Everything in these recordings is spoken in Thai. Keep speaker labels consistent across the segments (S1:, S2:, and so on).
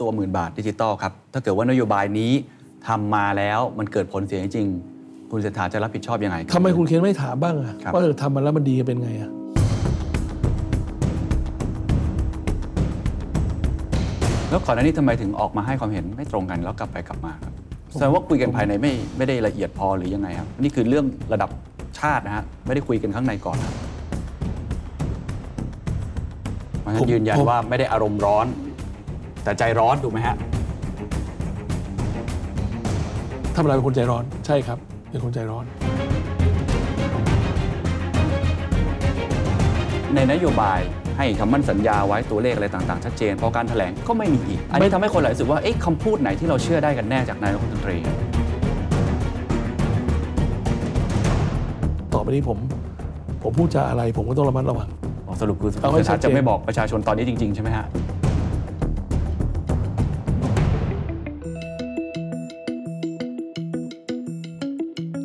S1: ตัวหมื่นบาทดิจิตอลครับถ้าเกิดว่านโยบายนี้ทำมาแล้วมันเกิดผลเสียจริงๆคุณเศรษฐาจะรับผิดชอบยังไงรับ
S2: ทำไมคุณเคนไม่ถามบ้างอะ
S1: ครับ
S2: ว่าเออทำมันแล้วมันดีเป็นไงอะ
S1: แล้วก่อนหน้านี้ทำไมถึงออกมาให้ความเห็นไม่ตรงกันแล้วกลับไปกลับมาครับแสดงว่าคุยกันภายในไม่ไม่ได้ละเอียดพอหรือยังไงครับนี่คือเรื่องระดับชาตินะฮะไม่ได้คุยกันข้างในก่อนครับมันงั้นยืนยันว่าไม่ได้อารมณ์ร้อน แต่ใจร้อนถูกไหมฮะ
S2: ทำอะไรเป็นคนใจร้อน ใช่ครับ เป็นคนใจร้อน
S1: ในนโยบายให้คำมั่นสัญญาไว้ตัวเลขอะไรต่างๆ ชัดเจนพอการแถลงก็ไม่มีอีก อันนี้ทำให้คนหลายรู้สึกว่าเอ๊ะคำพูดไหนที่เราเชื่อได้กันแน่จากนายกรัฐมนตรี
S2: ต่อไปนี้ผม ผมพูดจาอะไรผมก็ต้องระมัดระวัง
S1: สรุปคือคุณ
S2: เอาให้
S1: เศรษฐา
S2: ชัดเจน
S1: จะไม่บอกประชาชนตอนนี้จริง ๆ ใช่ไหมฮะ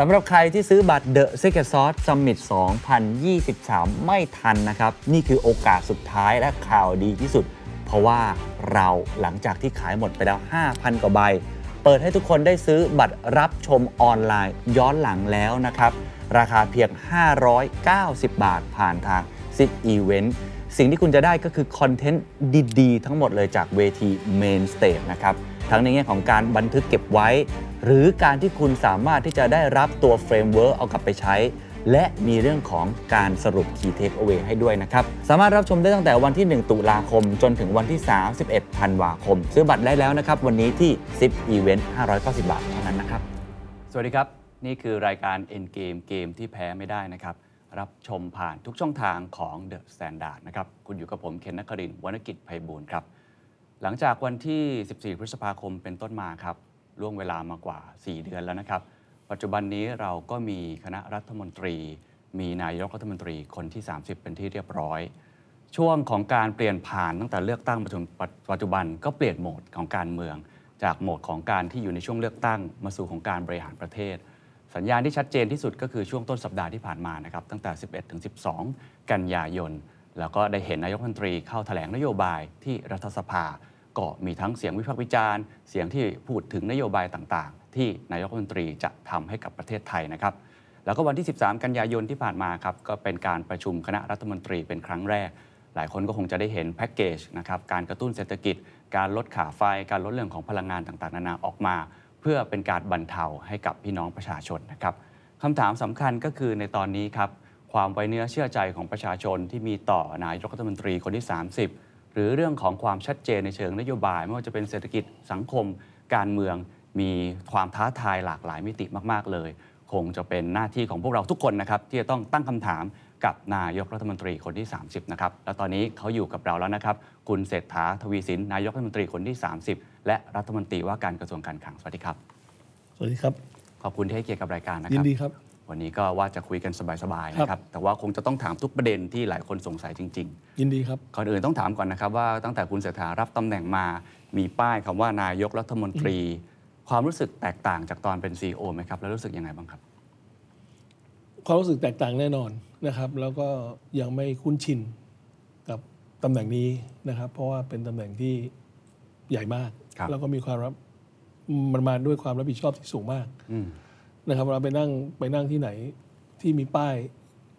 S3: สำหรับใครที่ซื้อบัตร The Secret Sauce Summit 2023 ไม่ทันนะครับ นี่คือโอกาสสุดท้ายและข่าวดีที่สุด เพราะว่าเราหลังจากที่ขายหมดไปแล้ว 5,000 กว่าใบ เปิดให้ทุกคนได้ซื้อบัตรรับชมออนไลน์ย้อนหลังแล้วนะครับ ราคาเพียง 590 บาทผ่านทาง Sit Event สิ่งที่คุณจะได้ก็คือคอนเทนต์ดีๆ ทั้งหมดเลยจากเวที Main Stage นะครับ ทั้งในแง่ของการบันทึกเก็บไว้ หรือการที่คุณสามารถที่จะได้รับตัวเฟรมเวิร์กเอากลับไปใช้ และมีเรื่องของการสรุป Key Takeaway ให้ด้วยนะครับ สามารถรับชมได้ตั้งแต่วันที่ 1 ตุลาคม จนถึงวันที่ 31 ธันวาคม ซื้อบัตรได้แล้วนะครับ วันนี้ที่ 10 Event 590 บาทเท่านั้นนะครับ
S1: สวัสดีครับ นี่คือรายการ Endgame เกมที่แพ้ไม่ได้นะครับ รับชมผ่านทุกช่องทางของ The Standard นะครับ คุณอยู่กับผมเคนนักครินทร์วรรณกิจไพบูลย์ครับ หลังจากวันที่ 14 พฤษภาคมเป็นต้นมาครับล่วงเวลามากว่า 4 เดือนแล้วนะครับ ปัจจุบันนี้เราก็มีคณะรัฐมนตรี มีนายกรัฐมนตรีคนที่ 30 เป็นที่เรียบร้อย ช่วงของการเปลี่ยนผ่านตั้งแต่เลือกตั้งมาจนปัจจุบันก็เปลี่ยนโหมดของการเมือง จากโหมดของการที่อยู่ในช่วงเลือกตั้งมาสู่ของการบริหารประเทศ สัญญาณที่ชัดเจนที่สุดก็คือช่วงต้นสัปดาห์ที่ผ่านมานะครับตั้งแต่ 11 ถึง 12 กันยายน แล้วก็ได้เห็นนายกรัฐมนตรีเข้าแถลงนโยบายที่รัฐสภา ก็มีทั้งเสียงวิพากษ์วิจารณ์ เสียงที่พูดถึงนโยบายต่างๆ ที่นายกรัฐมนตรีจะทำให้กับประเทศไทยนะครับ แล้วก็วันที่ 13 กันยายนที่ผ่านมาครับก็เป็นการประชุมคณะรัฐมนตรีเป็นครั้งแรก หลายคนก็คงจะได้เห็นแพ็กเกจนะครับการกระตุ้นเศรษฐกิจ การลดขาไฟ การลดเรื่องของพลังงานต่างๆ นานาออกมา เพื่อเป็นการบรรเทาให้กับพี่น้องประชาชนนะครับคำถามสำคัญก็คือในตอนนี้ครับความไว้เนื้อเชื่อใจของประชาชนที่มีต่อนายกรัฐมนตรีคนที่ 30 หรือเรื่องของความชัดเจนในเชิงนโยบายไม่ว่าจะเป็นเศรษฐกิจสังคม การเมืองมีความท้าทายหลากหลายมิติมาก ๆ เลย คงจะเป็นหน้าที่ของพวกเราทุกคนนะครับที่จะต้องตั้งคำถามกับนายกรัฐมนตรีคนที่ 30 นะครับ และตอนนี้เขาอยู่กับเราแล้วนะครับ คุณเศรษฐาทวีสินนายกรัฐมนตรีคนที่ 30 และรัฐมนตรีว่าการกระทรวงการคลังสวัสดีครับ
S2: สวัสดีครับ
S1: ขอบคุณที่ให้เกียรติกับรายการนะค
S2: ยิ
S1: รั
S2: น
S1: บ
S2: ดีครับ
S1: วันนี้ก็ว่าจะคุยกันสบายๆนะครับแต่ว่าคงจะต้องถามทุกประเด็นที่หลายคนสงสัยจริง ๆ
S2: ยินดีครับ
S1: ก่อนอื่นต้องถามก่อนนะครับว่าตั้งแต่คุณเศรษฐารับตำแหน่งมา มีป้ายคำว่านายกรัฐมนตรี ความรู้สึกแตกต่างจากตอนเป็น CEO ไหมครับ แล้วรู้สึกยังไงบ้างครับ
S2: ความรู้สึกแตกต่างแน่นอนนะครับ แล้วก็ยังไม่คุ้นชินกับตำแหน่งนี้นะครับ เพราะว่าเป็นตำแหน่งที่ใหญ่มาก
S1: ครับ
S2: แล้วก็มีความรับมันมาด้วยความรับผิดชอบที่สูงมาก
S1: อืม
S2: นะครับเราไปนั่งไปนั่งที่ไหนที่มีป้าย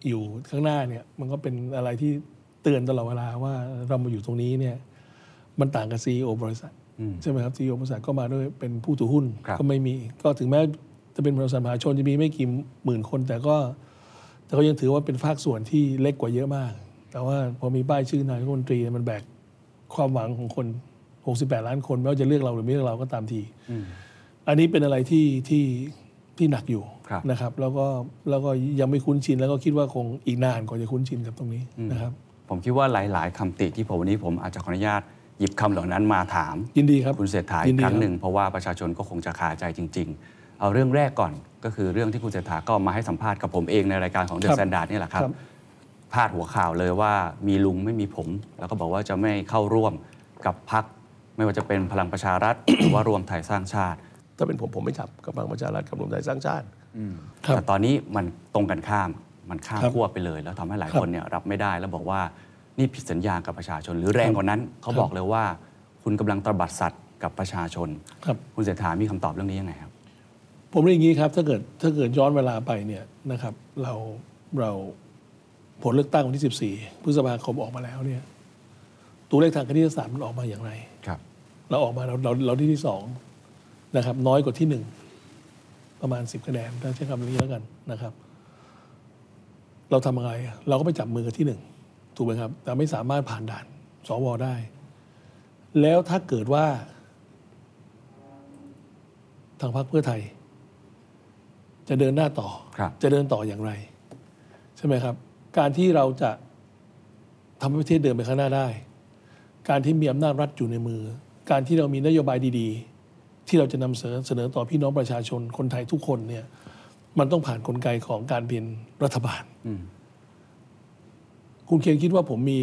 S2: อยู่ข้างหน้าเนี่ย มันก็เป็นอะไรที่เตือนตลอดเวลาว่าเรามาอยู่ตรงนี้เนี่ย มันต่างกับซีอบริษัท
S1: อืม
S2: ใช่ไหมครับซีอีโอบริษัทก็มาด้วยเป็นผู้ถือหุ้น
S1: ครับ
S2: ก็ไม่มี ก็ถึงแม้จะเป็นบริษัทมหาชนจะมีไม่กี่หมื่นคน แต่ก็แต่ก็ยังถือว่าเป็นภาคส่วนที่เล็กกว่าเยอะมาก แต่ว่าพอมีป้ายชื่อนายกรัฐมนตรีเนี่ยมันแบกความหวังของคน 68 ล้านคน ไม่ว่าจะเลือกเราหรือไม่เลือกเราก็ตามที
S1: อืม
S2: อันนี้เป็นอะไรที่ที่ที่หนักอยู่
S1: ครับ
S2: นะครับ แล้วก็แล้วก็ยังไม่คุ้นชิน แล้วก็คิดว่าคงอีกนานกว่าจะคุ้นชินกับตรงนี้นะครับ
S1: ผมคิดว่าหลาย ๆคำติที่ผมวันนี้ผมอาจจะขออนุญาตหยิบคำเหล่านั้นมาถาม
S2: ยินดีครับ
S1: คุณเศรษฐา
S2: ยิ
S1: อีก
S2: นดี
S1: ค
S2: ครับ
S1: รั้งหนึ่งเพราะว่าประชาชนก็คงจะคาใจจริง ๆ เอาเรื่องแรกก่อนก็คือเรื่องที่คุณเศรษฐาก็มาให้สัมภาษณ์กับผมเองในรายการของเด
S2: ครั
S1: อะ
S2: บ
S1: แซนด์ดนี่ยแหละครับ
S2: ครับ
S1: พาดหัวข่าวเลยว่ามีลุงไม่มีผม แล้วก็บอกว่าจะไม่เข้าร่วมกับพักไม่ว่าจะเป็นพลังประชารัฐ หรือว่ารวมไทยสร้างชาติ
S4: ถ้าเป็นผมผมไม่จับกับพลังประชารัฐกับรวมไทยสร้างชาติ
S2: ครับ
S1: แต่ตอนนี้มันตรงกันข้าม มันข้าม
S2: ครับ
S1: ขั้วไปเลย แล้วทำให้หลาย
S2: ครับ
S1: คนเนี่ยรับไม่ได้แล้วบอกว่านี่ผิดสัญญากับประชาชน หรือแรงกว่านั้นเขาบอกเลยว่า คุณกำลังตบัดสัตว์กับประชาชน
S2: ครับ
S1: ณเศรษฐามีคำตอบเรื่องนี้ยังไงครับ
S2: ผมเรียนอย่างนี้ครับถ้าเกิดถ้าเกิดย้อนเวลาไปเนี่ยนะครับ เราเราผลเลือกตั้งวันที่ 14 พฤษภาคมออกมาแล้วเนี่ยตัวเลขทางคณิตศาสตร์มันออกมาอย่างไร
S1: ครับ
S2: เราออกมาเราเราเราที่ที่สองนะครับ น้อยกว่าที่หนึ่งประมาณสิบคะแนนถ้าใช้คำนี้แล้วกันนะครับ เราทำอะไรอะเราก็ไปจับมือกับที่หนึ่งถูกไหมครับ แต่ไม่สามารถผ่านด่านสวได้ แล้วถ้าเกิดว่า ทางพรรคเพื่อไทย จะเดินหน้าต่อ
S1: ครับ
S2: จะเดินต่ออย่างไร ใช่ไหมครับ การที่เราจะทำให้ประเทศเดินไปข้างหน้าได้ การที่มีอำนาจรัฐอยู่ในมือ การที่เรามีนโยบายดีๆ ที่เราจะนำเสนอเสนอต่อพี่น้องประชาชนคนไทยทุกคนเนี่ย มันต้องผ่านกลไกของการเป็นรัฐบาล คุณเคนคิดว่าผมมี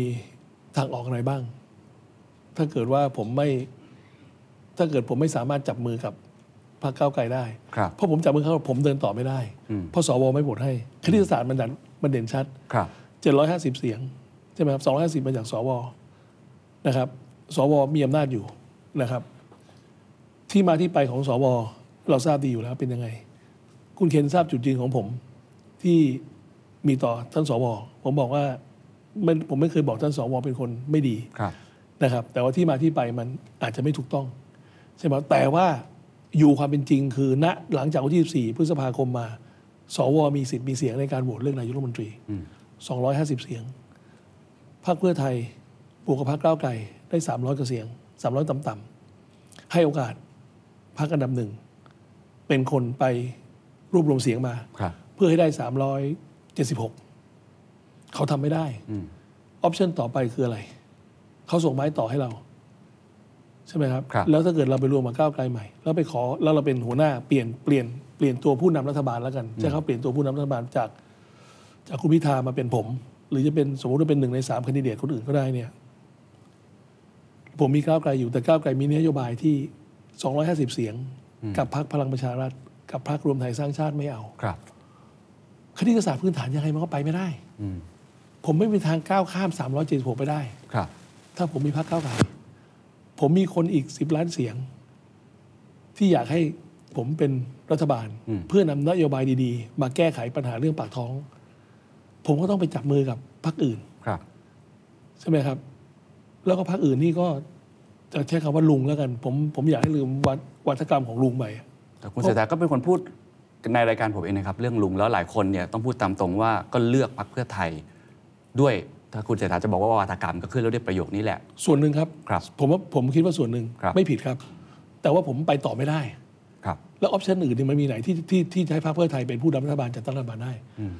S2: ทางออกอะไรบ้าง ถ้าเกิดว่าผมไม่ ถ้าเกิดผมไม่สามารถจับมือกับพรรคก้าวไกลได้
S1: ครับ
S2: เพราะผมจับมือเขาผมเดินต่อไม่ได้
S1: อืม
S2: เพราะสวไม่โหวตให้คณิตศาสตร์มันดันมันเด่นชัด
S1: ครับ
S2: 750 เสียง ใช่ไหมครับ 250 มาจากสวนะครับ สวมีอำนาจอยู่นะครับ ที่มาที่ไปของสวเราทราบดีอยู่แล้วเป็นยังไง คุณเคนทราบจุดยืนของผมที่มีต่อท่านสวผมบอกว่าไม่ผมไม่เคยบอกท่านสวเป็นคนไม่ดี
S1: ครับ
S2: นะครับแต่ว่าที่มาที่ไปมันอาจจะไม่ถูกต้อง ใช่ไหมแต่ว่าอยู่ความเป็นจริงคือณหลังจากวันที่ 14 พฤษภาคมมา สวมีสิทธิ์มีเสียงในการโหวตเลือกนายกรัฐมนตรี 250 เสียงพรรคเพื่อไทยบวกกับพรรคก้าวไกลได้ 300กว่าเสียง 300 ต่ำๆให้โอกาสพรรคอันดับหนึ่ง เป็นคนไปรวบรวมเสียงมา
S1: ครับ
S2: เพื่อให้ได้ 376 เขาทำไม่ได้
S1: อืม
S2: ออปชันต่อไปคืออะไร เขาส่งไม้ต่อให้เรา ใช่ไหมครับ
S1: ครับ
S2: แล้วถ้าเกิดเราไปรวมกับก้าวไกลใหม่ แล้วไปขอแล้วเราเป็นหัวหน้าเปลี่ยนเปลี่ยนเปลี่ยนตัวผู้นำรัฐบาลแล้วกันใช่ครับเปลี่ยนตัวผู้นำรัฐบาลจาก จากคุณพิธามาเป็นผม หรือจะเป็นสมมติว่าเป็นหนึ่งในสามคนดิเดตคนอื่นก็ได้เนี่ย ผมมีก้าวไกลอยู่แต่ก้าวไกลมีนโยบายที่ 250 เสียง กับพรรคพลังประชารัฐ กับพรรครวมไทยสร้างชาติไม่เอา
S1: ครับ
S2: คณิตศาสตร์พื้นฐานยังไงมันก็ไปไม่ได้
S1: อืม
S2: ผมไม่มีทางก้าวข้าม 376 ไปได้
S1: ครับ
S2: ถ้าผมมีพรรคก้าวไกลผมมีคนอีก 10 ล้านเสียง ที่อยากให้ผมเป็นรัฐบาล
S1: อืม
S2: เพื่อนำนโยบายดีๆ มาแก้ไขปัญหาเรื่องปากท้อง ผมก็ต้องไปจับมือกับพรรคอื่น
S1: ครับ
S2: ใช่ไหมครับ แล้วก็พรรคอื่นนี่ก็จะใช้คำว่าลุงแล้วกัน ผมผมอยากให้ลืมวัดวัฒกรรมของลุงไป
S1: แต่คุณเศรษฐาก็เป็นคนพูดในรายการผมเองนะครับ เรื่องลุงแล้วหลายคนเนี่ยต้องพูดตามตรงว่าก็เลือกพรรคเพื่อไทย ด้วยถ้าคุณเศรษฐาจะบอกว่าวาทกรรมก็ขึ้นแล้วเรียกประโยคนี้แหละ
S2: ส่วนหนึ่งครับ
S1: ครับ
S2: ผมว่าผมคิดว่าส่วนหนึ่ง
S1: ครับ
S2: ไม่ผิดครับ แต่ว่าผมไปต่อไม่ได้
S1: ครับ
S2: แล้วออปชันอื่นเนี่ยมันมีไหนที่ที่ที่จะให้พรรคเพื่อไทยเป็นผู้นำรัฐบาลจัดตั้งรัฐบาลได้
S1: อืม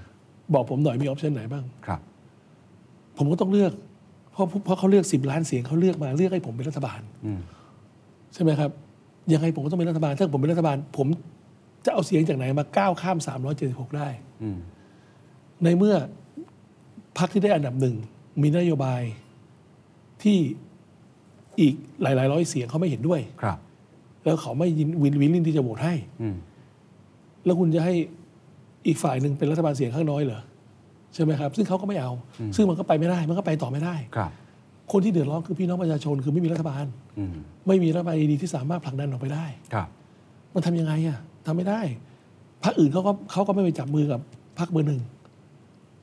S2: บอกผมหน่อยมีออปชันไหนบ้าง
S1: ครับ
S2: ผมก็ต้องเลือก เพราะเพราะเขาเลือก 10 ล้านเสียงเขาเลือกมาเลือกให้ผมเป็นรัฐบาล
S1: อืม
S2: ใช่ไหมครับ ยังไงผมก็ต้องเป็นรัฐบาล ถ้าผมเป็นรัฐบาล ผมจะเอาเสียงจากไหนมาก้าวข้าม 376 ได้
S1: อืม
S2: ในเมื่อพรรคที่ได้อันดับหนึ่งมีนโยบายที่อีกหลาย ๆ ร้อยเสียงเขาไม่เห็นด้วย
S1: ครับ
S2: แล้วเขาไม่ยินวินวิลลิ่งที่จะโหวตให้
S1: อืม
S2: แล้วคุณจะให้อีกฝ่ายหนึ่งเป็นรัฐบาลเสียงข้างน้อยเหรอใช่ไหมครับ ซึ่งเขาก็ไม่เอา ซึ่งมันก็ไปไม่ได้ มันก็ไปต่อไม่ได้
S1: ครับ
S2: คนที่เดือดร้อนคือพี่น้องประชาชนคือไม่มีรัฐบาล
S1: อืม
S2: ไม่มีรัฐบาลดีๆที่สามารถผลักดันออกไปได้
S1: ครับ
S2: มันทำยังไงอ่ะทำไม่ได้พรรคอื่นเขาก็เขาก็ไม่ไปจับมือกับพรรคเบอร์หนึ่ง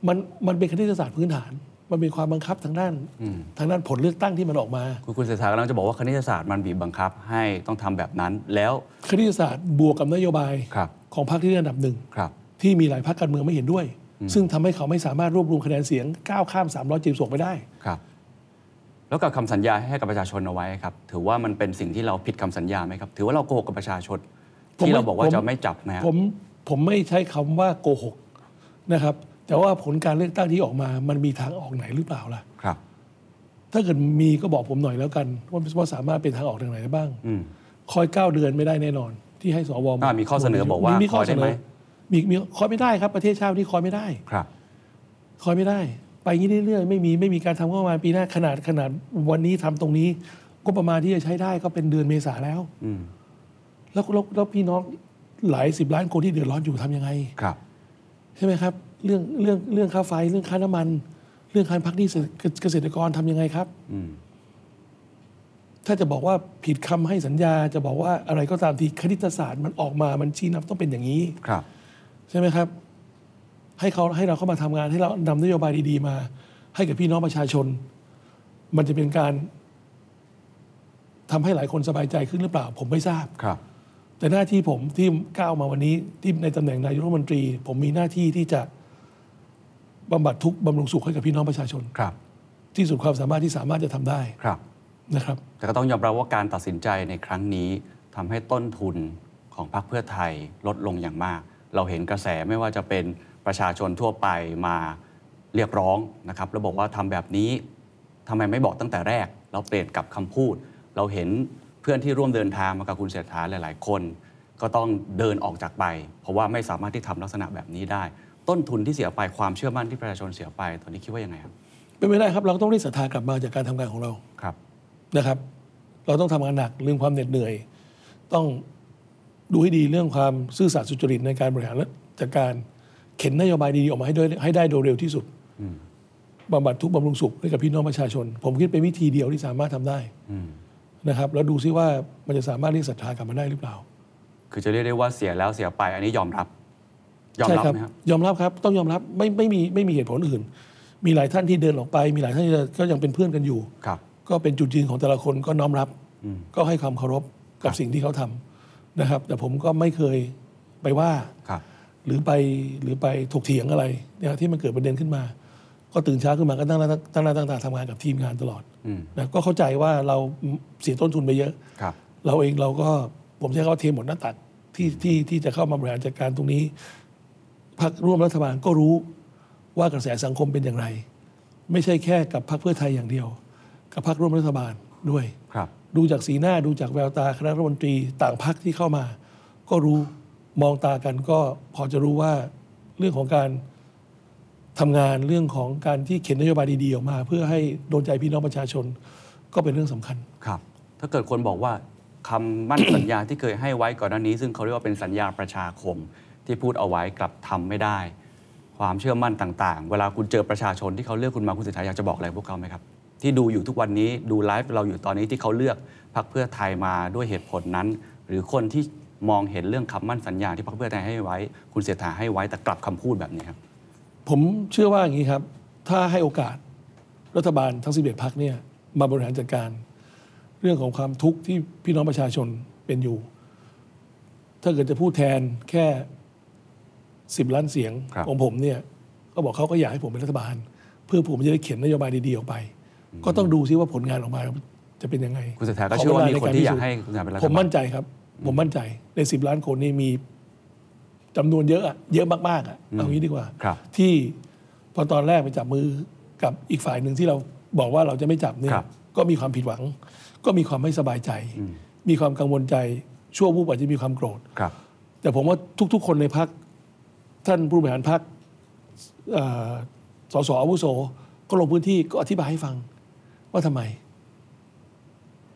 S2: มันมันเป็นคณิตศาสตร์พื้นฐาน มันเป็นความบังคับทางด้าน
S1: อืม
S2: ทางด้านผลเลือกตั้งที่มันออกมา
S1: คุณคุณเศรษฐากำลังจะบอกว่าคณิตศาสตร์มันบีบบังคับให้ต้องทำแบบนั้นแล้ว
S2: คณิตศาสตร์บวกกับนโยบาย
S1: ครับ
S2: ของพรรคที่ได้อันดับหนึ่ง
S1: ครับ
S2: ที่มีหลายพรรคการเมืองไม่เห็นด้วย ซึ่งทำให้เขาไม่สามารถรวบรวมคะแนนเสียงก้าวข้าม376ไปได้
S1: ครับ แล้วกับคำสัญญาให้กับประชาชนเอาไว้ครับ ถือว่ามันเป็นสิ่งที่เราผิดคำสัญญาไหมครับ ถือว่าเราโกหกกับประชาชน
S2: ผม
S1: ที่เรา
S2: ไม่
S1: บอกว่า
S2: ผม
S1: จะไม่จับนะฮะ
S2: ผมผมไม่ใช้คำว่าโกหกนะครับ แต่ว่าผลการเลือกตั้งที่ออกมา มันมีทางออกไหนหรือเปล่าล่ะ
S1: ครับ
S2: ถ้าเกิดมีก็บอกผมหน่อยแล้วกันว่าว่าสามารถเป็นทางออกทางไหนได้บ้าง
S1: อืม
S2: คอยเก้าเดือนไม่ได้แน่นอน จ ที่ให้สว
S1: อ่ามีข้อเสนอบอกว่า
S2: มีข้อ
S1: ขอได้
S2: เสน
S1: ไหม
S2: อมีมีขอไม่ได้ครับ ประเทศชาติที่ขอไม่ได้
S1: ครับ
S2: คอยไม่ได้ ไปอย่างนี้เรื่อยๆ ไม่มีไม่มีการทำงบประมาณปีหน้าขนาดขนาดวันนี้ทำตรงนี้งบประมาณที่จะใช้ได้ก็เป็นเดือนเมษาแล้ว
S1: อืม
S2: แล้วแล้วแล้วพี่น้องหลายสิบล้านคนที่เดือดร้อนอยู่ทำยังไง
S1: ครับ
S2: ใช่ไหมครับ เรื่องเรื่องเรื่องค่าไฟเรื่องค่าน้ำมัน เรื่องการพักหนี้เกษตรกรทำยังไงครับ
S1: อืม
S2: ถ้าจะบอกว่าผิดคำให้สัญญาจะบอกว่าอะไรก็ตามทีคณิตศาสตร์มันออกมามันชี้นำต้องเป็นอย่างนี้
S1: ครับ
S2: ใช่ไหมครับ ให้เขาให้เราเข้ามาทำงานให้เรานำนโยบายดีๆมา ให้กับพี่น้องประชาชน มันจะเป็นการทำให้หลายคนสบายใจขึ้นหรือเปล่า ผมไม่ทราบ
S1: ครับ
S2: แต่หน้าที่ผมที่ก้าวมาวันนี้ที่ในตำแหน่งนายกรัฐมนตรี ผมมีหน้าที่ที่จะบำบัดทุกข์บำรุงสุขให้กับพี่น้องประชาชน
S1: ครับ
S2: ที่สุดความสามารถที่สามารถจะทำได้
S1: ครับ
S2: นะครับ
S1: แต่ก็ต้องยอมรับว่าการตัดสินใจในครั้งนี้ทำให้ต้นทุนของพรรคเพื่อไทยลดลงอย่างมาก เราเห็นกระแสไม่ว่าจะเป็นประชาชนทั่วไปมาเรียกร้องนะครับแล้วบอกว่าทำแบบนี้ทำไมไม่บอกตั้งแต่แรก เราเปลี่ยนกลับคำพูด เราเห็นเพื่อนที่ร่วมเดินทางมากับคุณเศรษฐาหลาย ๆ คน ก็ต้องเดินออกจากไป เพราะว่าไม่สามารถที่ทำลักษณะแบบนี้ได้ ต้นทุนที่เสียไปความเชื่อมั่นที่ประชาชนเสียไปตอนนี้คิดว่ายังไงครับ
S2: เป็นไม่ได้ครับ เราต้องได้ศรัทธากลับมาจากการทำงานของเรา
S1: ครับ
S2: นะครับ เราต้องทำงานหนักเรื่องความเหน็ดเหนื่อย ต้องดูให้ดีเรื่องความซื่อสัตย์สุจริตในการบริหารและจัดการเข็นนโยบายดีๆออกมาให้ด้วยให้ได้โดยเร็วที่สุดบำบัดทุกข์บำรุงสุขให้กับพี่น้องประชาชน ผมคิดเป็นวิธีเดียวที่สามารถทำได้
S1: อืม
S2: นะครับ แล้วดูซิว่ามันจะสามารถเรียกศรัทธากลับมาได้หรือเปล่า
S1: คือจะเรียกได้ว่าเสียแล้วเสียไป อันนี้ยอมรับ ยอม
S2: ใช่
S1: รับ
S2: ครับ
S1: ไหมครับ
S2: ยอมรับครับต้องยอมรับไม่ไม่มีไม่มีเหตุผลอื่น มีหลายท่านที่เดินออกไป มีหลายท่านที่ก็ยังเป็นเพื่อนกันอยู่
S1: ครับ
S2: ก็เป็นจุดยืนของแต่ละคนก็น้อมรับ
S1: อืม
S2: ก็ให้ความเคารพกับสิ่งที่เขาทำนะครับ แต่ผมก็ไม่เคยไปว่า
S1: ครับ
S2: หรือไปหรือไปถกเถียงอะไรนะที่มันเกิดประเด็นขึ้นมา ก็ตื่นเช้าขึ้นมาก็ตั้งหน้าตั้งหน้าตั้งตาทำงานกับทีมงานตลอด
S1: อืม
S2: นะก็เข้าใจว่าเราเสียต้นทุนไปเยอะ
S1: ครับ
S2: เราเองเราก็ผมใช้คำว่าเทหมดหน้าตักที่ที่ที่จะเข้ามาบริหารจัดการตรงนี้พักร่วมรัฐบาลก็รู้ว่ากระแสสังคมเป็นอย่างไร ไม่ใช่แค่กับพรรคเพื่อไทยอย่างเดียว กับพรรคร่วมรัฐบาลด้วย
S1: ครับ
S2: ดูจากสีหน้าดูจากแววตาคณะรัฐมนตรีต่างพักที่เข้ามา ก็รู้มองตากันก็พอจะรู้ว่าเรื่องของการทำงานเรื่องของการที่เขียนนโยบายดีๆออกมา เพื่อให้โดนใจพี่น้องประชาชนก็เป็นเรื่องสำคัญ
S1: ครับ ถ้าเกิดคนบอกว่าคำมั่น สัญญาที่เคยให้ไว้ก่อนหน้านี้ ซึ่งเขาเรียกว่าเป็นสัญญาประชาคม ที่พูดเอาไว้กลับทำไม่ได้ ความเชื่อมั่นต่าง ๆ เวลาคุณเจอประชาชนที่เขาเลือกคุณมาคุณเศรษฐาอยากจะบอกอะไรพวกเขาไหมครับ ที่ดูอยู่ทุกวันนี้ดูไลฟ์เราอยู่ตอนนี้ที่เขาเลือกพักเพื่อไทยมาด้วยเหตุผลนั้น หรือคนที่มองเห็นเรื่องคำมั่นสัญญาที่พรรคเพื่อไทยให้ไว้ คุณเศรษฐาให้ไว้แต่กลับคำพูดแบบนี้ครับ
S2: ผมเชื่อว่าอย่างนี้ครับ ถ้าให้โอกาสรัฐบาลทั้ง 11พักเนี่ยมาบริหารจัดการ เรื่องของความทุกข์ที่พี่น้องประชาชนเป็นอยู่ ถ้าเกิดจะพูดแทนแค่ 10 ล้านเสียง
S1: ครับ
S2: ของผมเนี่ยก็บอกเขาก็อยากให้ผมเป็นรัฐบาล เพื่อผมจะได้เขียนนโยบายดีๆออกไป ก็ต้องดูซิว่าผลงานออกมาจะเป็นยังไง
S1: คุณเศรษฐาก็เชื่อว่ามีคนที่อยากให้คุณเศรษฐาเป็นรัฐ
S2: ผม
S1: บาล
S2: มั่นใจครับ ผมมั่นใจใน 10 ล้านคนนี่มีจำนวนเยอะอะเยอะมากๆอะเอางี้ดีกว่า
S1: ครับ
S2: ที่พอตอนแรกไปจับมือกับอีกฝ่ายหนึ่งที่เราบอกว่าเราจะไม่จับเนี่ย
S1: ครับ
S2: ก็มีความผิดหวัง ก็มีความไม่สบายใจ มีความกังวลใจชั่ววูบอาจจะมีความโกรธ
S1: ครับ
S2: แต่ผมว่าทุก ๆ คนในพักท่านผู้บริหารพักสสอาวุโส ก็ลงพื้นที่ก็อธิบายให้ฟัง ว่าทำไม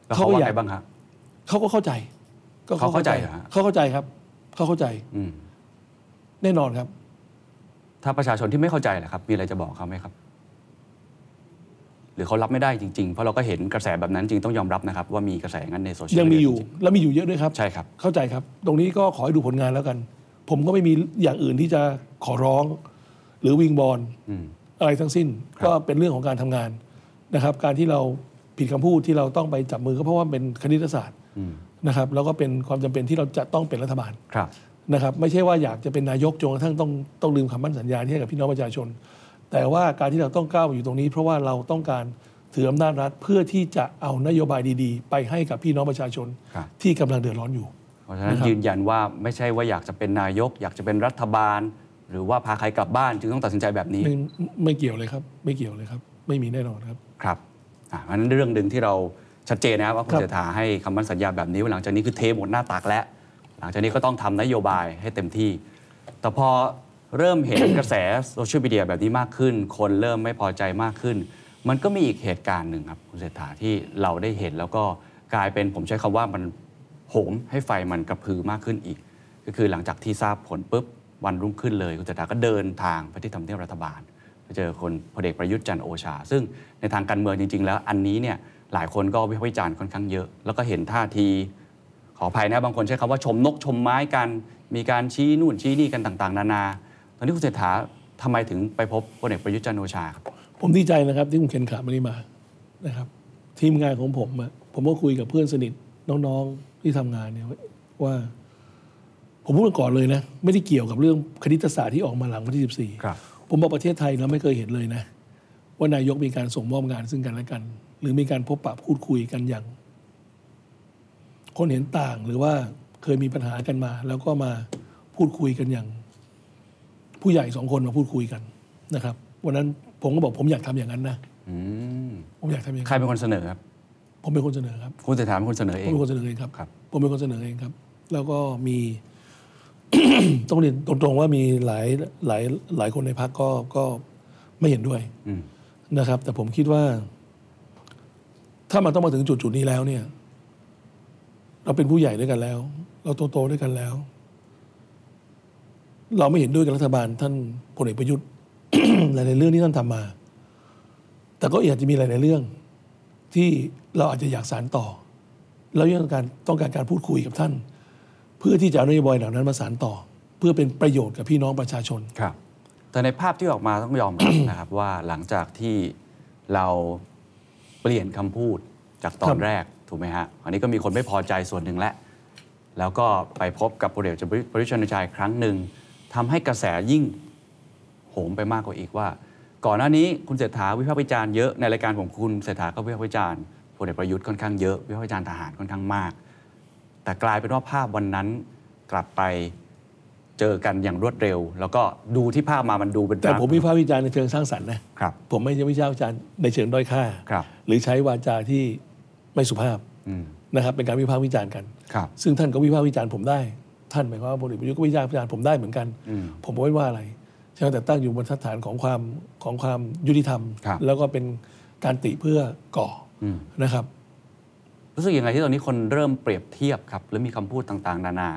S1: แล้วเขาว่า
S2: เขาอยาก
S1: ไงบ้างครับ
S2: เขาก็เข้าใจก็
S1: เขาเข้าใจเหรอฮะ
S2: เขาเข้าใจครับ เขาเข้าใจ
S1: อืม
S2: แน่นอนครับ
S1: ถ้าประชาชนที่ไม่เข้าใจล่ะครับ มีอะไรจะบอกเขาไหมครับ หรือเขารับไม่ได้จริง ๆ เพราะเราก็เห็นกระแสแบบนั้นจริงต้องยอมรับนะครับ ว่ามีกระแสอย่างนั้นในโซเชียล
S2: ยังมีอยู่
S1: จริ
S2: และมีอยู่เยอะด้วยครับ
S1: ๆใช่ครับ
S2: เข้าใจครับ ตรงนี้ก็ขอให้ดูผลงานแล้วกัน ผมก็ไม่มีอย่างอื่นที่จะขอร้อง หรือวิงบอล
S1: อืม
S2: อะไรทั้งสิ้น
S1: ครับ
S2: ก็เป็นเรื่องของการทำงานนะครับ การที่เราผิดคำพูดที่เราต้องไปจับมือก็เพราะว่าเป็นคณิตศาสตร์
S1: อืม
S2: นะครับ แล้วก็เป็นความจำเป็นที่เราจะต้องเป็นรัฐบาล
S1: ครับ
S2: นะครับ ไม่ใช่ว่าอยากจะเป็นนายกจนกระทั่งต้องต้องลืมคำมั่นสัญญาที่ให้กับพี่น้องประชาชน แต่ว่าการที่เราต้องก้าวมาอยู่ตรงนี้ เพราะว่าเราต้องการถืออำนาจรัฐเพื่อที่จะเอานโยบายดีๆ ไปให้กับพี่น้องประชาชน
S1: ครับ
S2: ที่กำลังเดือดร้อนอยู่
S1: เพราะฉะนั้น
S2: นะครับ
S1: ยืนยันว่าไม่ใช่ว่าอยากจะเป็นนายก อยากจะเป็นรัฐบาล หรือว่าพาใครกลับบ้าน จึงต้องตัดสินใจแบบนี้
S2: ไม่ไม่เกี่ยวเลยครับ ไม่เกี่ยวเลยครับ ไม่มีแน่นอนครับ
S1: ครับอ่ะเพราะฉะนั้นเรื่องหนึ่งที่เราชัดเจนนะครับว่าคุณ
S2: ครับ
S1: เศรษฐาให้คำมั่นสัญญาแบบนี้ว่าหลังจากนี้คือเทหมดหน้าตากแล้ว หลังจากนี้ก็ต้องทำนโยบายให้เต็มที่ แต่พอเริ่มเห็น กระแสโซเชียลมีเดียแบบนี้มากขึ้น คนเริ่มไม่พอใจมากขึ้น มันก็มีอีกเหตุการณ์หนึ่งครับคุณเศรษฐาที่เราได้เห็นแล้วก็กลายเป็นผมใช้คำว่ามันโหมให้ไฟมันกระพือมากขึ้นอีก ก็คือหลังจากที่ทราบผลปุ๊บวันรุ่งขึ้นเลย คุณเศรษฐาก็เดินทางไปที่ทำเนียบรัฐบาล ไปเจอคนพลเอกประยุทธ์จันทร์โอชา ซึ่งในทางการเมืองจริง ๆ แล้วอันนี้เนี่ยหลายคนก็วิพากษ์วิจารณ์ค่อนข้างเยอะ แล้วก็เห็นท่าที ขออภัยนะบางคนใช้คำว่าชมนกชมไม้กัน มีการชี้นู่นชี้นี่กันต่างๆ นานา ตอนนี้คุณเศรษฐาทำไมถึงไปพบพลเอกประยุทธ์จันทร์โอชาครับ
S2: ผมดีใจนะครับที่คุณเคนขามานี่มานะครับ ทีมงานของผมอะผมก็คุยกับเพื่อนสนิทน้องๆที่ทำงานเนี่ยว่า ผมพูดมาก่อนเลยนะ ไม่ได้เกี่ยวกับเรื่องคณิตศาสตร์ที่ออกมาหลังวันที่ 14
S1: ครับ
S2: ผมบอกประเทศไทยเราไม่เคยเห็นเลยนะ ว่านายกมีการส่งมอบงานซึ่งกันและกัน หรือมีการพบปะพูดคุยกันอย่าง คนเห็นต่างหรือว่าเคยมีปัญหากันมา แล้วก็มาพูดคุยกันอย่าง ผู้ใหญ่สองคนมาพูดคุยกันนะครับวันนั้นผมก็บอกผมอยากทำอย่างนั้นนะ
S1: อืม
S2: ผมอยากทำอย่าง
S1: ใคร
S2: นั้น
S1: เป็นคนเสนอครับ
S2: ผมเป็นคนเสนอครับ
S1: คุณเศรษฐาเป็นคนเสนอ
S2: ผ
S1: เอง
S2: มเป็นคนเสนอเองครับ
S1: ครับ
S2: ผมเป็นคนเสนอเองครับ แล้วก็มี ต้องเรียนตรงๆว่ามีหลายหลายหลายคนในพักก็ก็ไม่เห็นด้วย
S1: อืม
S2: นะครับ แต่ผมคิดว่า ถ้ามันต้องมาถึงจุดจุดๆนี้แล้วเนี่ย เราเป็นผู้ใหญ่ด้วยกันแล้ว เราโตโตๆด้วยกันแล้ว เราไม่เห็นด้วยกับรัฐบาล ท่านพลเอกประยุทธ์ หลายๆเรื่องที่ท่านทำมา แต่ก็อาจจะมีหลายๆเรื่อง ที่เราอาจจะอยากสารต่อ แล้วยังต้องการต้องการการพูดคุยกับท่าน เพื่อที่จะเอานโยบายเหล่านั้นมาสารต่อ เพื่อเป็นประโยชน์กับพี่น้องประชาชน
S1: ครับ แต่ในภาพที่ออกมาต้องยอมรับ นะครับ ว่าหลังจากที่เราเปลี่ยนคำพูดจากตอ
S2: ครั
S1: น
S2: บ
S1: แรกถูกไหมฮะอันนี้ก็มีคนไม่พอใจส่วนหนึ่งแหละ แล้วก็ไปพบกับพลเอกประยุทธ์จันทร์โอชาอีกครั้งหนึ่งทำให้กระแสยิ่ง โหมไปมากกว่าอีกว่า ก่อนหน้านี้คุณเศรษฐาวิพากษ์วิจารณ์เยอะในรายการของคุณเศรษฐาก็วิพากษ์วิจารณ์พลเอกประยุทธ์ค่อนข้างเยอะวิพากษ์วิจารณ์ทหารค่อนข้างมาก แต่กลายเป็นว่าภาพวันนั้นกลับไปเจอกันอย่างรวดเร็ว แล้วก็ดูที่ภาพมามันดูเป็น
S2: แต่
S1: ภาพ
S2: ผมวิพากษ์วิจารณ์ในเชิงสร้างสรรค์นะ
S1: ครับ
S2: ผมไม่ใช่วิจารณ์ในเชิงด้อยค่า
S1: ครับ
S2: หรือใช้วาจาที่ไม่สุภาพ
S1: อืม
S2: นะครับ เป็นการวิพากษ์วิจารณ์กัน
S1: ครับ
S2: ซึ่งท่านก็วิพากษ์วิจารณ์ผมได้ ท่านหมายความว่าพลเอกประยุทธ์ก็วิพากษ์วิจารณ์ผมได้เหมือนกัน
S1: อืม
S2: ผมก็ไม่ว่าอะไรใช่ไหมแต่ตั้งอยู่บนทัดฐานของความของความยุติธรรม
S1: ครับ
S2: แล้วก็เป็นการติเพื่อก่ออ
S1: อืม
S2: นะครับ
S1: รู้สึกยังไงที่ตอนนี้คนเริ่มเปรียบเทียบครับแล้วมีคำพูดต่างๆ นานา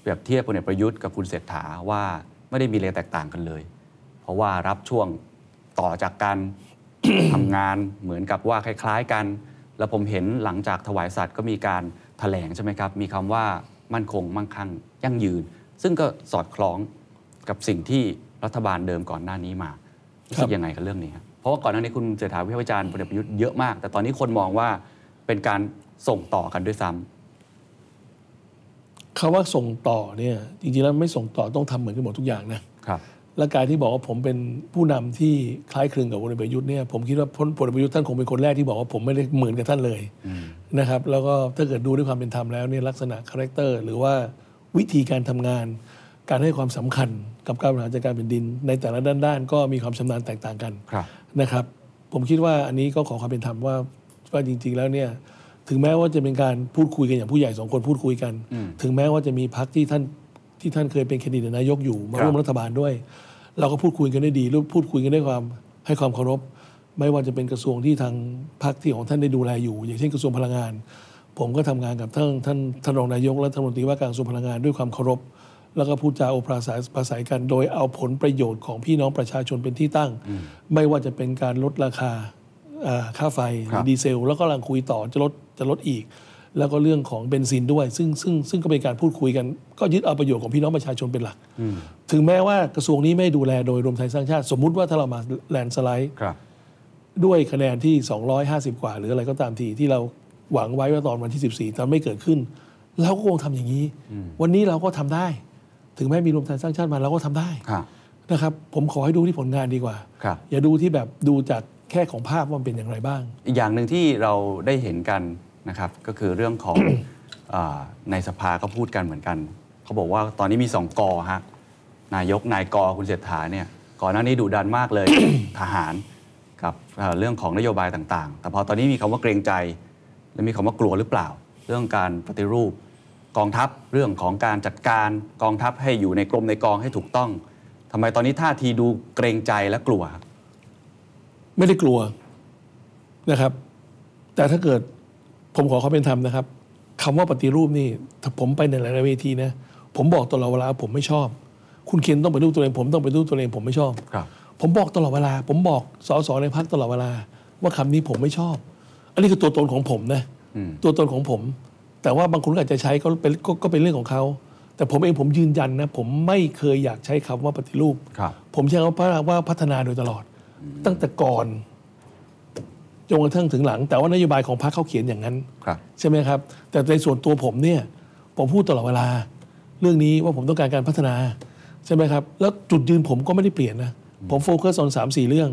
S1: เปรียบเทียบพลเอกประยุทธ์กับคุณเศรษฐาว่าไม่ได้มีอะไรแตกต่างกันเลย เพราะว่ารับช่วงต่อจากการ ทำงานเหมือนกับว่าคล้าย ๆ กัน แล้วผมเห็นหลังจากถวายสัตว์ก็มีการแถลงใช่ไหมครับ มีคำว่ามั่นคงมั่งคั่งยั่งยืน ซึ่งก็สอดคล้องกับสิ่งที่รัฐบาลเดิมก่อนหน้านี้มารู้สึ
S2: ครั
S1: ก
S2: บ
S1: ยังไงกับเรื่องนี้ครับเพราะว่าก่อนหน้านี้คุณเศรษฐาวิพากษ์วิจารณ์พลเอกประยุทธ์เยอะมาก แต่ตอนนี้คนมองว่าเป็นการส่งต่อกันด้วยซ้ำ
S2: คำว่าส่งต่อเนี่ยจริงๆแล้วไม่ส่งต่อต้องทำเหมือนกันหมดทุกอย่างนะ
S1: ครับ
S2: และการที่บอกว่าผมเป็นผู้นำที่คล้ายคลึงกับพลเอกประยุทธ์เนี่ยผมคิดว่าพลพลเอกประยุทธ์ท่านคงเป็นคนแรกที่บอกว่าผมไม่ได้เหมือนกับท่านเลยนะครับ แล้วก็ถ้าเกิดดูด้วยความเป็นธรรมแล้วเนี่ยลักษณะคาแรคเตอร์หรือว่าวิธีการทำงาน การให้ความสำคัญกับการบริหารจัดการแผ่นดิน ในแต่ละด้านๆ ก็มีความชำนาญแตกต่างกัน
S1: ครับ
S2: นะครับผมคิดว่าอันนี้ก็ขอความเป็นธรรมว่าว่าจริง ๆ แล้วเนี่ยถึงแม้ว่าจะเป็นการพูดคุยกันอย่างผู้ใหญ่สองคนพูดคุยกัน ถึงแม้ว่าจะมีพักที่ท่านที่ท่านเคยเป็นแคนดิเดตนายกอยู่มา
S1: ครับ
S2: ร่วมรัฐบาลด้วย เราก็พูดคุยกันได้ดีรูพูดคุยกันด้วยความให้ความเคารพ ไม่ว่าจะเป็นกระทรวงที่ทางพักที่ของท่านได้ดูแลอยู่ อย่างเช่นกระทรวงพลังงาน ผมก็ทำงานกับท่านท่านท่านรองนายกและท่านรัฐมนตรีว่าการกระทรวงพลังงานด้วยความเคารพ แล้วก็พูดจาโอปราศัยปราศัยกัน โดยเอาผลประโยชน์ของพี่น้องประชาชนเป็นที่ตั้ง ไม่ว่าจะเป็นการลดราคาเอ่อค่าไฟหรือดีเซล แล้วก็กำลังคุยต่อจะลดจะลดอีก แล้วก็เรื่องของเบนซินด้วย ซึ่งซึ่งซึ่งก็เป็นการพูดคุยกัน ก็ยึดเอาประโยชน์ของพี่น้องประชาชนเป็นหลัก ถึงแม้ว่ากระทรวงนี้ไม่ดูแลโดยรวมไทยสร้างชาติ สมมุติว่าถ้าเรามาแลนสไลด์
S1: ครับ
S2: ด้วยคะแนนที่ 250 กว่า หรืออะไรก็ตามทีที่เราหวังไว้ว่าตอนวันที่ 14ถ้าไม่เกิดขึ้น เราก็คงทำอย่างนี้ วันนี้เราก็ทำได้ ถึงแม้มีรวมไทยสร้างชาติมาเราก็ทำได้
S1: ครับ
S2: นะครับ ผมขอให้ดูที่ผลงานดีกว่า
S1: ครับ
S2: อย่าดูที่แบบดูจากแค่ของภาพว่ามันเป็นอย่างไรบ้าง
S1: อีกอย่างหนึ่งที่เราได้เห็นกันนะครับก็คือเรื่องของ อ่าในสภาก็พูดกันเหมือนกัน เขาบอกว่าตอนนี้มีสองกอฮะนายกนายกอคุณเศรษฐาเนี่ยก่อนหน้านี้ดุดันมาก เลย ทหารกับเอ่อเรื่องของนโยบายต่าง ๆ แต่พอตอนนี้มีคำว่าเกรงใจ และมีคำว่ากลัวหรือเปล่า เรื่องการปฏิรูป กองทัพเรื่องของการจัดการกองทัพให้อยู่ในกรมในกองให้ถูกต้องทำไมตอนนี้ท่าทีดูเกรงใจและกลัวครับ
S2: ไม่ได้กลัวนะครับ แต่ถ้าเกิดผมขอความเป็นธรรมนะครับคำว่าปฏิรูปนี่ถ้าผมไปในหลายๆเวทีนะผมบอกตลอดเวลาผมไม่ชอบ คุณเคนต้องไปรูปตัวเองผมต้องไปรูปตัวเองผมไม่ชอบ
S1: ครับ
S2: ผมบอกตลอดเวลา ผมบอกสสในพักตลอดเวลา ว่าคำนี้ผมไม่ชอบ อันนี้คือตัวตนของผมนะตัวตนของผม แต่ว่าบางคนก็อาจจะใช้ก็เป็นก็ก็เป็นเรื่องของเขา แต่ผมเองผมยืนยันนะผมไม่เคยอยากใช้คำว่าปฏิรูป
S1: ครับ
S2: ผมใช้คำว่าพัฒนาโดยตลอด ตั้งแต่ก่อนจนกระทั่งถึงหลัง แต่ว่านโยบายของพรรคเขาเขียนอย่างนั้น
S1: ครับ
S2: ใช่ไหมครับ แต่ในส่วนตัวผมเนี่ย ผมพูดตลอดเวลา เรื่องนี้ว่าผมต้องการการพัฒนา ใช่ไหมครับ แล้วจุดยืนผมก็ไม่ได้เปลี่ยนนะ ผมโฟกัสอนสามสี่เรื่อง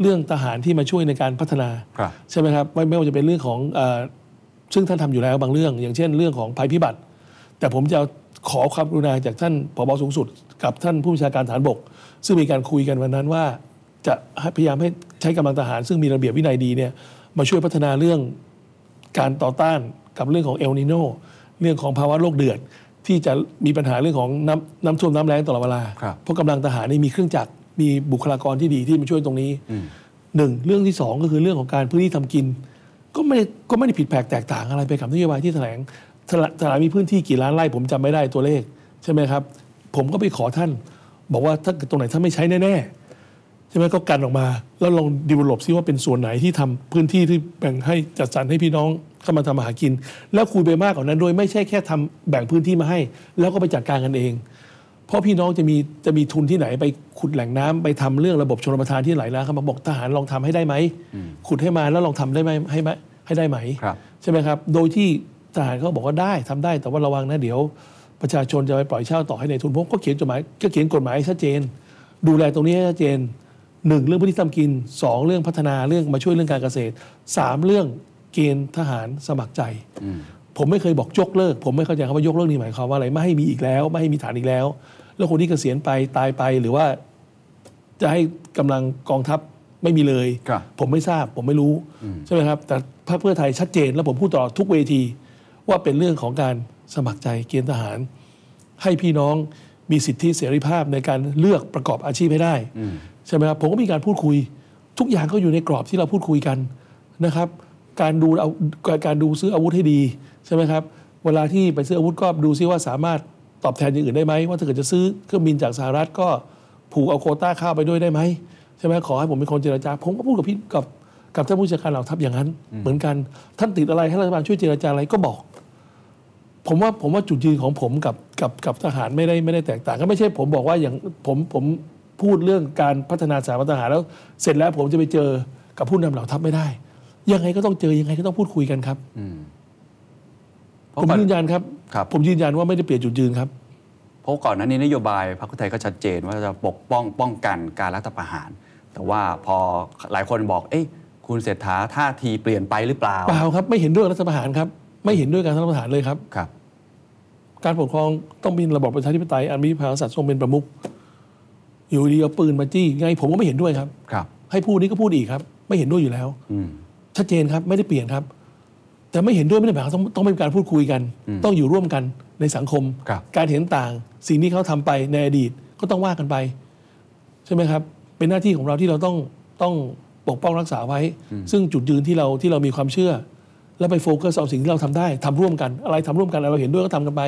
S2: เรื่องทหารที่มาช่วยในการพัฒนา
S1: ครับ
S2: ใช่ไหมครับไม่ไม่ว่าจะเป็นเรื่องของเออซึ่งท่านทำอยู่แล้วบางเรื่อง อย่างเช่น เรื่องของภัยพิบัติ แต่ผมจะขอความกรุณาจากท่านผบสูงสุด กับท่านผู้บัญชาการฐานบก ซึ่งมีการคุยกันวันนั้นว่า จะให้พยายามให้ใช้กำลังทหาร ซึ่งมีระเบียบวินัยดีเนี่ยมาช่วยพัฒนาเรื่อง การต่อต้านกับเรื่องของเอลนิโนเรื่องของภาวะโลกเดือด ที่จะมีปัญหาเรื่องของน้ำน้ำท่วมน้ำแล้งตลอดเวลา
S1: ครับ
S2: เพราะกำลังทหารนี่มีเครื่องจักรมีบุคลากรที่ดีที่มาช่วยตรงนี้หนึ่งเรื่องที่สองก็คือเรื่องของการพื้นที่ทำกิน ก็ไม่ก็ไม่ได้ผิดแผกแตกต่างอะไรไปกับนโยบายที่แถลงแถลงแถลงมีพื้นที่กี่ล้านไร่ผมจำไม่ได้ตัวเลข ใช่ไหมครับ ผมก็ไปขอท่าน บอกว่าถ้าเกิดตรงไหนท่านไม่ใช้แน่ๆ ใช่ไหมก็กันออกมา แล้วลองดีวลลอปซิว่าเป็นส่วนไหนที่ทำพื้นที่ที่แบ่งให้จัดสรรให้พี่น้องเข้ามาทำมาหากิน แล้วคุยไปมากกว่านั้นโดยไม่ใช่แค่ทำแบ่งพื้นที่มาให้ แล้วก็ไปจัดการกันเอง เพราะพี่น้องจะมีจะมีทุนที่ไหนไปขุดแหล่งน้ำไปทำเรื่องระบบชนประทานที่ไหลแล้วเขามาบอกทหารลองทำให้ได้ไหมขุดให้มาแล้วลองทำได้ไหมให้ไหมให้ได้ไหม
S1: ครับ
S2: ใช่ไหมครับ โดยที่ทหารเขาบอกว่าได้ทำได้ แต่ว่าระวังนะเดี๋ยว ประชาชนจะไปปล่อยเช่าต่อให้ในทุนผมก็เขียนจดหมายก็เขียนกฎหมายให้ชัดเจน ดูแลตรงนี้ให้ชัดเจนหนึ่งเรื่องพื้นที่ทำกินสองเรื่องพัฒนาเรื่องมาช่วยเรื่องการเกษตรสามเรื่องเกณฑ์ทหารสมัครใจ ผมไม่เคยบอกยกเลิก ผมไม่เข้าใจคำว่ายกเลิกนี่หมายความว่าอะไรไม่ให้มีอีกแล้ว ไม่ให้มีฐานอีกแล้ว แล้วคนที่เกษียณไปตายไปหรือว่า จะให้กำลังกองทัพไม่มีเลย
S1: ครับ
S2: ผมไม่ทราบผมไม่รู้ใช่ไหมครับ แต่พรรคเพื่อไทยชัดเจน และผมพูดตลอดทุกเวที ว่าเป็นเรื่องของการสมัครใจเกณฑ์ทหาร ให้พี่น้องมีสิทธิเสรีภาพในการเลือกประกอบอาชีพให้ได้ใช่ไหมครับผมก็มีการพูดคุย ทุกอย่างก็อยู่ในกรอบที่เราพูดคุยกันนะครับ การดูเอาการดูซื้ออาวุธให้ดีใช่ไหมครับเวลาที่ไปซื้ออาวุธก็ดูซิว่าสามารถตอบแทนอย่างอื่นได้ไหมว่าถ้าเกิดจะซื้อเครื่องบินจากสหรัฐก็ผูกเอาโควต้าข้าวไปด้วยได้ไหมใช่ไหมขอให้ผมเป็นคนเจรจาผมก็พูดกับพี่กับกับท่านผู้จัดการเหล่าทัพอย่างนั้น เหมือนกันท่านติดอะไรให้รัฐบาลช่วยเจรจาอะไรก็บอก ผมว่าผมว่าจุดยืนของผมกับกับกับทหารไม่ได้ไม่ได้แตกต่างก็ไม่ใช่ผมบอกว่าอย่างผมผมพูดเรื่องการพัฒนาสถายทหารแล้ว เสร็จแล้วผมจะไปเจอกับผู้นำเหล่าทัพไม่ได้ ยังไงก็ต้องเจอยังไงก็ต้องพูดคุยกันครับ
S1: เพราะ
S2: ผม
S1: ก่อน
S2: ยืนยันครับ
S1: ครับ
S2: ผมยืนยันว่าไม่ได้เปลี่ยนจุดยืนครับ
S1: เพราะก่อนหน้านี้นโยบายพรรคเพื่อไทยก็ชัดเจนว่าจะปกป้องป้องกันการรัฐประหาร แต่ว่าพอหลายคนบอกเอ้ยคุณเศรษฐาท่าทีเปลี่ยนไปหรือเปล่า
S2: เปล่าครับไม่เห็นด้วยรัฐประหารครับ ไม่เห็นด้วยการรัฐประหารเลยครับ
S1: ครับ
S2: การปกครองต้องมีระบอบประชาธิปไตยอันมีพระมหากษัตริย์ทรงเป็นประมุขอยู่ดีเอาปืนมาจี้ไงผมก็ไม่เห็นด้วยครับ
S1: ครับ
S2: ให้พูดนี้ก็พูดอีกครับ ไม่เห็นด้วยอยู่แล้ว
S1: อืม
S2: ชัดเจนครับไม่ได้เปลี่ยนครับ แต่ไม่เห็นด้วยไม่ได้หมายความต้องต้องมีการพูดคุยกัน ต้องอยู่ร่วมกันในสังคม
S1: ครับ
S2: การเห็นต่าง สิ่งที่เขาทำไปในอดีตก็ต้องว่ากันไป ใช่ไหมครับ เป็นหน้าที่ของเราที่เราต้องต้องปกป้องรักษาไว้ ซึ่งจุดยืนที่เราที่เรามีความเชื่อ แล้วไปโฟกัสเอาสิ่งที่เราทำได้ทำร่วมกัน อะไรทำร่วมกันอะไรเราเห็นด้วยก็ทำกันไป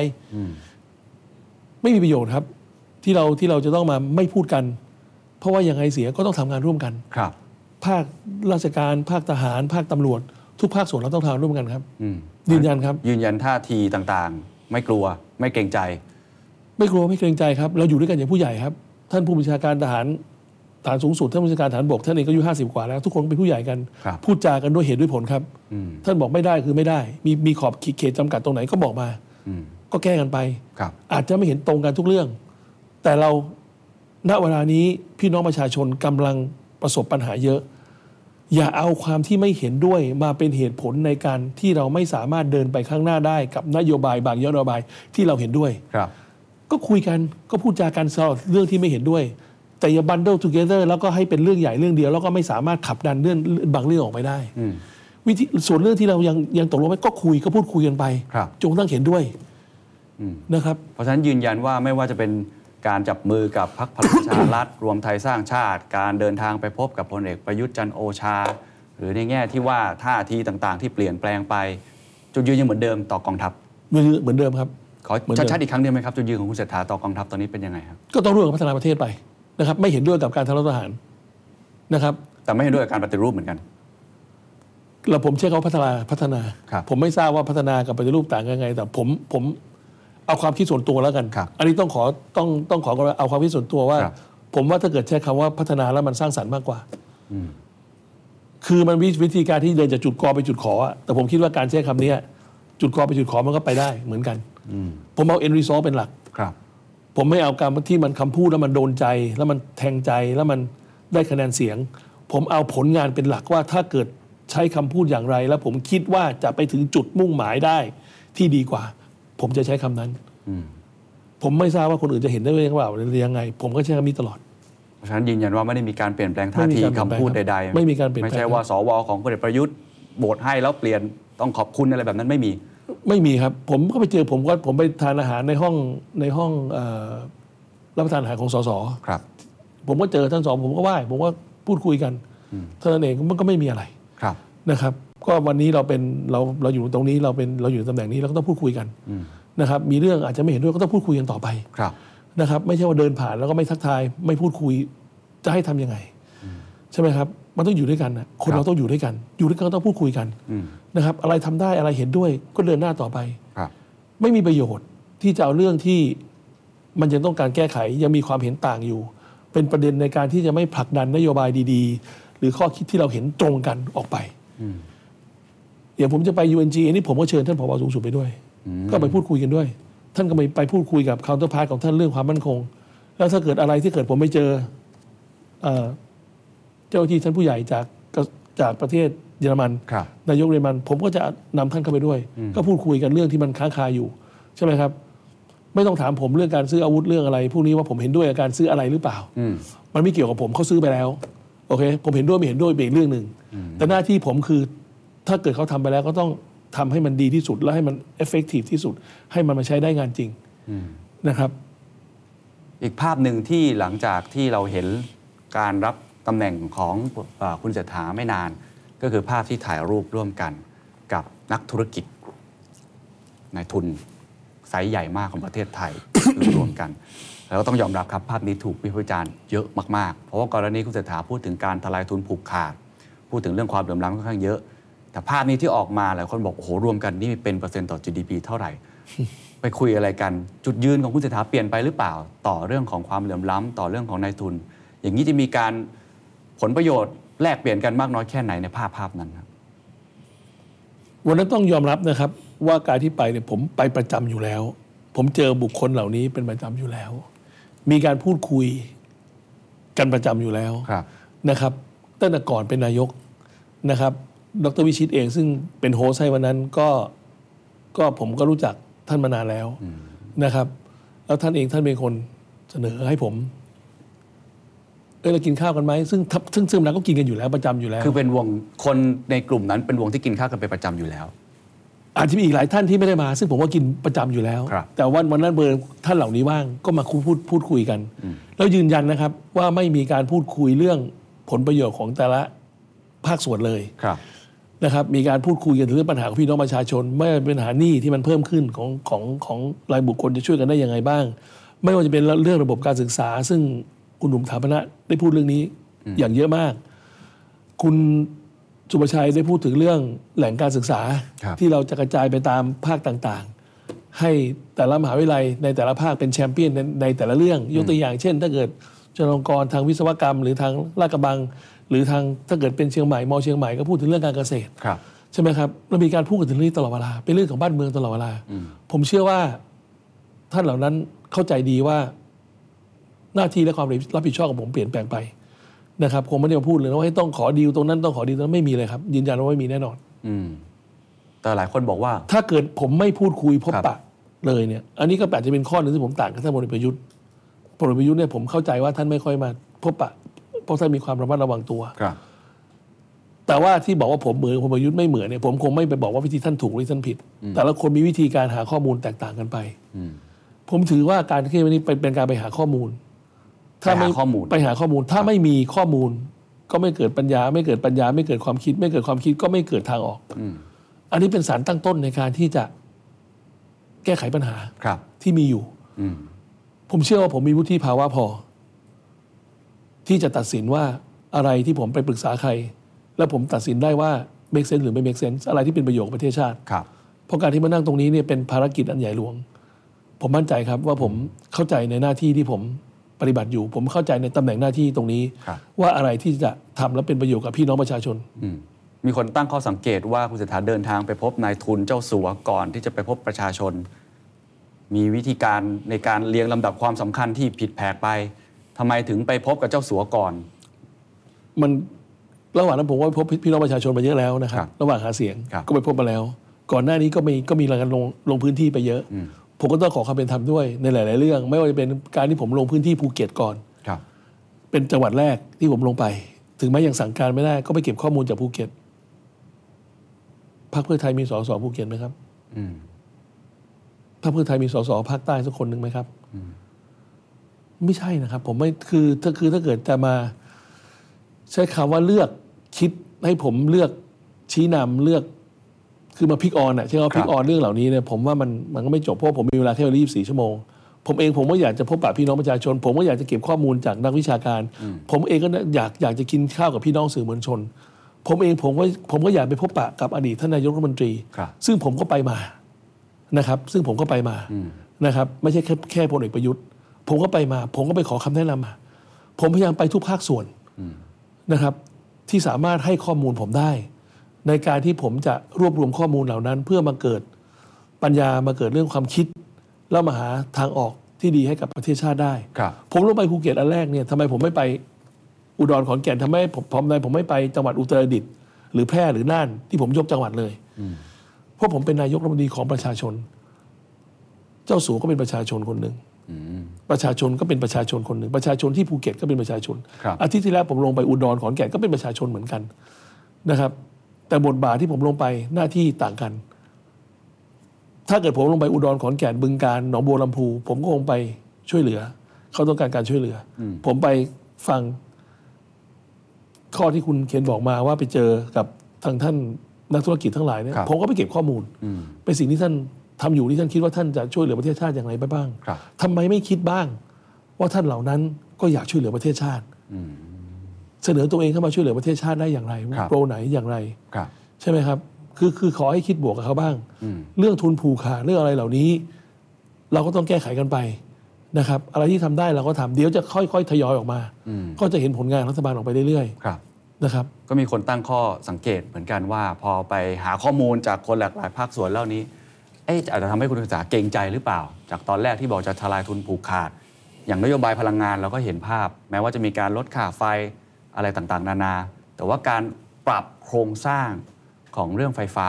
S2: ไม่มีประโยชน์ครับ ที่เราที่เราจะต้องมาไม่พูดกัน เพราะว่ายังไงเสียก็ต้องทำงานร่วมกัน
S1: ครับ
S2: ภาคราชการ ภาคทหาร ภาคตำรวจ ทุกภาคส่วนเราต้องทำร่วมกันครับ
S1: อืม
S2: ยืนยันครับ
S1: ยืนยันท่าทีต่างๆ ไม่กลัวไม่เกรงใจ
S2: ไม่กลัวไม่เกรงใจครับ เราอยู่ด้วยกันอย่างผู้ใหญ่ครับ ท่านผู้บัญชาการทหารฐานสูงสุดท่านผู้บัญชาการทหารบกท่านเองก็อายุ50 กว่าแล้ว ทุกคนก็เป็นผู้ใหญ่กัน
S1: ครับ
S2: พูดจากันด้วยเหตุด้วยผลครับ
S1: อืม
S2: ท่านบอกไม่ได้คือไม่ได้ มีมีขอบเขตจำกัดตรงไหนก็บอกมา
S1: อืม
S2: ก็แก้กันไป
S1: ครับ
S2: อาจจะไม่เห็นตรงกันทุกเรื่อง แต่เราณเวลานี้พี่น้องประชาชนกำลังประสบปัญหาเยอะ อย่าเอาความที่ไม่เห็นด้วยมาเป็นเหตุผลในการที่เราไม่สามารถเดินไปข้างหน้าได้กับนโยบายบางยนโยบายที่เราเห็นด้วย
S1: ครับ
S2: ก็คุยกันก็พูดจากันสลอดเรื่องที่ไม่เห็นด้วย แต่อย่าบันเดิลทูเกเ e อร์แล้วก็ให้เป็นเรื่องใหญ่เรื่องเดียว แล้วก็ไม่สามารถขับดันเรื่องบางเรื่องออกไปได้
S1: อืม
S2: วิธีส่วนเรื่องที่เรายังยังตกลงไม่ก็คุยก็พูดคุยกันไป
S1: ครับ
S2: จงตั้งเห็นด้วย นะครับ
S1: เพราะฉะนั้นยืนยันว่าไม่ว่าจะเป็นการจับมือกับพรรคพลังประชารัฐ รวมไทยสร้างชาติ การเดินทางไปพบกับพลเอกประยุทธ์จันทร์โอชา หรือในแง่ที่ว่าท่าทีต่างๆ ที่เปลี่ยนแปลงไปจุดยืนยังเหมือนเดิมต่อกองทัพ
S2: เหมือนเหมือนเดิมครับ
S1: ขอ
S2: เหมือนเดิม
S1: ชัดๆอีกครั้งได้ไหมครับจุดยืนของคุณเศรษฐาต่อกองทัพตอนนี้เป็นยังไงครับ
S2: ก็ต้องร่วมกับพัฒนาประเทศไปนะครับ ไม่เห็นด้วยกับการทำรัฐประหารนะครับ
S1: แต่ไม่เห็นด้วยกับการปฏิรูปเหมือนกัน
S2: เราผมเชื่อเขาพัฒนาพัฒนา
S1: ครับ
S2: ผมไม่ทราบว่าพัฒนากับปฏิรูปต่างกันยังไง แต่ผมผมเอาความคิดส่วนตัวแล้วกัน
S1: ครับ
S2: อันนี้ต้องขอต้องต้องขอเอาความคิดส่วนตัวว่า ผมว่าถ้าเกิดใช้คำว่าพัฒนาแล้วมันสร้างสรรค์มากกว่า คือมันมีวิธีการที่เดินจากจุดกอไปจุดขออะแต่ผมคิดว่าการใช้คำเนี้ยจุดกอไปจุดขอมันก็ไปได้เหมือนกันผมเอา end result เป็นหลัก
S1: ครับ
S2: ผมไม่เอาการที่มันคำพูดแล้วมันโดนใจ แล้วมันแทงใจแล้วมันได้คะแนนเสียง ผมเอาผลงานเป็นหลักว่าถ้าเกิดใช้คำพูดอย่างไร แล้วผมคิดว่าจะไปถึงจุดมุ่งหมายได้ที่ดีกว่า ผมจะใช้คำนั้นผมไม่ทราบว่าคนอื่นจะเห็นได้หรือเปล่าหรือยังไง ผมก็ใช้คำนี้ตลอด
S1: เพราะฉะนั้นยืนยันว่าไม่ได้มีการเปลี่ยนแปลงท่า
S2: ไม่มี
S1: ที
S2: การ
S1: คำ
S2: เปลี่ยนแปลง
S1: พูด
S2: ครับ
S1: ใดๆ
S2: ไม่มีการเปลี่ยนแปลง
S1: ไม่ใช่ว่าสวของพลเอกประยุทธ์โหวตให้แล้วเปลี่ยนต้องขอบคุณอะไรแบบนั้นไม่มี
S2: ไม่มีครับ ผมก็ไปเจอผมก็ผมไปทานอาหารในห้องในห้องเอ่อรับประทานอาหารของสส
S1: ครับ
S2: ผมก็เจอท่านสองผมก็ไหว้ผมก็พูดคุยกันเท่านั้นเองมันก็ไม่มีอะไร
S1: ครับ
S2: นะครับก็วันนี้เราเป็นเราเราอยู่ตรงนี้เราเป็นเราอยู่ในตำแหน่งนี้เราก็ต้องพูดคุยกันนะครับมีเรื่องอาจจะไม่เห็นด้วยก็ต้องพูดคุยกันต่อไป
S1: ครับ
S2: นะครับ ไม่ใช่ว่าเดินผ่านแล้วก็ไม่ทักทาย ไม่พูดคุยจะให้ทำยังไง ใช่ไหมครับ มันต้องอยู่ด้วยกันนะคน
S1: ครับ
S2: เราต้องอยู่ด้วยกัน อยู่ด้วยกันก็ต้องพูดคุยกันนะครับ อะไรทำได้อะไรเห็นด้วยก็เดินหน้าต่อไป
S1: ครับ
S2: ไม่มีประโยชน์ที่จะเอาเรื่องที่มันยังต้องการแก้ไขยังมีความเห็นต่างอยู่ เป็นประเด็นในการที่จะไม่ผลักดันนโยบายดีๆ หรือข้อคิดที่เราเห็นตรงกันออกไปอย่างผมจะไป UNG นี่ผมก็เชิญท่านผอสูงสุดไปด้วย ก็ไปพูดคุยกันด้วย ท่านก็ไปไปพูดคุยกับคาวเตอร์พาร์ของท่านเรื่องความมั่นคง แล้วถ้าเกิดอะไรที่เกิดผมไม่เจอเอ่อเจ้าหน้าที่ท่านผู้ใหญ่จากจากประเทศเยอรมัน
S1: ครับ
S2: นายกเยอรมันผมก็จะนำท่านเข้าไปด้วย ก็พูดคุยกันเรื่องที่มันค้างคาอยู่ ใช่ไหมครับ ไม่ต้องถามผมเรื่องการซื้ออาวุธเรื่องอะไรพวกนี้ว่าผมเห็นด้วยกับการซื้ออะไรหรือเปล่า มันไม่เกี่ยวกับผมเขาซื้อไปแล้วโอเค ผมเห็นด้วยไม่เห็นด้วยเป็นอีกเรื่องหนึ่งแต่หน้าที่ผมคือถ้าเกิดเขาทำไปแล้วก็ต้องทำให้มันดีที่สุดและให้มันเอฟเฟกตีฟที่สุด ให้มันมาใช้ได้งานจริงนะครับ
S1: อีกภาพหนึ่งที่หลังจากที่เราเห็นการรับตำแหน่งของเออคุณเศรษฐาไม่นาน ก็คือภาพที่ถ่ายรูปร่วมกันกับนักธุรกิจนายทุนไซส์ใหญ่มากของประเทศไทย รวมกัน แล้วก็ต้องยอมรับครับภาพนี้ถูกวิพากษ์วิจารณ์เยอะมากๆ เพราะว่ากรณีคุณเศรษฐาพูดถึงการทลายทุนผูกขาด พูดถึงเรื่องความเหลื่อมล้ำค่อนข้างเยอะ แต่ภาพนี้ที่ออกมาหลายคนบอกโอ้โหรวมกันนี่เป็นเปอร์เซ็นต์ต่อ GDP เท่าไหร่ ไปคุยอะไรกัน จุดยืนของคุณเศรษฐาเปลี่ยนไปหรือเปล่า ต่อเรื่องของความเหลื่อมล้ำต่อเรื่องของนายทุน อย่างนี้จะมีการผลประโยชน์แลกเปลี่ยนกันมากน้อยแค่ไหนในภาพภาพนั้นครับ
S2: วันนั้นต้องยอมรับนะครับ ว่าการที่ไปเนี่ยผมไปประจำอยู่แล้ว ผมเจอบุคคลเหล่านี้เป็นประจำอยู่แล้ว มีการพูดคุยกันประจำอยู่แล้ว
S1: ครับ
S2: นะครับตั้งแต่ก่อนเป็นนายกนะครับ ดรวิชิตเองซึ่งเป็นโฮสต์ให้วันนั้นก็ก็ผมก็รู้จักท่านมานานแล้วนะครับ แล้วท่านเองท่านเป็นคนเสนอให้ผม เออเรากินข้าวกันไหมซึ่งทับซึ่งซึ่งเราก็กินกันอยู่แล้วประจำอยู่แล้ว
S1: คือเป็นวงคนในกลุ่มนั้นเป็นวงที่กินข้าวกันเป็นประจำอยู่แล้ว
S2: อาจจะมีอีกหลายท่านที่ไม่ได้มา ซึ่งผมก็กินประจำอยู่แล้ว
S1: ครับ
S2: แต่วันวันนั้นเบอร์ท่านเหล่านี้ว่างก็มาคุยพูดพูดคุยกัน แล้วยืนยันนะครับว่าไม่มีการพูดคุยเรื่องผลประโยชน์ของแต่ละภาคส่วนเลย
S1: ครับ
S2: นะครับมีการพูดคุยกันถึงเรื่องปัญหาของพี่น้องประชาชน ไม่ว่าจะเป็นปัญหาหนี้ที่มันเพิ่มขึ้นของของของรายบุคคลจะช่วยกันได้ยังไงบ้าง ไม่ว่าจะเป็นเรื่องระบบการศึกษา ซึ่งคุณหนุ่มถาปนะได้พูดเรื่องนี้อย่างเยอะมาก คุณสุประชัยได้พูดถึงเรื่องแหล่งการศึกษา
S1: ครับ
S2: ที่เราจะกระจายไปตามภาคต่างๆ ให้แต่ละมหาวิทยาลัยในแต่ละภาคเป็นแชมเปี้ยนในในแต่ละเรื่อง ยกตัวอย่างเช่น ถ้าเกิดจุฬาลงกรณ์ทางวิศวกรรม หรือทางลาดกระบัง หรือทางถ้าเกิดเป็นเชียงใหม่มอเชียงใหม่ก็พูดถึงเรื่องการเกษตร
S1: ครับ
S2: ใช่ไหมครับเรามีการพูดกันถึงเรื่องนี้ตลอดเวลา เป็นเรื่องของบ้านเมืองตลอดเวลา ผมเชื่อว่าท่านเหล่านั้นเข้าใจดีว่า หน้าที่และความรับผิดชอบของผมเปลี่ยนแปลงไปนะครับคงไม่ได้มาพูดเลยนะว่าให้ต้องขอดีลตรงนั้นต้องขอดีลตรงนั้นไม่มีเลยครับ ยืนยันว่าไม่มีแน่นอน
S1: อืมแต่หลายคนบอกว่า
S2: ถ้าเกิดผมไม่พูดคุยพบ
S1: ครับ
S2: ปะเลยเนี่ย อันนี้ก็อาจจะเป็นข้อหนึ่งที่ผมต่างกับท่านพลเอกประยุทธ์พลเอกประยุทธ์เนี่ยผมเข้าใจว่าท่านไม่ค่อยมาพบปะเพราะท่านมีความระมัดระวังตัว
S1: ครับ
S2: แต่ว่าที่บอกว่าผมเหมือนผมประยุทธ์ไม่เหมือนเนี่ยผมคงไม่ไปบอกว่าวิธีท่านถูกหรือท่านผิด แต่ละคนมีวิธีการหาข้อมูลแตกต่างกันไปผมถือว่าการที่วันนี้เป็นเป็นการไปหาข้อมูล
S1: ไปหาข้อมูล
S2: ไปหาข้อมูล ถ้าไม่มีข้อมูล ก็ไม่เกิดปัญญา ไม่เกิดปัญญา ไม่เกิดความคิด ไม่เกิดความคิดก็ไม่เกิดทางออก
S1: อืม
S2: อันนี้เป็นสารตั้งต้นในการที่จะแก้ไขปัญหา
S1: ครับ
S2: ที่มีอยู่
S1: อืม
S2: ผมเชื่อว่าผมมีวุฒิภาวะพอ ที่จะตัดสินว่าอะไรที่ผมไปปรึกษาใคร แล้วผมตัดสินได้ว่า make sense หรือไม่ make sense อะไรที่เป็นประโยชน์กับประเทศชาติ
S1: ครับ
S2: เพราะการที่มานั่งตรงนี้เนี่ยเป็นภารกิจอันใหญ่หลวง ผมมั่นใจครับว่าผมเข้าใจในหน้าที่ที่ผมปฏิบัติอยู่ ผมเข้าใจในตำแหน่งหน้าที่ตรงนี้
S1: ครับ
S2: ว่าอะไรที่จะทำและเป็นประโยชน์กับพี่น้องประชาชน
S1: อืมมีคนตั้งข้อสังเกตว่าคุณเศรษฐาเดินทางไปพบนายทุนเจ้าสัวก่อนที่จะไปพบประชาชน มีวิธีการในการเรียงลำดับความสำคัญที่ผิดแผกไปทำไมถึงไปพบกับเจ้าสัวก่อน
S2: มันระหว่างนั้นผมก็ไปพบพี่น้องประชาชนมาเยอะแล้วนะครั
S1: ครับ
S2: บ ระหว่างหาเสียง
S1: ครับ
S2: ก็ไปพบมาแล้ว ก่อนหน้านี้ก็มีก็มีการลงลงพื้นที่ไปเยอะ ผมก็ต้องขอความเป็นธรรมด้วยในหลาย ๆ เรื่อง ไม่ว่าจะเป็นการที่ผมลงพื้นที่ภูเก็ตก่อน
S1: ครับ
S2: เป็นจังหวัดแรกที่ผมลงไป ถึงแม้ยังสั่งการไม่ได้ก็ไปเก็บข้อมูลจากภูเก็ตพรรคเพื่อไทยมีสสภูเก็ตไหมครับ
S1: อืม
S2: พรรคเพื่อไทยมีสสภาคใต้สักคนหนึ่งไหมครับไม่ใช่นะครับ ผมไม่คือถ้าคือถ้าเกิดจะมา ใช้คำว่าเลือกคิดให้ผมเลือกชี้นำเลือก คือมาพิกออนอะใช่ไหมพิกออนเรื่องเหล่านี้เนี่ยผมว่ามันมันก็ไม่จบเพราะผมมีเวลาแค่ยี่สิบสี่ชั่วโมง ผมเองผมก็อยากจะพบปะพี่น้องประชาชน ผมก็อยากจะเก็บข้อมูลจากนักวิชาการ ผมเองก็อยากอยากจะกินข้าวกับพี่น้องสื่อมวลชน ผมเองผมก็ผมก็อยากไปพบปะกับอดีตท่านนายกรัฐมนตรี
S1: ครับ
S2: ซึ่งผมก็ไปมานะครับ ซึ่งผมก็ไปมานะครับ ไม่ใช่แค่แค่พลเอกประยุทธ์ ผมก็ไปมา ผมก็ไปขอคำแนะนำมา ผมพยายามไปทุกภาคส่วนนะครับ ที่สามารถให้ข้อมูลผมได้ ในการที่ผมจะรวบรวมข้อมูลเหล่านั้น เพื่อมาเกิดปัญญามาเกิดเรื่องความคิด แล้วมาหาทางออกที่ดีให้กับประเทศชาติได้
S1: ครับ
S2: ผมลงไปภูเก็ตอันแรกเนี่ยทำไมผมไม่ไปอุดรขอนแก่นทำไมผมผมทำไมผมไม่ไปจังหวัดอุตรดิตถ์หรือแพร่หรือน่านที่ผมยกจังหวัดเลยเพราะผมเป็นนายกรัฐมนตรีของประชาชน เจ้าสัวก็เป็นประชาชนคนหนึ่งประชาชนก็เป็นประชาชนคนหนึ่งประชาชนที่ภูเก็ตก็เป็นประชาชน
S1: ครับ
S2: อาทิตย์ที่แล้วผมลงไปอุดรขอนแก่นก็เป็นประชาชนเหมือนกันนะครับ แต่บทบาทที่ผมลงไปหน้าที่ต่างกัน ถ้าเกิดผมลงไปอุดรขอนแก่นบึงการหนองบัวลำพู ผมก็คงไปช่วยเหลือ เขาต้องการการช่วยเหลืออผมไปฟัง ข้อที่คุณเคนบอกมาว่าไปเจอกับทางท่านนักธุรกิจทั้งหลายเนี่ย
S1: ครับ
S2: ผมก็ไปเก็บข้อมูลเป็นสิ่งที่ท่านทำอยู่ที่ท่านคิดว่าท่านจะช่วยเหลือประเทศชาติอย่างไรไปบ้าง
S1: ครับ
S2: ทำไมไม่คิดบ้าง ว่าท่านเหล่านั้นก็อยากช่วยเหลือประเทศชาติเสนอตัวเองเข้ามาช่วยเหลือประเทศชาติได้อย่างไร
S1: ครับ
S2: โปรไหนอย่างไร
S1: ครับ
S2: ใช่ไหมครับ คือคือขอให้คิดบวกกับเขาบ้าง เรื่องทุนผูกขาดเรื่องอะไรเหล่านี้ เราก็ต้องแก้ไขกันไปนะครับ อะไรที่ทำได้เราก็ทำเดี๋ยวจะค่อยๆทยอยออกมา ก็จะเห็นผลงานรัฐบาลออกไปเรื่อย
S1: ครับ
S2: ๆนะครับ
S1: ก็มีคนตั้งข้อสังเกตเหมือนกันว่า พอไปหาข้อมูลจากคนหลากหลายภาคส่วนเหล่านี้ เอ๊ะอาจจะทำให้คุณศึกษาเกรงใจหรือเปล่า จากตอนแรกที่บอกจะทลายทุนผูกขาด อย่างนโยบายพลังงานเราก็เห็นภาพ แม้ว่าจะมีการลดค่าไฟอะไรต่างๆ นานา แต่ว่าการปรับโครงสร้างของเรื่องไฟฟ้า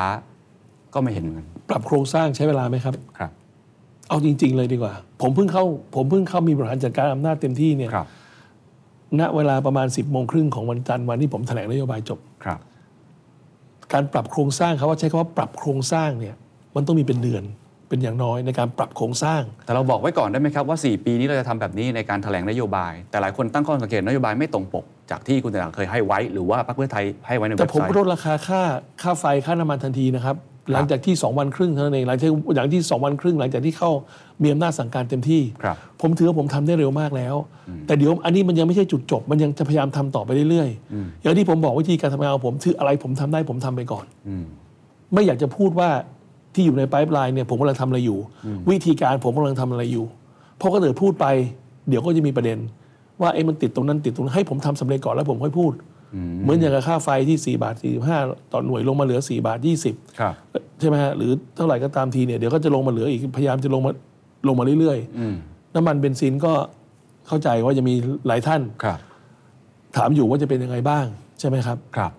S1: ก็ไม่เห็นเหมือนกัน
S2: ปรับโครงสร้างใช้เวลาไหมครับ
S1: ครับ
S2: เอาจริง ๆ เลยดีกว่า ผมเพิ่งเข้า ผมเพิ่งเข้ามีบริหารจัดการอำนาจเต็มที่เนี่ย
S1: ครับ
S2: ณเวลาประมาณ 10บโมงครึ่งของวันจันทร์วันที่ผมแถลงนโยบายจบ
S1: ครับ
S2: การปรับโครงสร้างครับว่าใช้คำว่าปรับโครงสร้างเนี่ยมันต้องมีเป็นเดือนเป็นอย่างน้อยในการปรับโครงสร้าง
S1: แต่เราบอกไว้ก่อนได้ไหมครับว่า 4 ปีนี้เราจะทำแบบนี้ในการแถลงนโยบาย แต่หลายคนตั้งข้อสังเกตนโยบายไม่ตรงปก จากที่คุณต่างเคยให้ไว้ หรือว่าพรรคเพื่อไทยให้ไว้ในเว็บ
S2: แต่
S1: ไซต์
S2: ผมก็ลดราคาค่าค่าไฟค่าน้ำมันทันทีนะครับ หลังจากที่ 2 วันครึ่งเท่านั้นเองหลังจากหลังที่ 2 วันครึ่ง หลังจากที่เข้ามีอำนาจสั่งการเต็มที่
S1: ครับ
S2: ผมถือว่าผมทำได้เร็วมากแล้ว แต่เดี๋ยวอันนี้มันยังไม่ใช่จุดจบ มันยังจะพยายามทำต่อไปเรื่อยๆอย่างที่ผมบอกวิธีการทำงานของผมคืออะไรผมทำได้ผมทำไปก่อน ไม่อยากจะพูดว่าที่อยู่ในไพ p e ไลน์เนี่ยผมกำลังทำอะไรอยู่ วิธีการผมกำลังทำอะไรอยู่ เพราะก็เดี๋ยวพูดไป เดี๋ยวก็จะมีประเด็น ว่าไอ้มันติดตรงนั้นติดตรงนั้นให้ผมทำสำเร็จก่อนแล้วผมค่อยพูด เหมือนอย่างกับค่าไฟที่ 4 บาท 45 ต่อหน่วยลงมาเหลือ 4 บาท 20
S1: ครับ
S2: ใช่ไหมฮะหรือเท่าไหร่ก็ตามทีเนี่ยเดี๋ยวก็จะลงมาเหลืออีกพยายามจะลงมาลงมาเรื่อยๆน้ำมันเบนซินก็เข้าใจว่าจะมีหลายท่าน
S1: ครับ
S2: ถามอยู่ว่าจะเป็นยังไงบ้างใช่ไหมครับ
S1: ครับ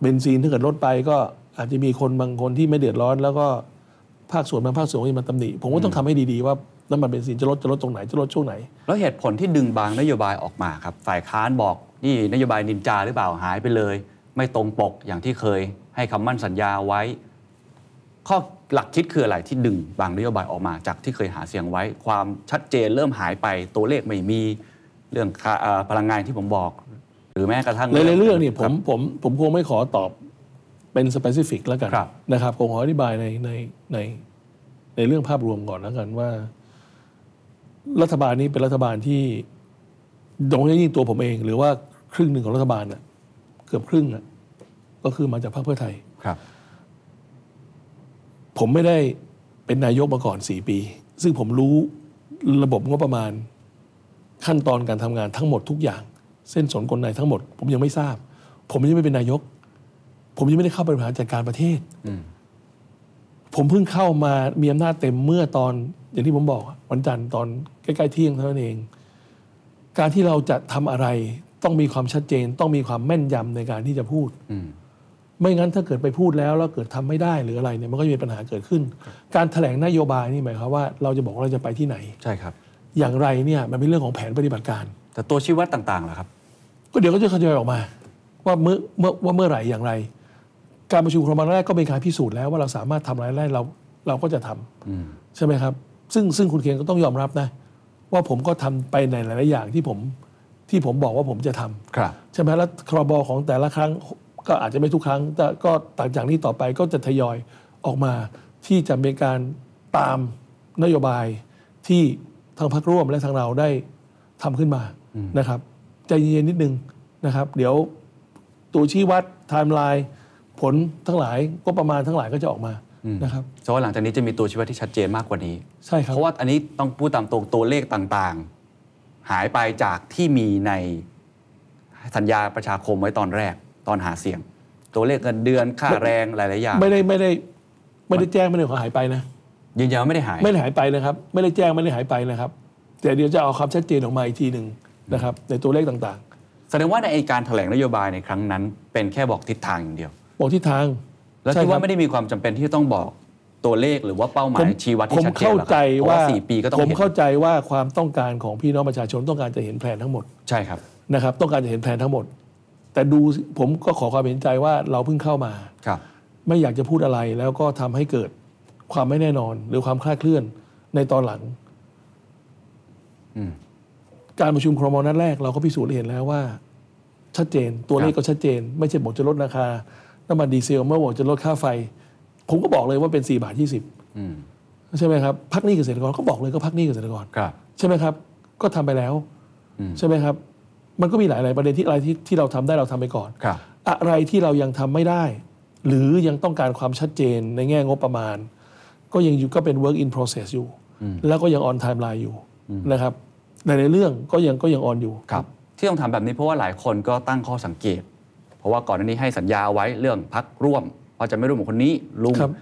S2: เบนซีนถ้าเกิดลดไปก็อาจจะมีคนบางคนที่ไม่เดือดร้อน แล้วก็ภาคส่วนบางภาคส่วนก็จะมาตำหนิผมก็ต้องทำให้ดีๆว่าน้ำมันเบนซินจะลดจะลดตรงไหนจะลดช่วงไหน
S1: แล้วเหตุผลที่ดึงบางนโยบายออกมาครับ ฝ่ายค้านบอกนี่นโยบายนินจาหรือเปล่าหายไปเลย ไ ไม่ตรงปกอย่างที่เคยให้คำมั่นสัญญาไว้ ข้อหลักคิดคืออะไรที่ดึงบางนโยบายออกมาจากที่เคยหาเสียงไว้ ความชัดเจนเริ่มหายไปตัวเลขไม่มีเรื่องค่าเอ่อพลังงานที่ผมบอก หรือแม้กระทั่ง
S2: หลายๆเรื่องเนี่ยผมผมผมคงไม่ขอตอบเป็นสเปซิฟิกแล้วกัน
S1: ครับ
S2: นะครับผมขออธิบายในในในในเรื่องภาพรวมก่อนแล้วกันว่า รัฐบาลนี้เป็นรัฐบาลที่โดยเฉพาะยิ่งตัวผมเอง หรือว่าครึ่งหนึ่งของรัฐบาลน่ะเกือบครึ่งน่ะก็คือมาจากพรรคเพื่อไทย
S1: ครับ
S2: ผมไม่ได้เป็นนายกมาก่อนสี่ปี ซึ่งผมรู้ระบบงบประมาณ ขั้นตอนการทำงานทั้งหมดทุกอย่าง เส้นสนกลไนทั้งหมด ผมยังไม่ทราบ ผมยังไม่เป็นนายก ผมยังไม่ได้เข้าบริหารจัดการประเทศ
S1: อืม
S2: ผมเพิ่งเข้ามามีอำนาจเต็มเมื่อตอนอย่างที่ผมบอกอะวันจันทร์ตอนใกล้ๆเที่ยงเท่านั้นเอง การที่เราจะทำอะไร ต้องมีความชัดเจน ต้องมีความแม่นยำในการที่จะพูด
S1: อืม
S2: ไม่งั้นถ้าเกิดไปพูดแล้วแล้วเกิดทำไม่ได้หรืออะไรเนี่ยมันก็จะมีปัญหาเกิดขึ้น การถแถลงนโยบายนี่หมายความว่าเราจะบอกว่าเราจะไปที่ไหน
S1: ใช่ครับ
S2: อย่างไรเนี่ยมันเป็นเรื่องของแผนปฏิบัติการ
S1: แต่ตัวชี้วัดต่างๆล่ะครับ
S2: ก็เดี๋ยวก็จะทยอยออกมา ว่าเมื่อเมื่อว่าเมื่อไหร่อย่างไร การประชุมครมแรกก็เป็นการพิสูจน์แล้วว่าเราสามารถทำอะไรได้เราเราก็จะทำ
S1: อืม
S2: ใช่ไหมครับ ซึ่งซึ่งคุณเคนก็ต้องยอมรับนะ ว่าผมก็ทำไปในหลายๆอย่างที่ผมที่ผมบอกว่าผมจะทำ
S1: ครับ
S2: ใช่ไหมแล้วครบของแต่ละครั้งก็อาจจะไม่ทุกครั้ง แต่ก็ต่างจากนี้ต่อไปก็จะทยอยออกมาที่จะเป็นการตามนโยบายที่ทางพรรคร่วมและทางเราได้ทำขึ้นมานะครับ ใจเย็นๆนิดนึงนะครับ เดี๋ยวตัวชี้วัดไทม์ไลน์ผลทั้งหลายก็ประมาณทั้งหลายก็จะออกมานะครับ
S1: เพราะว่าหลังจากนี้จะมีตัวชี้วัดที่ชัดเจนมากกว่านี้
S2: ใช่ครับ
S1: เพราะว่าอันนี้ต้องพูดตามตรงตัวเลขต่างๆ หายไปจากที่มีในสัญญาประชาคมไว้ตอนแรกตอนหาเสียง ตัวเลขเงินเดือนค่าแรงหลายๆอย่าง
S2: ไม่ได้ไม่ได้ไม่ได้แจ้งไม่ได้ขอหายไปนะ
S1: ยืนยันว่าไม่ได้หาย
S2: ไม่ได้หายไปนะครับ ไม่ได้แจ้งไม่ได้หายไปนะครับ แต่เดี๋ยวจะเอาความชัดเจนออกมาอีกทีหนึ่งนะครับ ในตัวเลขต่าง
S1: แสดงว่าในการแถลงนโยบายในครั้งนั้น เป็นแค่บอกทิศทางอย่างเดียว
S2: ๆ บอกทิศทาง
S1: แล้ว
S2: ใช่
S1: ที่
S2: ครั
S1: ว่า
S2: บ
S1: ไม่ได้มีความจำเป็นที่จะต้องบอกตัวเลขหรือว่าเป้าหมายชี้วัด
S2: ผ
S1: ที่
S2: ม
S1: ชัดเจน
S2: เข้า
S1: หรอก
S2: ใจ
S1: ครับเพระ
S2: ว่า
S1: สี่ปีก็ต้อง
S2: ผม
S1: เห็น
S2: เข้าใจว่าความต้องการของพี่น้องประชาชนต้องการจะเห็นแผนทั้งหมด
S1: ใช่ครับ
S2: นะครับ ต้องการจะเห็นแผนทั้งหมด แต่ดูสิผมก็ขอความเห็นใจว่าเราเพิ่งเข้ามา
S1: ครับ
S2: ไม่อยากจะพูดอะไรแล้วก็ทำให้เกิดความไม่แน่นอน หรือความคลาดเคลื่อนในตอนหลัง
S1: อืม
S2: การประชุมครมนัดแรกเราก็พิสูจน์ให้เห็นแล้วว่า ชัดเจนตัวเลข
S1: ครับ
S2: ก็ชัดเจน ไม่ใช่บอกจะลดราคาน้ำมันดีเซลเมื่อบอกจะลดค่าไฟ ผมก็บอกเลยว่าเป็น 4 บาท 20
S1: อืม
S2: ใช่ไหมครับพักหนี้เกษตรกรก็บอกเลยก็พักหนี้เกษตรกร
S1: ครับ
S2: ใช่ไหมครับ ก็ทำไปแล้ว
S1: อืม
S2: ใช่ไหมครับ มันก็มีหลาย ๆ ประเด็นที่อะไรที่ที่เราทำได้เราทำไปก่อน
S1: ครับ
S2: อะไรที่เรายังทำไม่ได้ หรือยังต้องการความชัดเจนในแง่งบประมาณ ก็ยังอยู่ก็เป็น work in process อยู่ แล้วก็ยัง on timeline อยู่นะครับหลายๆเรื่องก็ยังก็ยัง on อยู่
S1: ครับ ที่ต้องทำแบบนี้เพราะว่าหลายคนก็ตั้งข้อสังเกต เพราะว่าก่อนหน้านี้ให้สัญญาไว้เรื่องพักร่วมว่าจะไม่ร่วมกับคนนี้ลุง
S2: ครับ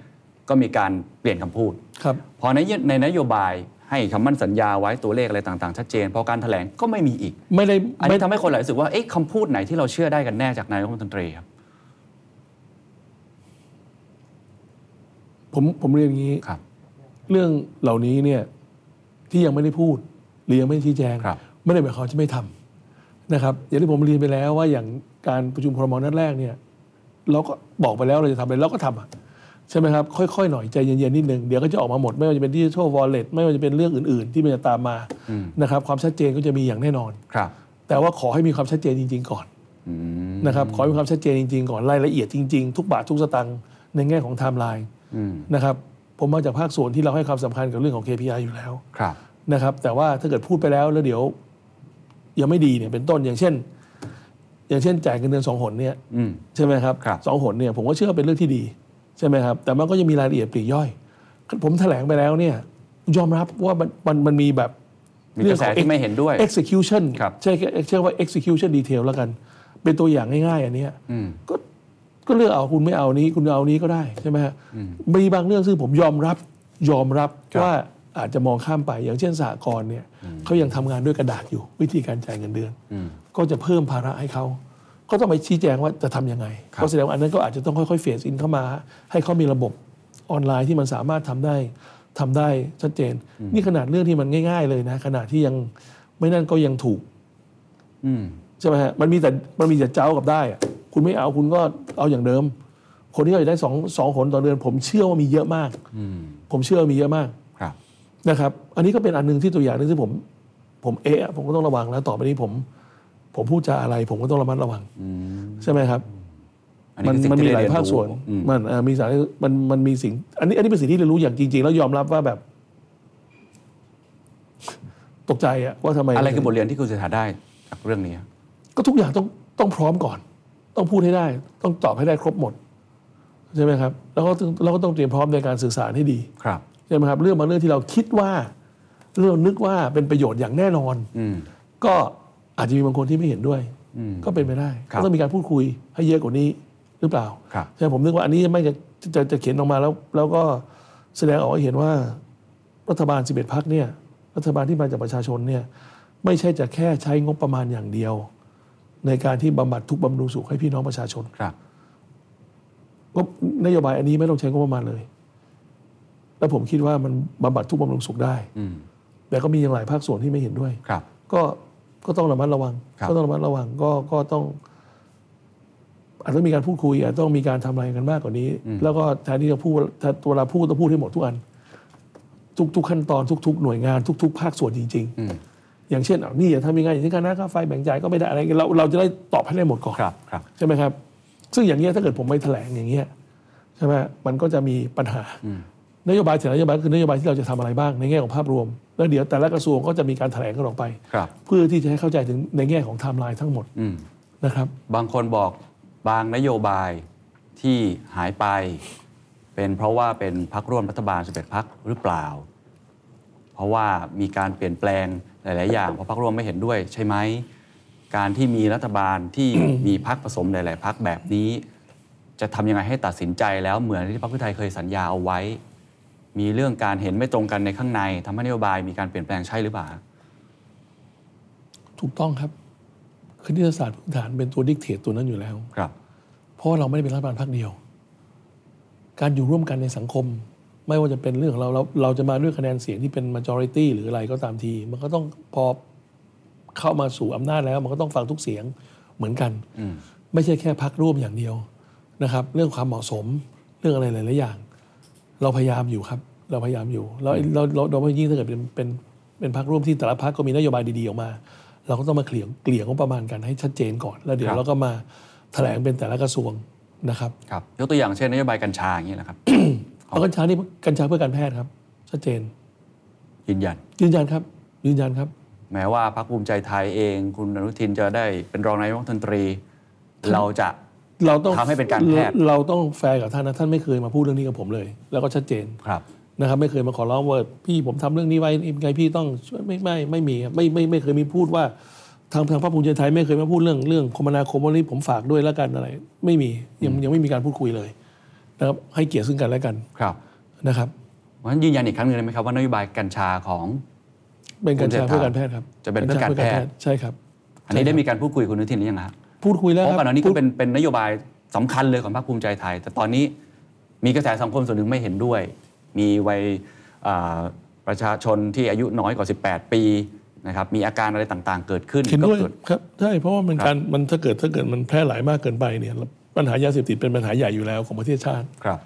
S1: ก็มีการเปลี่ยนคำพูด
S2: ครับ
S1: พอในในนโยบายให้คำมั่นสัญญาไว้ตัวเลขอะไรต่างๆ ชัดเจน พอการแถลงก็ไม่มีอีก
S2: ไม่ได้
S1: อัน
S2: ไม่
S1: นี้ทำให้คนหลายรู้สึกว่าเอ๊ะคำพูดไหนที่เราเชื่อได้กันแน่จากนายกรัฐมนตรีครับ
S2: ผมผมเรียนอย่างนี้
S1: ครับ
S2: เรื่องเหล่านี้เนี่ยที่ยังไม่ได้พูด หรือยังไม่ได้ชี้แจง
S1: ครับ
S2: ไม่ได้หมายความว่าจะไม่ทำนะครับ อย่างที่ผมเรียนไปแล้วว่าอย่างการประชุมครมนัดแรกเนี่ย เราก็บอกไปแล้วเราจะทำอะไรเราก็ทำอะใช่ไหมครับ ค่อยๆหน่อยใจเย็นๆนิดนึงเดี๋ยวก็จะออกมาหมด ไม่ว่าจะเป็นดิจิทัลวอลเล็ตไม่ว่าจะเป็นเรื่องอื่นๆ ที่มันจะตามมานะครับ ความชัดเจนก็จะมีอย่างแน่นอน
S1: ครับ
S2: แต่ว่าขอให้มีความชัดเจนจริง ๆ ก่อน
S1: อืม
S2: นะครับขอให้มีความชัดเจนจริงๆก่อนรายละเอียดจริงๆ ทุกบาททุกสตังค์ในแง่ของไทม์ไลน์
S1: อืม
S2: นะครับผมมาจากภาคส่วนที่เราให้ความสำคัญกับเรื่องของ KPI อยู่แล้ว
S1: ครับ
S2: นะครับแต่ว่าถ้าเกิดพูดไปแล้วแล้วเดี๋ยวยังไม่ดีเนี่ยเป็นต้นอย่างเช่น อย่างเช่นจ่ายเงินเดือนสองหนเนี่ย
S1: อืม
S2: ใช่ไหมครับ
S1: ครับ
S2: สองหนเนี่ยผมก็เชื่อเป็นเรื่องที่ดีใช่ไหมครับแต่มันก็ยังมีรายละเอียดปลีกย่อย ผมแถลงไปแล้วเนี่ยยอมรับว่ามันมันมันมีแบบ
S1: มีกระแสที่ไม่เห็นด้วย
S2: execution
S1: ครับ
S2: ใช่ใช่ว่า execution detail แล้วกัน เป็นตัวอย่างง่ายๆ อันเนี้ย
S1: อืม
S2: ก็ก็เลือกเอาคุณไม่เอานี้ คุณเอานี้ก็ได้ใช่ไหมฮะมีบางเรื่องซึ่งผมยอมรับยอมรับ
S1: ครับ
S2: ว่าอาจจะมองข้ามไปอย่างเช่นสหกรณ์เนี่ยเขายังทำงานด้วยกระดาษอยู่ วิธีการจ่ายเงินเดือน
S1: อืม
S2: ก็จะเพิ่มภาระให้เขา ก็ต้องไปชี้แจงว่าจะทำยังไง
S1: ครับ
S2: ก็แสดงว่าอันนั้นก็อาจจะต้องค่อยๆเฟสอินเข้ามา ให้เขามีระบบออนไลน์ที่มันสามารถทำได้ทำได้ชัดเจน นี่ขนาดเรื่องที่มันง่าย ๆ เลยนะขนาดที่ยังไม่นั่นก็ยังถูก
S1: อืม
S2: ใช่ไหมฮะ มันมีแต่ มันมีแต่เจ้ากับได้อะคุณ คุณไม่เอาคุณก็เอาอย่างเดิม คนที่เขาอยากได้สองสองหนต่อเดือน ผมเชื่อว่ามีเยอะมาก ผมเชื่อว่ามีเยอะมาก
S1: ครับ
S2: นะครับ อันนี้ก็เป็นอันหนึงที่ตัวอย่างหนึงที่ผมผมเอะผมก็ต้องระวังแล้วต่อไปนี้ผม ผมพูดจาอะไร ผมก็ต้องระมัดระวังใช่ไหมครับ
S1: อันนี้
S2: มัน
S1: คือสิ่ง
S2: มัน
S1: ที่
S2: มี
S1: ได้
S2: หลาย
S1: เรียน
S2: ภาค
S1: รู้
S2: ส่วน
S1: อืม
S2: มันเอ่อมีสารมันมันมีสิ่ง อันนี้อันนี้เป็นสิ่งที่เรียนรู้อย่างจริง ๆ แล้วยอมรับว่าแบบ ตกใจอะว่าทำไม
S1: อะไรคือบทเรียนที่คุณเศรษฐาได้จากเรื่องนี้
S2: ก็ทุกอย่างต้องต้องพร้อมก่อน ต้องพูดให้ได้ ต้องตอบให้ได้ครบหมด ใช่ไหมครับ แล้วก็ต้องเราก็ต้องเตรียมพร้อมในการสื่อสารให้ดี
S1: ครับ
S2: ใช่ไหมครับเรื่องบางเรื่องที่เราคิดว่าเรื่องนึกว่าเป็นประโยชน์อย่างแน่นอน
S1: อืม
S2: ก็อาจจะมีบางคนที่ไม่เห็นด้วย
S1: อืม
S2: ก็เป็นไปได้
S1: ครับ
S2: ก็ต้องมีการพูดคุยให้เยอะกว่านี้หรือเปล่า
S1: ครับ
S2: ใช่ผมนึกว่าอันนี้ไม่จะจะจะเขียนออกมาแล้ว แล้วก็แสดงออกให้เห็นว่ารัฐบาล 11พักเนี่ย รัฐบาลที่มาจากประชาชนเนี่ย ไม่ใช่จะแค่ใช้งบประมาณอย่างเดียว ในการที่บำบัดทุกข์บำรุงสุขให้พี่น้องประชาชน
S1: ครับ
S2: งบนโยบายอันนี้ไม่ต้องใช้งบประมาณเลย แล้วผมคิดว่ามันบำบัดทุกข์บำรุงสุขได้
S1: อืม
S2: แต่ก็มีอย่างหลายภาคส่วนที่ไม่เห็นด้วย
S1: ครับ
S2: ก็ก็ต้องระมัดระวัง
S1: ครับ
S2: ก็ต้องระมัดระวังก็ก็ต้องอาจต้องมีการพูดคุยอาจต้องมีการทำอะไรกันมากกว่านี้ แล้วก็แทนที่จะพูดถ้าตัวเราพูดต้องพูดให้หมดทุกอัน ทุกทุกขั้นตอนทุก ๆ หน่วยงานทุก ๆ ภาคส่วนจริง
S1: อืม
S2: ๆ อย่างเช่นอ้าวนี่อย่าทำยังไงอย่างเช่นค่าน้ำค่าไฟแบ่งจ่ายก็ไม่ได้อะไรเงี้ยเราเราจะได้ตอบให้ได้หมดก่อน
S1: ครับครับ
S2: ใช่ไหมครับ ซึ่งอย่างเงี้ยถ้าเกิดผมไม่แถลงอย่างเงี้ยใช่ไหมมันก็จะมีปัญหา นโยบายแต่ละนโยบายคือนโยบายที่เราจะทำอะไรบ้างในแง่ของภาพรวม แล้วเดี๋ยวแต่ละกระทรวงก็จะมีการแถลงกันออกไป
S1: ครับ
S2: เพื่อที่จะให้เข้าใจถึงในแง่ของไทม์ไลน์ทั้งหมด
S1: อืม
S2: นะครับ
S1: บางคนบอกบางนโยบายที่หายไป เป็นเพราะว่าเป็นพักร่วมรัฐบาล11พักหรือเปล่า เพราะว่ามีการเปลี่ยนแปลงหลาย ๆ อย่างเพราะพักร่วมไม่เห็นด้วยใช่ไหมการที่มีรัฐบาลที่ มีพักผสมหลาย ๆ พักแบบนี้ จะทำยังไงให้ตัดสินใจแล้วเหมือนที่พรรคเพื่อไทยเคยสัญญาเอาไว้ มีเรื่องการเห็นไม่ตรงกันในข้างในทำให้นโยบายมีการเปลี่ยนแปลงใช่หรือเปล่า
S2: ถูกต้องครับคณิตศาสตร์พื้นฐานเป็นตัวดิกเทตตัวนั้นอยู่แล้ว
S1: ครับ
S2: เพราะว่าเราไม่ได้เป็นรัฐบาลพรรคเดียว การอยู่ร่วมกันในสังคม ไม่ว่าจะเป็นเรื่องของเราเราเราจะมาด้วยคะแนนเสียงที่เป็น majority หรืออะไรก็ตามที มันก็ต้องพอเข้ามาสู่อำนาจแล้ว มันก็ต้องฟังทุกเสียงเหมือนกัน ไม่ใช่แค่พักร่วมอย่างเดียวนะครับ เรื่องความเหมาะสมเรื่องอะไรหลายๆอย่าง เราพยายามอยู่ครับ เราพยายามอยู่แล้วเราเราเรายิ่งถ้าเกิดเป็นเป็นเป็นพักร่วมที่แต่ละพักก็มีนโยบายดีๆออกมา เราก็ต้องมาเกลี่ยเกลี่ยงบประมาณกันให้ชัดเจนก่อน แล้วเดี๋ย
S1: ครั
S2: ว
S1: บ
S2: เราก็มาแถลงเป็นแต่ละกระทรวงนะครับ
S1: ครับยกตัวอย่างเช่นนโยบายกัญชาอย่างนี้ยนะครับ
S2: เอากัญชานี่กัญชาเพื่อการแพทย์ครับ ชัดเจน
S1: ยืนยัน
S2: ยืนยันครับ ยืนยันครับ
S1: แม้ว่าพรรคภูมิใจไทยเอง คุณอนุทินจะได้เป็นรองนายกรัฐมนตรี เราจะ
S2: เราต้อง
S1: ทำให้เป็นการแพทย์
S2: เราต้องแฟร์กับท่านนะท่านไม่เคยมาพูดเรื่องนี้กับผมเลย แล้วก็ชัดเจน
S1: ครับ
S2: นะครับไม่เคยมาขอร้องว่าพี่ผมทำเรื่องนี้ไว้ยังไงพี่ต้องช่วยไม่ไม่ไม่มีครับไม่ไม่ไม่เคยมีพูดว่าทางทางพรรคภูมิใจไทยไม่เคยมาพูดเรื่องเรื่องคมนาคมวันนี้ผมฝากด้วยแล้วกันอะไร ไม่มียังยังไม่มีการพูดคุยเลยนะครับให้เกียรติซึ่งกันและกัน
S1: ครับ
S2: นะครับ
S1: เพราะฉะนั้นยืนยันอีกครั้งหนึ่งได้ไหมครับว่านโยบายกัญชาของ
S2: เป็นกัญชา
S1: คุณเศรษฐา
S2: เพื่อการแพทย์ครับ
S1: จะเป็นเพื่อการแพทย์
S2: ใช่ครับ
S1: อันนี้ได้มีการพูดคุยกับคุณอนุทินหรือยังฮะ
S2: พูดคุยแล้ว
S1: เพ
S2: ครั
S1: ราะ
S2: บ
S1: ก่อนหน้านี้ก็
S2: พูด
S1: เป็นเป็นนโยบายสำคัญเลยของพรรคภูมิใจไทย แต่ตอนนี้มีกระแสสังคมส่วนหนึ่งไม่เห็นด้วย มีวัยอ่าประชาชนที่อายุน้อยกว่า 18 ปีนะครับมีอาการอะไรต่างๆ เกิดขึ้น
S2: เห็น
S1: ก็
S2: ด้วย
S1: เกิด
S2: ครับใช่เพราะว่ามัน
S1: ครับ
S2: การมันถ้าเกิดถ้าเกิดมันแพร่หลายมากเกินไปเนี่ยปัญหายาเสพติดเป็นปัญหาใหญ่อยู่แล้วของประเทศชาติ
S1: ครับ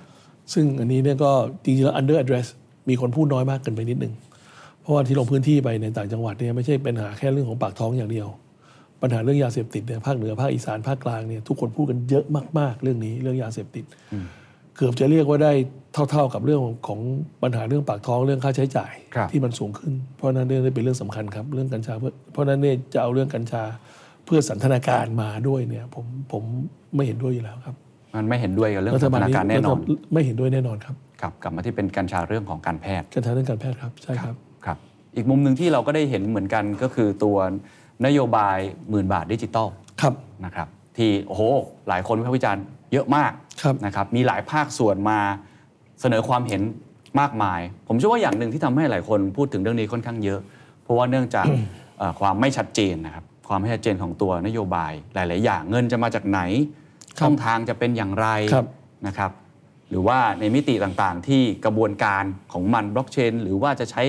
S2: ซึ่งอันนี้เนี่ยก็จริงๆแล้ว under address มีคนพูดน้อยมากเกินไปนิดนึง เพราะว่าที่ลงพื้นที่ไปในต่างจังหวัดเนี่ยไม่ใช่เป็นหาแค่เรื่องของปากท้องอย่างเดียว ปัญหาเรื่องยาเสพติดเนี่ยภาคเหนือภาคอีสานภาคกลางเนี่ยทุกคนพูดกันเยอะมากๆ เรื่องนี้เรื่องยาเสพติด เกือบจะเรียกว่าได้เท่า ๆกับเรื่องของปัญหาเรื่องปากท้องเรื่องค่าใช้จ่าย
S1: ครับ
S2: ที่มันสูงขึ้น เพราะฉะนั้นเรื่องนี้เป็นเรื่องสำคัญครับเรื่องกัญชาเพื่อเพราะฉะนั้นเนี่ยจะเอาเรื่องกัญชาเพื่อสันทนาการมาด้วยเนี่ยผมผมไม่เห็นด้วยอยู่แล้วครับ
S1: มันไม่เห็นด้วยกับเรื่องสถานการณ์แน่นอน
S2: รัฐบาลไม่เห็นด้วยแน่นอนครับ
S1: ครับกลับมาที่เป็นกัญชาเรื่องของการแพทย์
S2: การทางเรื่องการแพทย์ครับ ใช่ครับ
S1: ครับอีกมุมหนึ่งที่เราก็ได้เห็นเหมือนกันก็คือตัวนโยบายหมื่นบาทดิจิตอล
S2: ครับ
S1: นะครับที่โอ้โหหลายคนวิพากษ์วิจารณ์เยอะมาก
S2: ครับ
S1: นะครับมีหลายภาคส่วนมาเสนอความเห็นมากมาย ผมเชื่อว่าอย่างหนึ่งที่ทำให้หลายคนพูดถึงเรื่องนี้ค่อนข้างเยอะ เพราะว่าเนื่องจาก เอ่อความไม่ชัดเจนนะครับความไม่ชัดเจนของตัวนโยบายหลาย ๆ อย่างเงินจะมาจากไหน
S2: ครับ
S1: ช่องทางจะเป็นอย่างไร
S2: ครับ
S1: นะครับหรือว่าในมิติต่างๆ ที่กระบวนการของมันบล็อกเชนหรือว่าจะใช้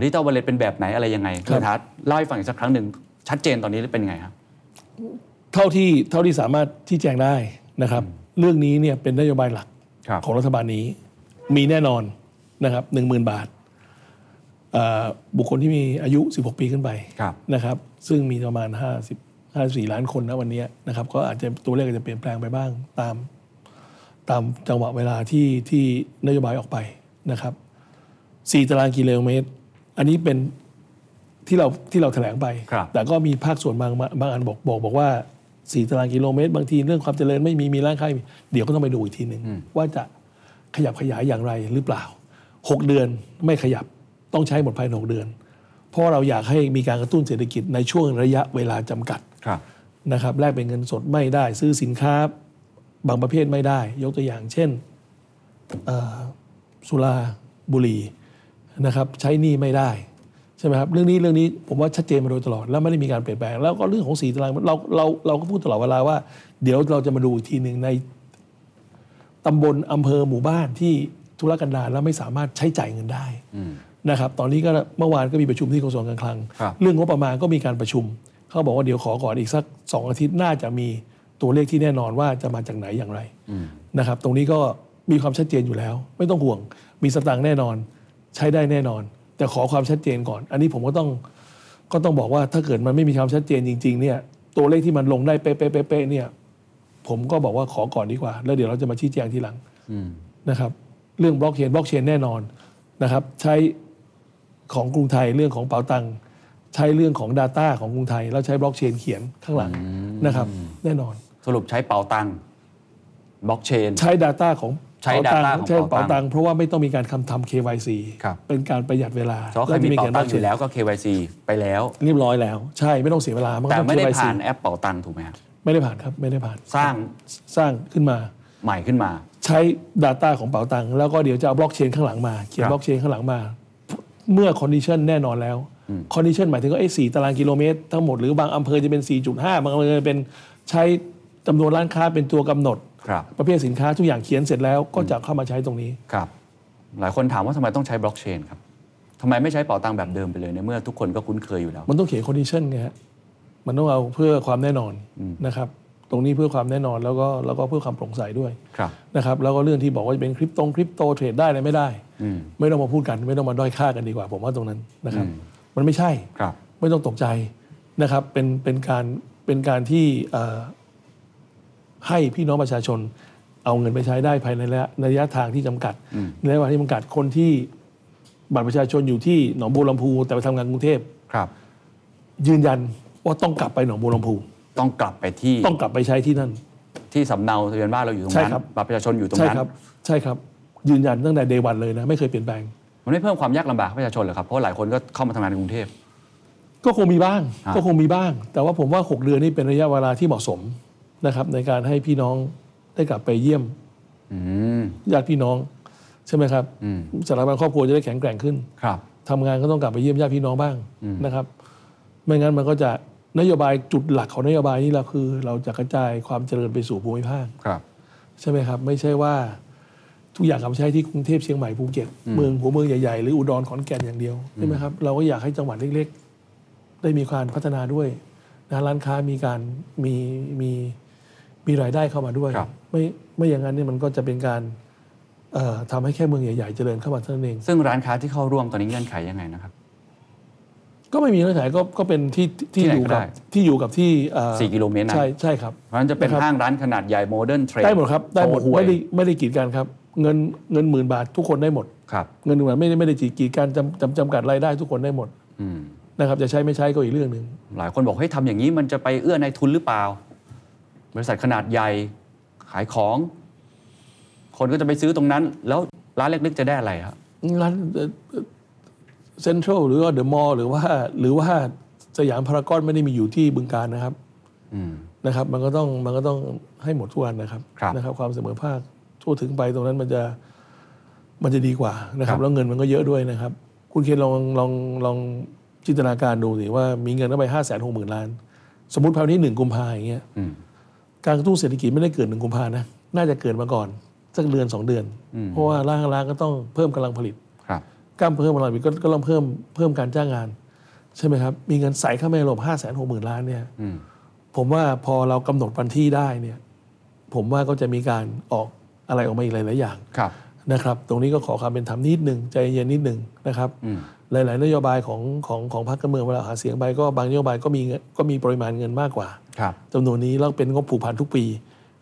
S1: ดิจิตอลวอลเล็ตเป็นแบบไหนอะไรยังไง
S2: ครับ
S1: ณทัศน์เล่าให้ฟังอีกสักครั้งหนึ่งชัดเจนตอนนี้เป็นยังไงครับ
S2: เท่าที่เท่าที่สามารถที่แจงได้นะครับ เรื่องนี้เนี่ยเป็นนโยบายหลัก
S1: ครับ
S2: ของรัฐบาลนี้ มีแน่นอนนะครับหนึ่งหมื่นบาทเอ่อบุคคลที่มีอายุ 16 ปีขึ้นไป
S1: ครับ
S2: นะครับ ซึ่งมีประมาณ 50 54 ล้านคนนะวันนี้นะครับ ก็อาจจะตัวเลขอาจจะเปลี่ยนแปลงไปบ้างตามตามจังหวะเวลาที่ที่นโยบายออกไปนะครับ 4 ตารางกิโลเมตร อันนี้เป็นที่เราที่เราแถลงไป
S1: ครับ
S2: แต่ก็มีภาคส่วนบางบางอันบอกบอกบอกว่า 4 ตารางกิโลเมตร บางทีเรื่องความเจริญไม่มีมีร้านค้าไม่มีเดี๋ยวก็ต้องไปดูอีกทีหนึ่งว่าจะขยับขยายอย่างไรหรือเปล่า 6 เดือนไม่ขยับต้องใช้หมดภายใน 6 เดือน เพราะเราอยากให้มีการกระตุ้นเศรษฐกิจในช่วงระยะเวลาจำกัด
S1: ครับ
S2: นะครับแลกเป็นเงินสดไม่ได้ซื้อสินค้าบางประเภทไม่ได้ ยกตัวอย่างเช่นเอ่อสุราบุหรี่นะครับใช้หนี้ไม่ได้ ใช่ไหมครับเรื่องนี้เรื่องนี้ผมว่าชัดเจนมาโดยตลอด แล้วไม่ได้มีการเปลี่ยนแปลง แล้วก็เรื่องของสีตารางเราเราเราก็พูดตลอดเวลาว่า เดี๋ยวเราจะมาดูอีกทีหนึ่งในตำบลอำเภอหมู่บ้านที่ธุรกันดารแล้วไม่สามารถใช้จ่ายเงินได้นะครับตอนนี้ก็เมื่อวานก็มีประชุมที่กระทรวงการคลัง
S1: ครับ
S2: เรื่องงบประมาณก็มีการประชุม เขาบอกว่าเดี๋ยวขอก่อนอีกสัก 2 อาทิตย์น่าจะมีตัวเลขที่แน่นอนว่าจะมาจากไหนอย่างไรนะครับ ตรงนี้ก็มีความชัดเจนอยู่แล้ว ไม่ต้องห่วง มีสตางค์แน่นอน ใช้ได้แน่นอน แต่ขอความชัดเจนก่อน อันนี้ผมก็ต้องก็ต้องบอกว่าถ้าเกิดมันไม่มีความชัดเจนจริง ๆ เนี่ย ตัวเลขที่มันลงได้เป๊ะๆๆๆเนี่ย ผมก็บอกว่าขอก่อนดีกว่า แล้วเดี๋ยวเราจะมาชี้แจงทีหลังนะครับเรื่องบล็อกเชนบล็อกเชนแน่นอนนะครับ ใช้ของกรุงไทยเรื่องของเป๋าตังค์ใช้เรื่องของ Data ของกรุงไทย แล้วใช้บล็อกเชนเขียนข้างหลังนะครับ แน่นอน
S1: สรุปใช้เป๋าตังบล็อกเชน
S2: ใช้ Data ของ
S1: ใช้ data
S2: เป๋าตั
S1: ของ
S2: ใช้
S1: เป๋าตัง
S2: เป๋าตังค์เพราะว่าไม่ต้องมีการคำทำ KYC
S1: ครับ
S2: เป็นการประหยัดเวลา
S1: เพราะเคยมี
S2: จะ
S1: เป๋า
S2: ขียน
S1: ตังอ
S2: block chain
S1: ยู่แล้วก็ KYC ไปแล้ว
S2: เรียบร้อยแล้ว ใช่ไม่ต้องเสียเวลามันก็
S1: แต่
S2: ต้อง
S1: ไม่ได้
S2: KYC
S1: ผ่านแอปเป๋าตังถูกไหมครับ
S2: ไม่ได้ผ่านครับไม่ได้ผ่าน
S1: สร้าง
S2: สร้างขึ้นมา
S1: ใหม่ขึ้นมา
S2: ใช้ Data ของเป๋าตังค์แล้วก็เดี๋ยวจะเอาบล็อกเชนข้างหลังมาเขียน
S1: ครับ
S2: บล็อกเชนข้างหลังมา เมื่อคอนดิชันแน่นอนแล้วคอนดิชันหมายถึงว่าไอ้สี่ตารางกิโลเมตรทั้งหมดหรือบางอำเภอจะเป็น 4.5 บางอำเภอเป็นใช้จำนวนร้านค้าเป็นตัวกำหนด
S1: ครับ
S2: ประเภทสินค้าทุกอย่างเขียนเสร็จแล้วก็จะเข้ามาใช้ตรงนี้
S1: ครับ หลายคนถามว่าทำไมต้องใช้บล็อกเชนครับทำไมไม่ใช้เป๋าตังแบบเดิมไปเลยในเมื่อทุกคนก็คุ้นเคยอยู่แล้ว
S2: มันต้องเขียนคอนดิชันไงฮะ มันต้องเอาเพื่อความแน่นอนนะครับ ตรงนี้เพื่อความแน่นอนแล้วก็แล้วก็เพื่อความโปร่งใสด้วย
S1: ครับ
S2: นะครับ แล้วก็เรื่องที่บอกว่าจะเป็นคริปตงคริปโตเทรดได้อะไรไม่ได้ ไม่ต้องมาพูดกัน ไม่ต้องมาด้อยค่ากันดีกว่า ผมว่าตรงนั้นนะครับ มันไม่ใช่
S1: ครับ
S2: ไม่ต้องตกใจนะครับ เป็นเป็นการเป็นการที่เอ่อให้พี่น้องประชาชน เอาเงินไปใช้ได้ภายในระยะระยะทางที่จำกัดในระยะเวลาที่จำกัดคนที่บัตรประชาชนอยู่ที่หนองบัวลำพูแต่ไปทำงานกรุงเทพ
S1: ครับ
S2: ยืนยันว่าต้องกลับไปหนองบัวลำพู
S1: ต้องกลับไปที่
S2: ต้องกลับไปใช้ที่นั่น
S1: ที่สำเนาทะเบียนบ้านเราอยู่ตรง
S2: ใช่
S1: นั้น
S2: ครับ
S1: บัตรประชาชนอยู่ตรง
S2: ใช่
S1: นั้
S2: คน รับ ใช่ครับ ยืนยันตั้งแต่เดวันเลยนะ ไม่เคยเปลี่ยนแปลง
S1: มันไม่เพิ่มความยากลำบากให้ประชาชนเหรอครับเพราะหลายคนก็เข้ามาทำงานในกรุงเทพ
S2: ก็คงมีบ้าง
S1: ฮะ
S2: ก็คงมีบ้าง แต่ว่าผมว่า 6 เดือนนี่เป็นระยะเวลาที่เหมาะสมนะครับ ในการให้พี่น้องได้กลับไปเยี่ยม
S1: อืม
S2: ญาติพี่น้อง ใช่ไหมครับสถาบันครอบครัวจะได้แข็งแกร่งขึ้น
S1: ครับ
S2: ทำงานก็ต้องกลับไปเยี่ยมญาติพี่น้องบ้างนะครับ ไม่งั้นมันก็จะนโยบายจุดหลักของนโยบายนี่แหละคือ เราจะกระจายความเจริญไปสู่ภูมิภาค
S1: ครับ
S2: ใช่ไหมครับ ไม่ใช่ว่าทุกอย่างกลับมาใช้ที่กรุงเทพเชียงใหม่ภูเก็ตเมืองหัวเมืองใหญ่ๆ หรืออุดรขอนแก่นอย่างเดียวใช่ไหมครับเราก็อยากให้จังหวัดเล็กๆ ได้มีการพัฒนาด้วยนะร้านค้ามีการมีมีมีรายได้เข้ามาด้วย
S1: ครับ
S2: ไม่ไม่อย่างนั้นเนี่ยมันก็จะเป็นการเอ่อทำให้แค่เมืองใหญ่ๆเจริญเข้ามาเท่านั้นเอง
S1: ซึ่งร้านค้าที่เข้าร่วมตอนนี้เงื่อนไขยังไงนะครับ
S2: ก็ไม่มีเงื่อนไขก็ก็เป็นที่
S1: ที่
S2: ที่
S1: ไหน
S2: อยู่กับ
S1: ก็ได้
S2: ที่อยู่กับที่เอ่อ
S1: สี่กิโลเมตรนะ
S2: ใช่ใช่ครับ
S1: เพราะฉะนั้นจะเป็น
S2: นะครับ
S1: ห้างร้านขนาดใหญ่โมเดิร์นเทรด
S2: ได้หมดครับได้หมด
S1: โชว์หวย
S2: ไม่ได้ไม่ได้กีดกันครับ เงินเงินหมื่นบาททุกคนได้หมด
S1: ครับ
S2: เงินหนึ่งบาทไม่ได้ไม่ได้จีกีดการจำจำจำกัดรายได้ทุกคนได้หมด
S1: อืม
S2: นะครับจะใช้ไม่ใช้ก็อีกเรื่องหนึ่ง
S1: หลายคนบอกให้ยทำอย่างนี้มันจะไปเอื้อในายทุนหรือเปล่า บริษัทขนาดใหญ่ขายของ คนก็จะไปซื้อตรงนั้น แล้วร้านเล็กๆจะได้อะไรครับ
S2: ร้านเซ็นทรัลหรือว่าเดอะมอลล์หรือว่าหรือว่าสยามพารากอนไม่ได้มีอยู่ที่บึงการนะครับนะครับ มันก็ต้องมันก็ต้องให้หมดทุกอันนะครับ
S1: ครับ
S2: นะครับ ความเสมอภาคทั่วถึงไปตรงนั้นมันจะมันจะดีกว่านะครับ แล้วเงินมันก็เยอะด้วยนะครับ คุณเคนลองลองลองจินตนาการดูสิว่ามีเงินเข้าไปห้าแสนหกหมื่นล้าน สมมติภายในหนึ่งกุมภาอย่างเงี้ย การกระตุ้นเศรษฐกิจไม่ได้เกิดหนึ่งกุมภานะ น่าจะเกิดมาก่อน สักเดือนสองเดือน เพราะว่าร่างร้านก็ต้องเพิ่มกำลังผลิต
S1: ครับ
S2: กล้ามเพิ่มกำลังผลิตก็ก็ต้องเพิ่มเพิ่มการจ้างงาน ใช่ไหมครับ มีเงินใส่เข้ามาในระบบห้าแสนหกหมื่นล้านเนี่ย ผมว่าพอเรากำหนดวันที่ได้เนี่ย ผมว่าก็จะมีการออกอะไรออกมาอีกหลาย ๆ อย่าง
S1: ครับ
S2: นะครับ ตรงนี้ก็ขอความเป็นธรรมนิดหนึ่งใจเย็นนิดหนึ่งนะครับ
S1: อืม
S2: หลาย ๆ นโยบายของของของพรรคการเมืองเวลาหาเสียงไปก็บางนโยบายก็มีเงินก็มีปริมาณเงินมากกว่า
S1: ครับ
S2: จำนวนนี้แล้วเป็นงบผูกพันทุกปี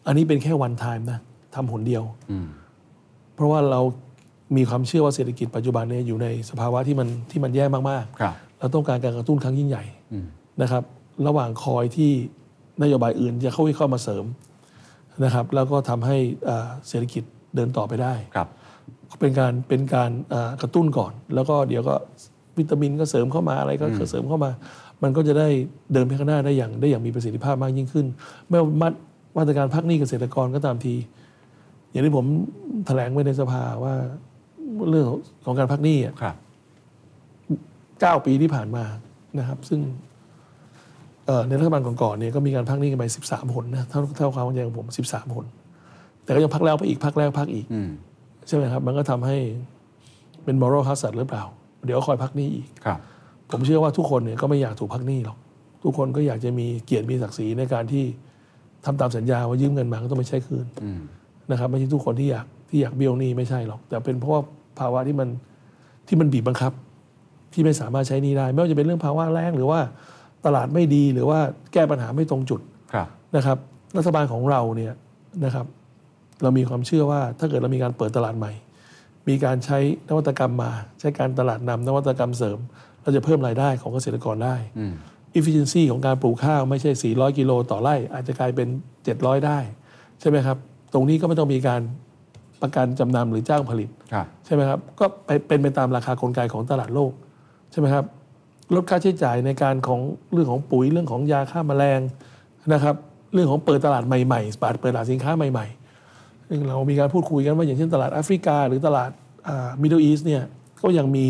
S2: อันนี้เป็นแค่วันไทม์นะทำหนเดียว
S1: อืม
S2: เพราะว่าเรามีความเชื่อว่าเศรษฐกิจปัจจุบันเนี่ยอยู่ในสภาวะที่มันที่มันแย่มาก
S1: ครับ
S2: ๆ เราต้องการการกระตุ้นครั้งยิ่งใหญ่
S1: อืม
S2: นะครับ ระหว่างคอยที่นโยบายอื่นจะเข้าเข้ามาเสริมนะครับ แล้วก็ทำให้อ่าเศรษฐกิจเดินต่อไปได้
S1: ครับ
S2: เป็นการเป็นการเอ่อกระตุ้นก่อน แล้วก็เดี๋ยวก็วิตามินก็เสริมเข้ามาอะไรก็เสริมเข้ามา มันก็จะได้เดินไปข้างหน้าได้อย่างได้อย่างมีประสิทธิภาพมากยิ่งขึ้นไม่ว่ามามาตรการพักหนี้เกษตรกรก็ตามที อย่างที่ผมแถลงไว้ในสภาว่าเรื่องของการพักหนี้อะ
S1: ครับ
S2: เก้าปีที่ผ่านมานะครับ ซึ่งเอ่อในรัฐบาลก่อนๆเนี่ยก็มีการพักหนี้กันไปสิบสามหนนะเท่าเท่าความเข้าใจของผมสิบสามหน แต่ก็ยังพักแล้วพักอีกพักแล้วพักอีก
S1: อืม
S2: ใช่ไหมครับ มันก็ทำให้เป็น moral hazard หรือเปล่า เดี๋ยวคอยพักหนี้อีก
S1: ครับ
S2: ผมเชื่อว่าทุกคนเนี่ยก็ไม่อยากถูกพักหนี้หรอก ทุกคนก็อยากจะมีเกียรติมีศักดิ์ศรีในการที่ทำตามสัญญาว่ายืมเงินมาก็ต้องไม่ใช่คืน
S1: อืม
S2: นะครับไม่ใช่ทุกคนที่อยากที่อยากเบี้ยวหนี้ไม่ใช่หรอก แต่เป็นเพราะว่าภาวะที่มันที่มันบีบบังคับ ที่ไม่สามารถใช้หนี้ได้ ไม่ว่าจะเป็นเรื่องภาวะแรงหรือว่าตลาดไม่ดีหรือว่าแก้ปัญหาไม่ตรงจุด
S1: ครับ
S2: นะครับรัฐบาลของเราเนี่ยนะครับ เรามีความเชื่อว่าถ้าเกิดเรามีการเปิดตลาดใหม่ มีการใช้นวัตกรรมมา ใช้การตลาดนำนวัตกรรมเสริม เราจะเพิ่มรายได้ของเกษตรกรได้
S1: อืม
S2: efficiency ของการปลูกข้าวไม่ใช่ 400 กิโลต่อไร่ อาจจะกลายเป็น 700 ได้ ใช่ไหมครับ ตรงนี้ก็ไม่ต้องมีการประกันจำนำหรือจ้างผลิต
S1: ครับ
S2: ใช่ไหมครับ ก็ไปเป็นไปตามราคากลไกของตลาดโลก ใช่ไหมครับ ลดค่าใช้จ่ายในการของเรื่องของปุ๋ยเรื่องของยาฆ่าแมลงนะครับ เรื่องของเปิดตลาดใหม่ๆ เปิดตลาดสินค้าใหม่ๆซึ่งเรามีการพูดคุยกันว่าอย่างเช่นตลาดแอฟริกา หรือตลาดมิดเดิลอีสเนี่ยก็ยังมี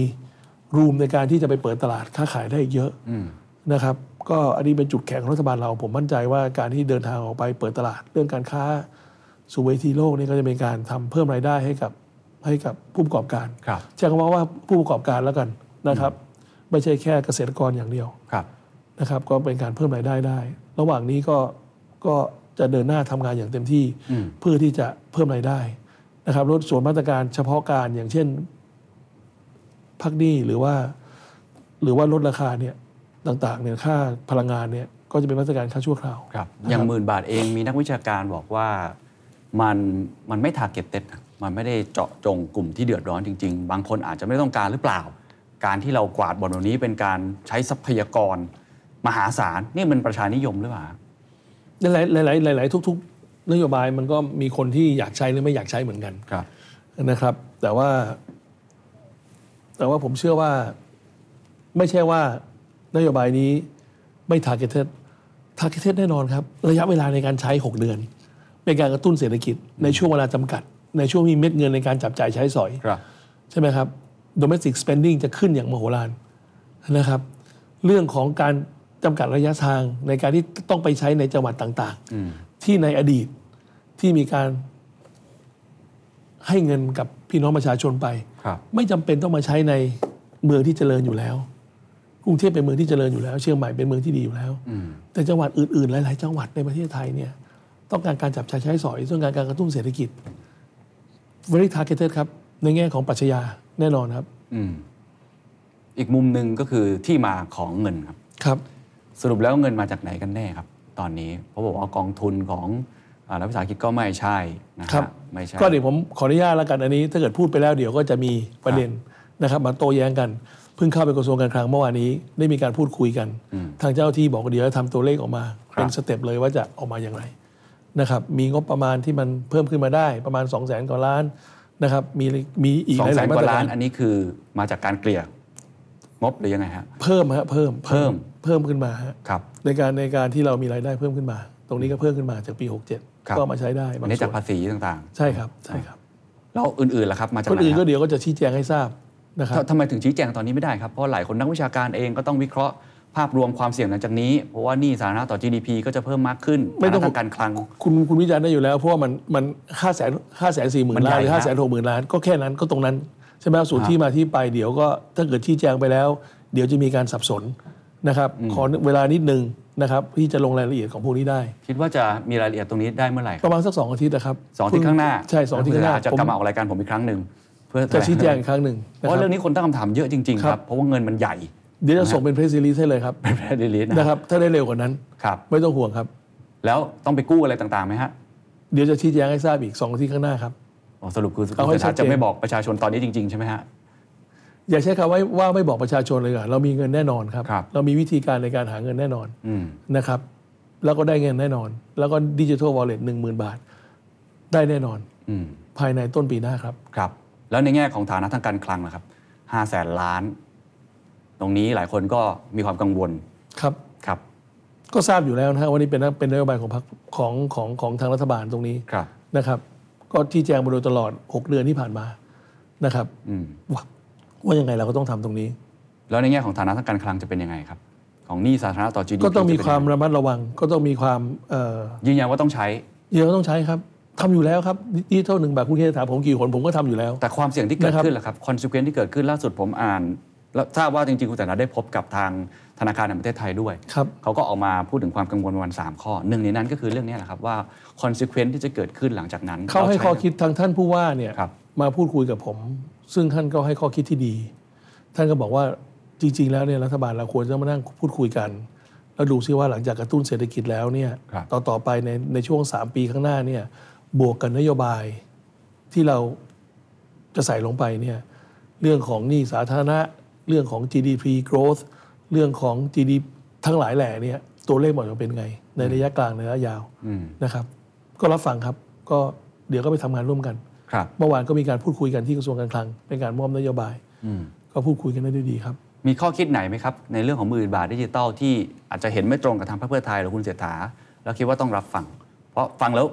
S2: รูมในการที่จะไปเปิดตลาดค้าขายได้อีกเยอะ
S1: อืม
S2: นะครับก็อันนี้เป็นจุดแข็งของรัฐบาลเราผมมั่นใจว่าการที่เดินทางออกไปเปิดตลาดเรื่องการค้าสู่เวทีโลกนี่ก็จะเป็นการทำเพิ่มรายได้ให้กับให้กับผู้ประกอบการ
S1: ครับ
S2: ใช้คำว่าว่าผู้ประกอบการแล้วกันนะครับ ไม่ใช่แค่เกษตรกรอย่างเดียว
S1: ครับ
S2: นะครับ ก็เป็นการเพิ่มรายได้ได้ ระหว่างนี้ก็ก็จะเดินหน้าทำงานอย่างเต็มที่
S1: อืม
S2: เพื่อที่จะเพิ่มรายได้นะครับลดส่วนมาตรการเฉพาะการอย่างเช่นพักหนี้หรือว่า หรือว่าลดราคาเนี่ยต่างๆเนี่ยค่าพลังงานเนี่ยก็จะเป็นมาตรการค่าชั่วคราว
S1: ครับ อย่างหมื่นบาทเองมีนักวิชาการบอกว่ามันมันไม่ทาร์เก็ตเต็ดมันไม่ได้เจาะจงกลุ่มที่เดือดร้อนจริง ๆ บางคนอาจจะไม่ต้องการหรือเปล่า การที่เรากวาดบอลนี้เป็นการใช้ทรัพยากร มหาศาลนี่มันประชานิยมหรือเปล่า
S2: หลายๆหลายๆหลาย ๆ ทุก ๆ นโยบายมันก็มีคนที่อยากใช้หรือไม่อยากใช้เหมือนกัน
S1: ครับ
S2: นะครับ แต่ว่า แต่ว่าผมเชื่อว่าไม่ใช่ว่านโยบายนี้ไม่ทาร์เก็ตทาร์เก็ตแน่นอนครับ ระยะเวลาในการใช้ 6 เดือน เป็นการกระตุ้นเศรษฐกิจ ในช่วงเวลาจำกัด ในช่วงมีเม็ดเงินในการจับจ่ายใช้สอย
S1: ครับ
S2: ใช่ไหมครับ domestic spending จะขึ้นอย่างมโหฬารนะครับ เรื่องของการจำกัดระยะทางในการที่ต้องไปใช้ในจังหวัดต่าง
S1: อืม
S2: ๆ ที่ในอดีตที่มีการให้เงินกับพี่น้องประชาชนไป
S1: ครับ
S2: ไม่จำเป็นต้องมาใช้ในเมืองที่เจริญอยู่แล้ว กรุงเทพเป็นเมืองที่เจริญอยู่แล้ว เชียงใหม่เป็นเมืองที่ดีอยู่แล้ว
S1: อืม
S2: แต่จังหวัดอื่นๆ หลาย ๆ จังหวัดในประเทศไทยเนี่ยต้องการการจับใช้ใช้สอยต้องการการกระตุ้นเศรษฐกิจ very targeted ครับ ในแง่ของปรัชญาแน่นอนครับ
S1: อืม อีกมุมหนึ่งก็คือที่มาของเงินครับ
S2: ครับ
S1: สรุปแล้วเงินมาจากไหนกันแน่ครับ ตอนนี้เพราะบอกว่ากองทุนของอ่ารัฐวิสาหกิจก็ไม่ใช่นะฮะ
S2: ครับ
S1: ไม่ใช่
S2: ก็เดี๋ยวผมขออนุญาตแล้วกันอันนี้ ถ้าเกิดพูดไปแล้วเดี๋ยวก็จะมีประเด็นนะครับมาโต้แย้งกัน เพิ่งเข้าไปกระทรวงการคลังเมื่อวานนี้ได้มีการพูดคุยกัน
S1: อืม
S2: ทางเจ้าหน้าที่บอกว่าเดี๋ยวจะทำตัวเลขออกมา
S1: ครับ
S2: เป็นสเต็ปเลยว่าจะออกมาอย่างไรนะครับ มีงบประมาณที่มันเพิ่มขึ้นมาได้ประมาณ 2 0 0 0 0 0กว่าล้านนะครับมีมีอีก
S1: สอ
S2: ห
S1: งแส
S2: ลาย
S1: น
S2: ๆมาก ตร
S1: ว่าล้า
S2: การ
S1: นอันนี้คือมาจากการเกลี่ยงบหรือยังไงฮะ
S2: เพิ่มฮะเพิ่ม
S1: เพิ่ม
S2: เพิ่มขึ้นมาฮะ
S1: ครับ
S2: ในการในการที่เรามีรายได้เพิ่มขึ้นมา ตรงนี้ก็เพิ่มขึ้นมาจากปี
S1: ครับ
S2: 67 ก็เอามาใช้ได้
S1: อั
S2: บาน ง
S1: นี้
S2: ส่
S1: จาก
S2: วน
S1: ภาษีต่าง
S2: ใช่ครับใช่ครับ
S1: ๆ แล้วอื่นๆล่ะครับมาจาก
S2: คน
S1: ไหน
S2: อื่น
S1: ค
S2: ก็
S1: รับ
S2: เดี๋ยวก็จะชี้แจงให้ทราบนะครับ
S1: ทำทำไมถึงชี้แจงตอนนี้ไม่ได้ครับ เพราะหลายคนนักวิชาการเองก็ต้องวิเคราะห์ภาพรวมความเสี่ยงหลังจากนี้ เพราะว่าหนี้สาธารณะต่อ GDP ก็จะเพิ่มมากขึ้น
S2: ไม่ต้อง
S1: ฐานะทางการคลัง
S2: คุณคุณวิจารณ์ได้อยู่แล้ว เพราะว่ามันมันห้าแสนห้าแสนสี่หมื่
S1: มัน นใหญ่
S2: ล้านหรือห้า
S1: นะ
S2: แสนหกหมื่นล้านก็แค่นั้นก็ตรงนั้น ใช่ไหมครับส่วน
S1: ครับ
S2: ที่มาที่ไปเดี๋ยวก็ถ้าเกิดชี้แจงไปแล้ว เดี๋ยวจะมีการสับสนนะครับขอเวลานิดนึง นะครับที่จะลงรายละเอียดของพวกนี้ได้
S1: คิดว่าจะมีรายละเอียดตรงนี้ได้เมื่อไหร่ค
S2: ป
S1: รับ
S2: ระมาณสักสองอาทิตย์นะครับ
S1: สองอาทิตย์ข้างหน้า
S2: ใช่สองอาทิตย์ข้างหน้า
S1: เวลจะ
S2: ผม
S1: กลับมาออกรายการผมอีกครั้งหนึ่งเพื่อ
S2: จะชี้แจงอีกครั้งหนึ่ง
S1: เพ
S2: นะค
S1: ราะ
S2: รับ
S1: เรื่องนี้คนตั้งคำถามเยอะจริงๆค
S2: ครั
S1: รับบ เพราะว่าเงินมันใหญ่
S2: เดี๋ยวจะส่งเป็นเพรสซีรีส์ให้เลยครับ
S1: เป็นแพดลิสนะ
S2: นะครับถ้าได้เร็วกว่านั้น
S1: ครับ
S2: ไม่ต้องห่วงครับ
S1: แล้วต้องไปกู้อะไรต่างๆไหมฮะ
S2: เดี๋ยวจะชี้แจงให้ทราบอีกสองอาทิตย์ข้างหน้าครับ
S1: อ๋อสรุปคือ
S2: เอาให้
S1: คุณเศรษฐา
S2: ชัดเจน
S1: จะไม่บอกประชาชนตอนนี้จริงๆใช่ไหมฮะ
S2: อย่าใช้คำว่าว่าไม่บอกประชาชนเลยอ่ะเรามีเงินแน่นอนครับ
S1: ครับ
S2: เรามีวิธีการในการหาเงินแน่นอน
S1: อืม
S2: นะครับ แล้วก็ได้เงินแน่นอน แล้วก็ดิจิทัลวอลเล็ตหนึ่งหมื่นบาท ได้แน่นอน
S1: อืม
S2: ภายในต้นปีหน้าครับ
S1: ครับแล้วในแง่ของฐานะทางการคลังนะครับห้าแสนล้าน ตรงนี้หลายคนก็มีความกังวล
S2: ครับ
S1: ครับ
S2: ก็ทราบอยู่แล้วนะฮะว่านี่เป็นเป็นนโยบายของพรรคของของของทางรัฐบาลตรงนี้
S1: ครับ
S2: นะครับ ก็ชี้แจงมาโดยตลอด 6 เดือนที่ผ่านมานะครับ
S1: อืม
S2: ว่าว่ายังไงเราก็ต้องทำตรงนี้
S1: แล้วในแง่ของฐานะทางการคลังจะเป็นยังไงครับ ของหนี้สาธารณะต่อ GDP
S2: ก็ต้องมี
S1: จะเป็นยั
S2: ความ
S1: ไ
S2: ระมัดระวัง ก็ต้องมีความเอ่อ
S1: ยืนยันว่าต้องใช้
S2: เดี๋ยวต้องใช้ครับทำอยู่แล้วครับดิจิทัลหนึ่งบาทคุณเคยถามผมกี่หนผมก็ทำอยู่แล้ว
S1: แต่ความเสี่ยงที่เกิด
S2: นะครับ
S1: ขึ้นล่ะครับคอนซิเควนที่เกิดขึ้นล่าสุดผมอ่าน แล้วทราบว่าจริงๆ คุณแต่ละได้พบกับทางธนาคารแห่งประเทศไทยด้วย
S2: ครับ
S1: เขาก็ออกมาพูดถึงความกังวลวันสามข้อหนึ่งในนั้นก็คือเรื่องนี้แหละครับว่าคอนซิเควนที่จะเกิดขึ้นหลังจากนั้น
S2: เขาให้
S1: รช้
S2: ข้อคิดทางท่านผู้ว่าเนี่ย
S1: ครับ
S2: มาพูดคุยกับผม ซึ่งท่านก็ให้ข้อคิดที่ดี ท่านก็บอกว่าจริง ๆ แล้วเนี่ยรัฐบาลเราควรจะมานั่งพูดคุยกันแล้วดูซิว่าหลังจากกระตุ้นเศรษฐกิจแล้วเนี่ย
S1: ครับ
S2: ต่อต่อไปในในช่วง 3 ปีข้างหน้าเนี่ยบวกกับนโยบายที่เราจะใส่ลงไปเนี่ยเรื่องของหนี้สาธารณะ เรื่องของ GDP growth เรื่องของ GDP ทั้งหลายแหล่เนี่ยตัวเลขมันจะเป็นไง ในระยะกลางในระยะยาว
S1: อืม
S2: นะครับก็รับฟังครับก็เดี๋ยวก็ไปทำงานร่วมกัน
S1: ครับ
S2: เมื่อวานก็มีการพูดคุยกันที่กระทรวงการคลังเป็นการมอบนโยบาย
S1: อืม
S2: ก็พูดคุยกันได้ด้วยดีครับ
S1: มีข้อคิดไหนไหมครับ ในเรื่องของหมื่นบาทดิจิตอลที่อาจจะเห็นไม่ตรงกับทางพรรคเพื่อไทยหรือคุณเสถาแล้วคิดว่าต้องรับฟัง เพราะฟังแล้ว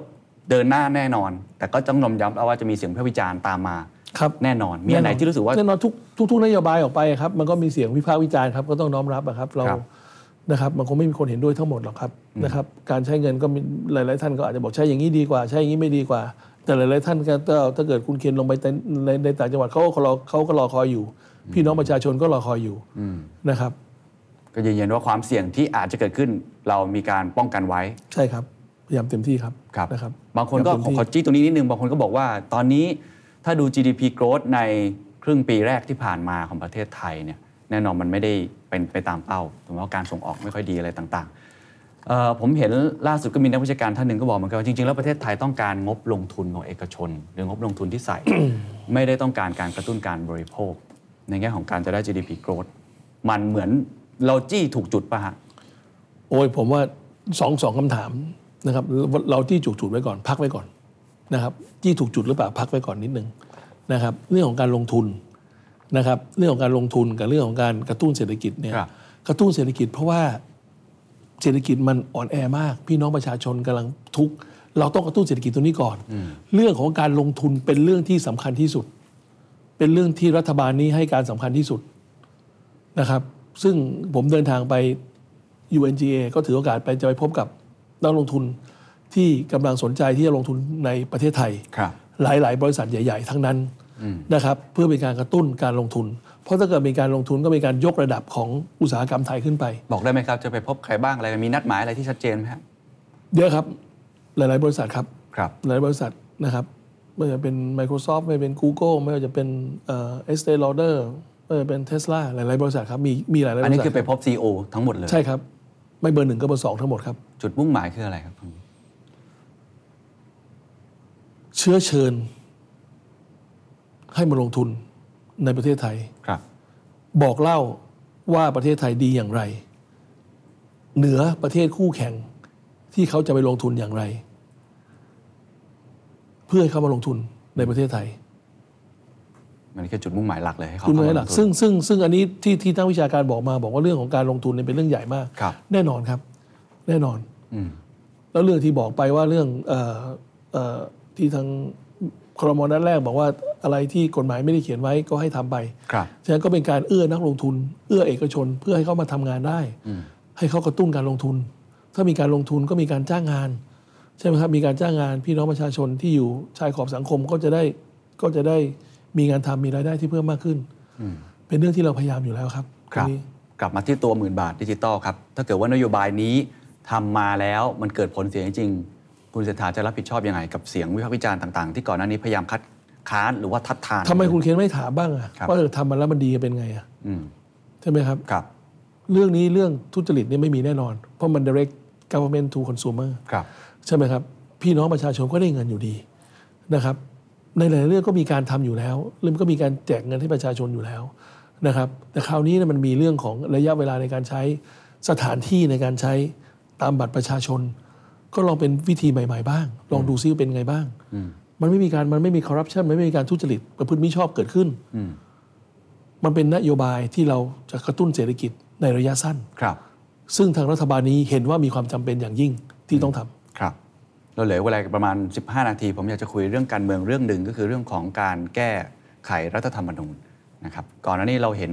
S1: เดินหน้าแน่นอน แต่ก็ต้องนมย้ำเอาว่าจะมีเสียงพระวิจารณ์ตามมา
S2: ครับ
S1: แน่นอน มีอันไหนที่รู้สึกว่า
S2: แน่นอนทุกทุกทุกนโยบายออกไปครับมันก็มีเสียงวิพากษ์วิจารณ์ครับก็ต้องน้อมรับอะครับเรา
S1: ครับ
S2: นะครับมันคงไม่มีคนเห็นด้วยทั้งหมดหรอกครับนะครับการใช้เงินก็มีหลาย ๆ ท่านก็อาจจะบอกใช้อย่างนี้ดีกว่า ใช้อย่างนี้ไม่ดีกว่า แต่หลาย ๆ ท่านก็ก็ถ้าเกิดคุณเคนลงไปในในในต่างจังหวัดเขาก็รอเขาก็รอคอยอยู่ พี่น้องประชาชนก็รอคอยอยู่นะครับ
S1: ก็ยืนยันว่าความเสี่ยงที่อาจจะเกิดขึ้น เรามีการป้องกันไว้
S2: ใช่ครับพยายามเต็มที่ครับ
S1: ครับ
S2: นะครับ
S1: บางคนก็
S2: พยยม
S1: ขอ
S2: เต็ม
S1: ขอ
S2: ที่
S1: จี้ตรงนี้นิดนึง บางคนก็บอกว่า ตอนนี้ถ้าดู GDP growth ในครึ่งปีแรกที่ผ่านมาของประเทศไทยเนี่ยแน่นอนมันไม่ได้เป็นไปตามเป้าถึงแม้ว่าการส่งออกไม่ค่อยดีอะไรต่างๆเอ่อผมเห็นล่าสุดก็มีนักวิชาการท่านหนึ่งก็บอกเหมือนกันว่าจริงๆ แล้วประเทศไทยต้องการงบลงทุนของเอกชน หรืองบลงทุนที่ใส่ ไม่ได้ต้องการการกระตุ้นการบริโภค ในแง่ของการจะได้ GDP growth มันเหมือนเราจี้ถูกจุดปะฮะ
S2: โอ้ยผมว่าสองสองคำถามนะครับเราเราที่จุกจุดไว้ก่อนพักไว้ก่อนนะครับที่ถูกจุดหรือเปล่าพักไว้ก่อนนิดนึงนะครับ เรื่องของการลงทุนนะครับ เรื่องของการลงทุนกับเรื่องของการกระตุ้นเศรษฐกิจเนี่ยกระตุ้นเศรษฐกิจเพราะว่าเศรษฐกิจมันอ่อนแอมาก พี่น้องประชาชนกำลังทุกข์เราต้องกระตุ้นเศรษฐกิจตัวนี้ก่อน เรื่องของการลงทุนเป็นเรื่องที่สำคัญที่สุด เป็นเรื่องที่รัฐบาลนี้ให้การสำคัญที่สุดนะครับ ซึ่งผมเดินทางไป UNGA ก็ถือโอกาสไปจะไปพบกับนักลงทุนที่กำลังสนใจที่จะลงทุนในประเทศไทย
S1: ครับ
S2: หลาย ๆ บริษัทใหญ่ ๆ ทั้งนั้นนะครับเพื่อเป็นการกระตุ้นการลงทุน เพราะถ้าเกิดมีการลงทุนก็มีการยกระดับของอุตสาหกรรมไทยขึ้นไป
S1: บอกได้ไหมครับจะไปพบใครบ้างอะไรมีนัดหมายอะไรที่ชัดเจนไหมฮะ
S2: เยอะครับหลาย ๆ บริษัทครับ
S1: ครับ
S2: หลายบริษัทนะครับไม่ว่าจะเป็น Microsoft ไม่ว่าจะเป็น Google ไม่ว่าจะเป็นเอ่อ Estee Lauder ไม่ว่าจะเป็น Tesla หลาย ๆ บริษัทครับมีมีหลาย ๆ บริษั
S1: อั
S2: ท
S1: นนี้คือไปพบ CEO ทั้งหมดเลย
S2: ใช่ครับ ไม่เบอร์หนึ่งก็เบอร์สองทั้งหมดครับ
S1: จุดมุ่งหมายคืออะไรครับคุณ
S2: เชื้อเชิญ ให้มาลงทุนในประเทศไทย
S1: ครับ
S2: บอกเล่าว่าประเทศไทยดีอย่างไร เหนือประเทศคู่แข่งที่เขาจะไปลงทุนอย่างไร เพื่อให้เขามาลงทุนในประเทศไทย
S1: มันนคือจุดมุ่งหมายหลักเลยให้เขา
S2: คุณไม่หลัก
S1: เข้าาลทุน
S2: ซึ่งซึ่งซึ่งอันนี้ที่ที่นักวิชาการบอกมา บอกว่าเรื่องของการลงทุนเนี่ยเป็นเรื่องใหญ่มาก
S1: ครับ
S2: แน่นอนครับ แน่นอน
S1: อืม
S2: แล้วเรื่องที่บอกไปว่าเรื่องเอ่อเอ่อที่ทางครมนัดแรกบอกว่าอะไรที่กฎหมายไม่ได้เขียนไว้ก็ให้ทำไป
S1: ครับ
S2: ฉะนั้นก็เป็นการเอื้อนักลงทุน เอื้อเอกชนเพื่อให้เขามาทำงานได้
S1: อืม
S2: ให้เขากระตุ้นการลงทุน ถ้ามีการลงทุนก็มีการจ้างงาน ใช่ไหมครับ มีการจ้างงาน พี่น้องประชาชนที่อยู่ชายขอบสังคมก็จะได้ก็จะได้มีงานทำมีรายได้ที่เพิ่มมากขึ้น
S1: อืม
S2: เป็นเรื่องที่เราพยายามอยู่แล้วครับ
S1: ครับ
S2: ตงนี้
S1: กลับมาที่ตัวหมื่นบาทดิจิตอลครับ ถ้าเกิดว่านโยบายนี้ทำมาแล้วมันเกิดผลเสียจริงๆคุณเศรษฐาจะรับผิดชอบยังไง กับเสียงวิพากษ์วิจารณ์ต่างๆ ที่ก่อนหน้านี้พยายามคัดค้านหรือว่าทัดทาน
S2: ทำไมคุณเคนไม่ถามบ้างอะ
S1: ครับ
S2: ว่าเออทำมาแล้วมันดีเป็นไงอะ
S1: อืม
S2: ใช่ไหมครับ
S1: ครับ
S2: เรื่องนี้เรื่องทุจริตเนี่ยไม่มีแน่นอน เพราะมัน direct government to consumer
S1: ครับ
S2: ใช่ไหมครับ พี่น้องประชาชนก็ได้เงินอยู่ดีนะครับ ในหลายเรื่องก็มีการทำอยู่แล้วเรื่องก็มีการแจกเงินให้ประชาชนอยู่แล้วนะครับ แต่คราวนี้เนี่ยมันมีเรื่องของระยะเวลาในการใช้สถานที่ในการใช้ตามบัตรประชาชน ก็ลองเป็นวิธีใหม่ ๆ บ้าง ลองดูซิว่าเป็นไงบ้าง มันไม่มีการมันไม่มีคอร์รัปชันไม่มีการทุจริตประพฤติมิชอบเกิดขึ้น
S1: อืม
S2: มันเป็นนโยบายที่เราจะกระตุ้นเศรษฐกิจในระยะสั้น
S1: ครับ
S2: ซึ่งทางรัฐบาลนี้เห็นว่ามีความจำเป็นอย่างยิ่งที่ต้องทำ
S1: ครับเราเหลือเวลาประมาณ 15 นาที ผมอยากจะคุยเรื่องการเมืองเรื่องหนึ่งก็คือเรื่องของการแก้ไขรัฐธรรมนูญนะครับก่อนหน้านี้เราเห็น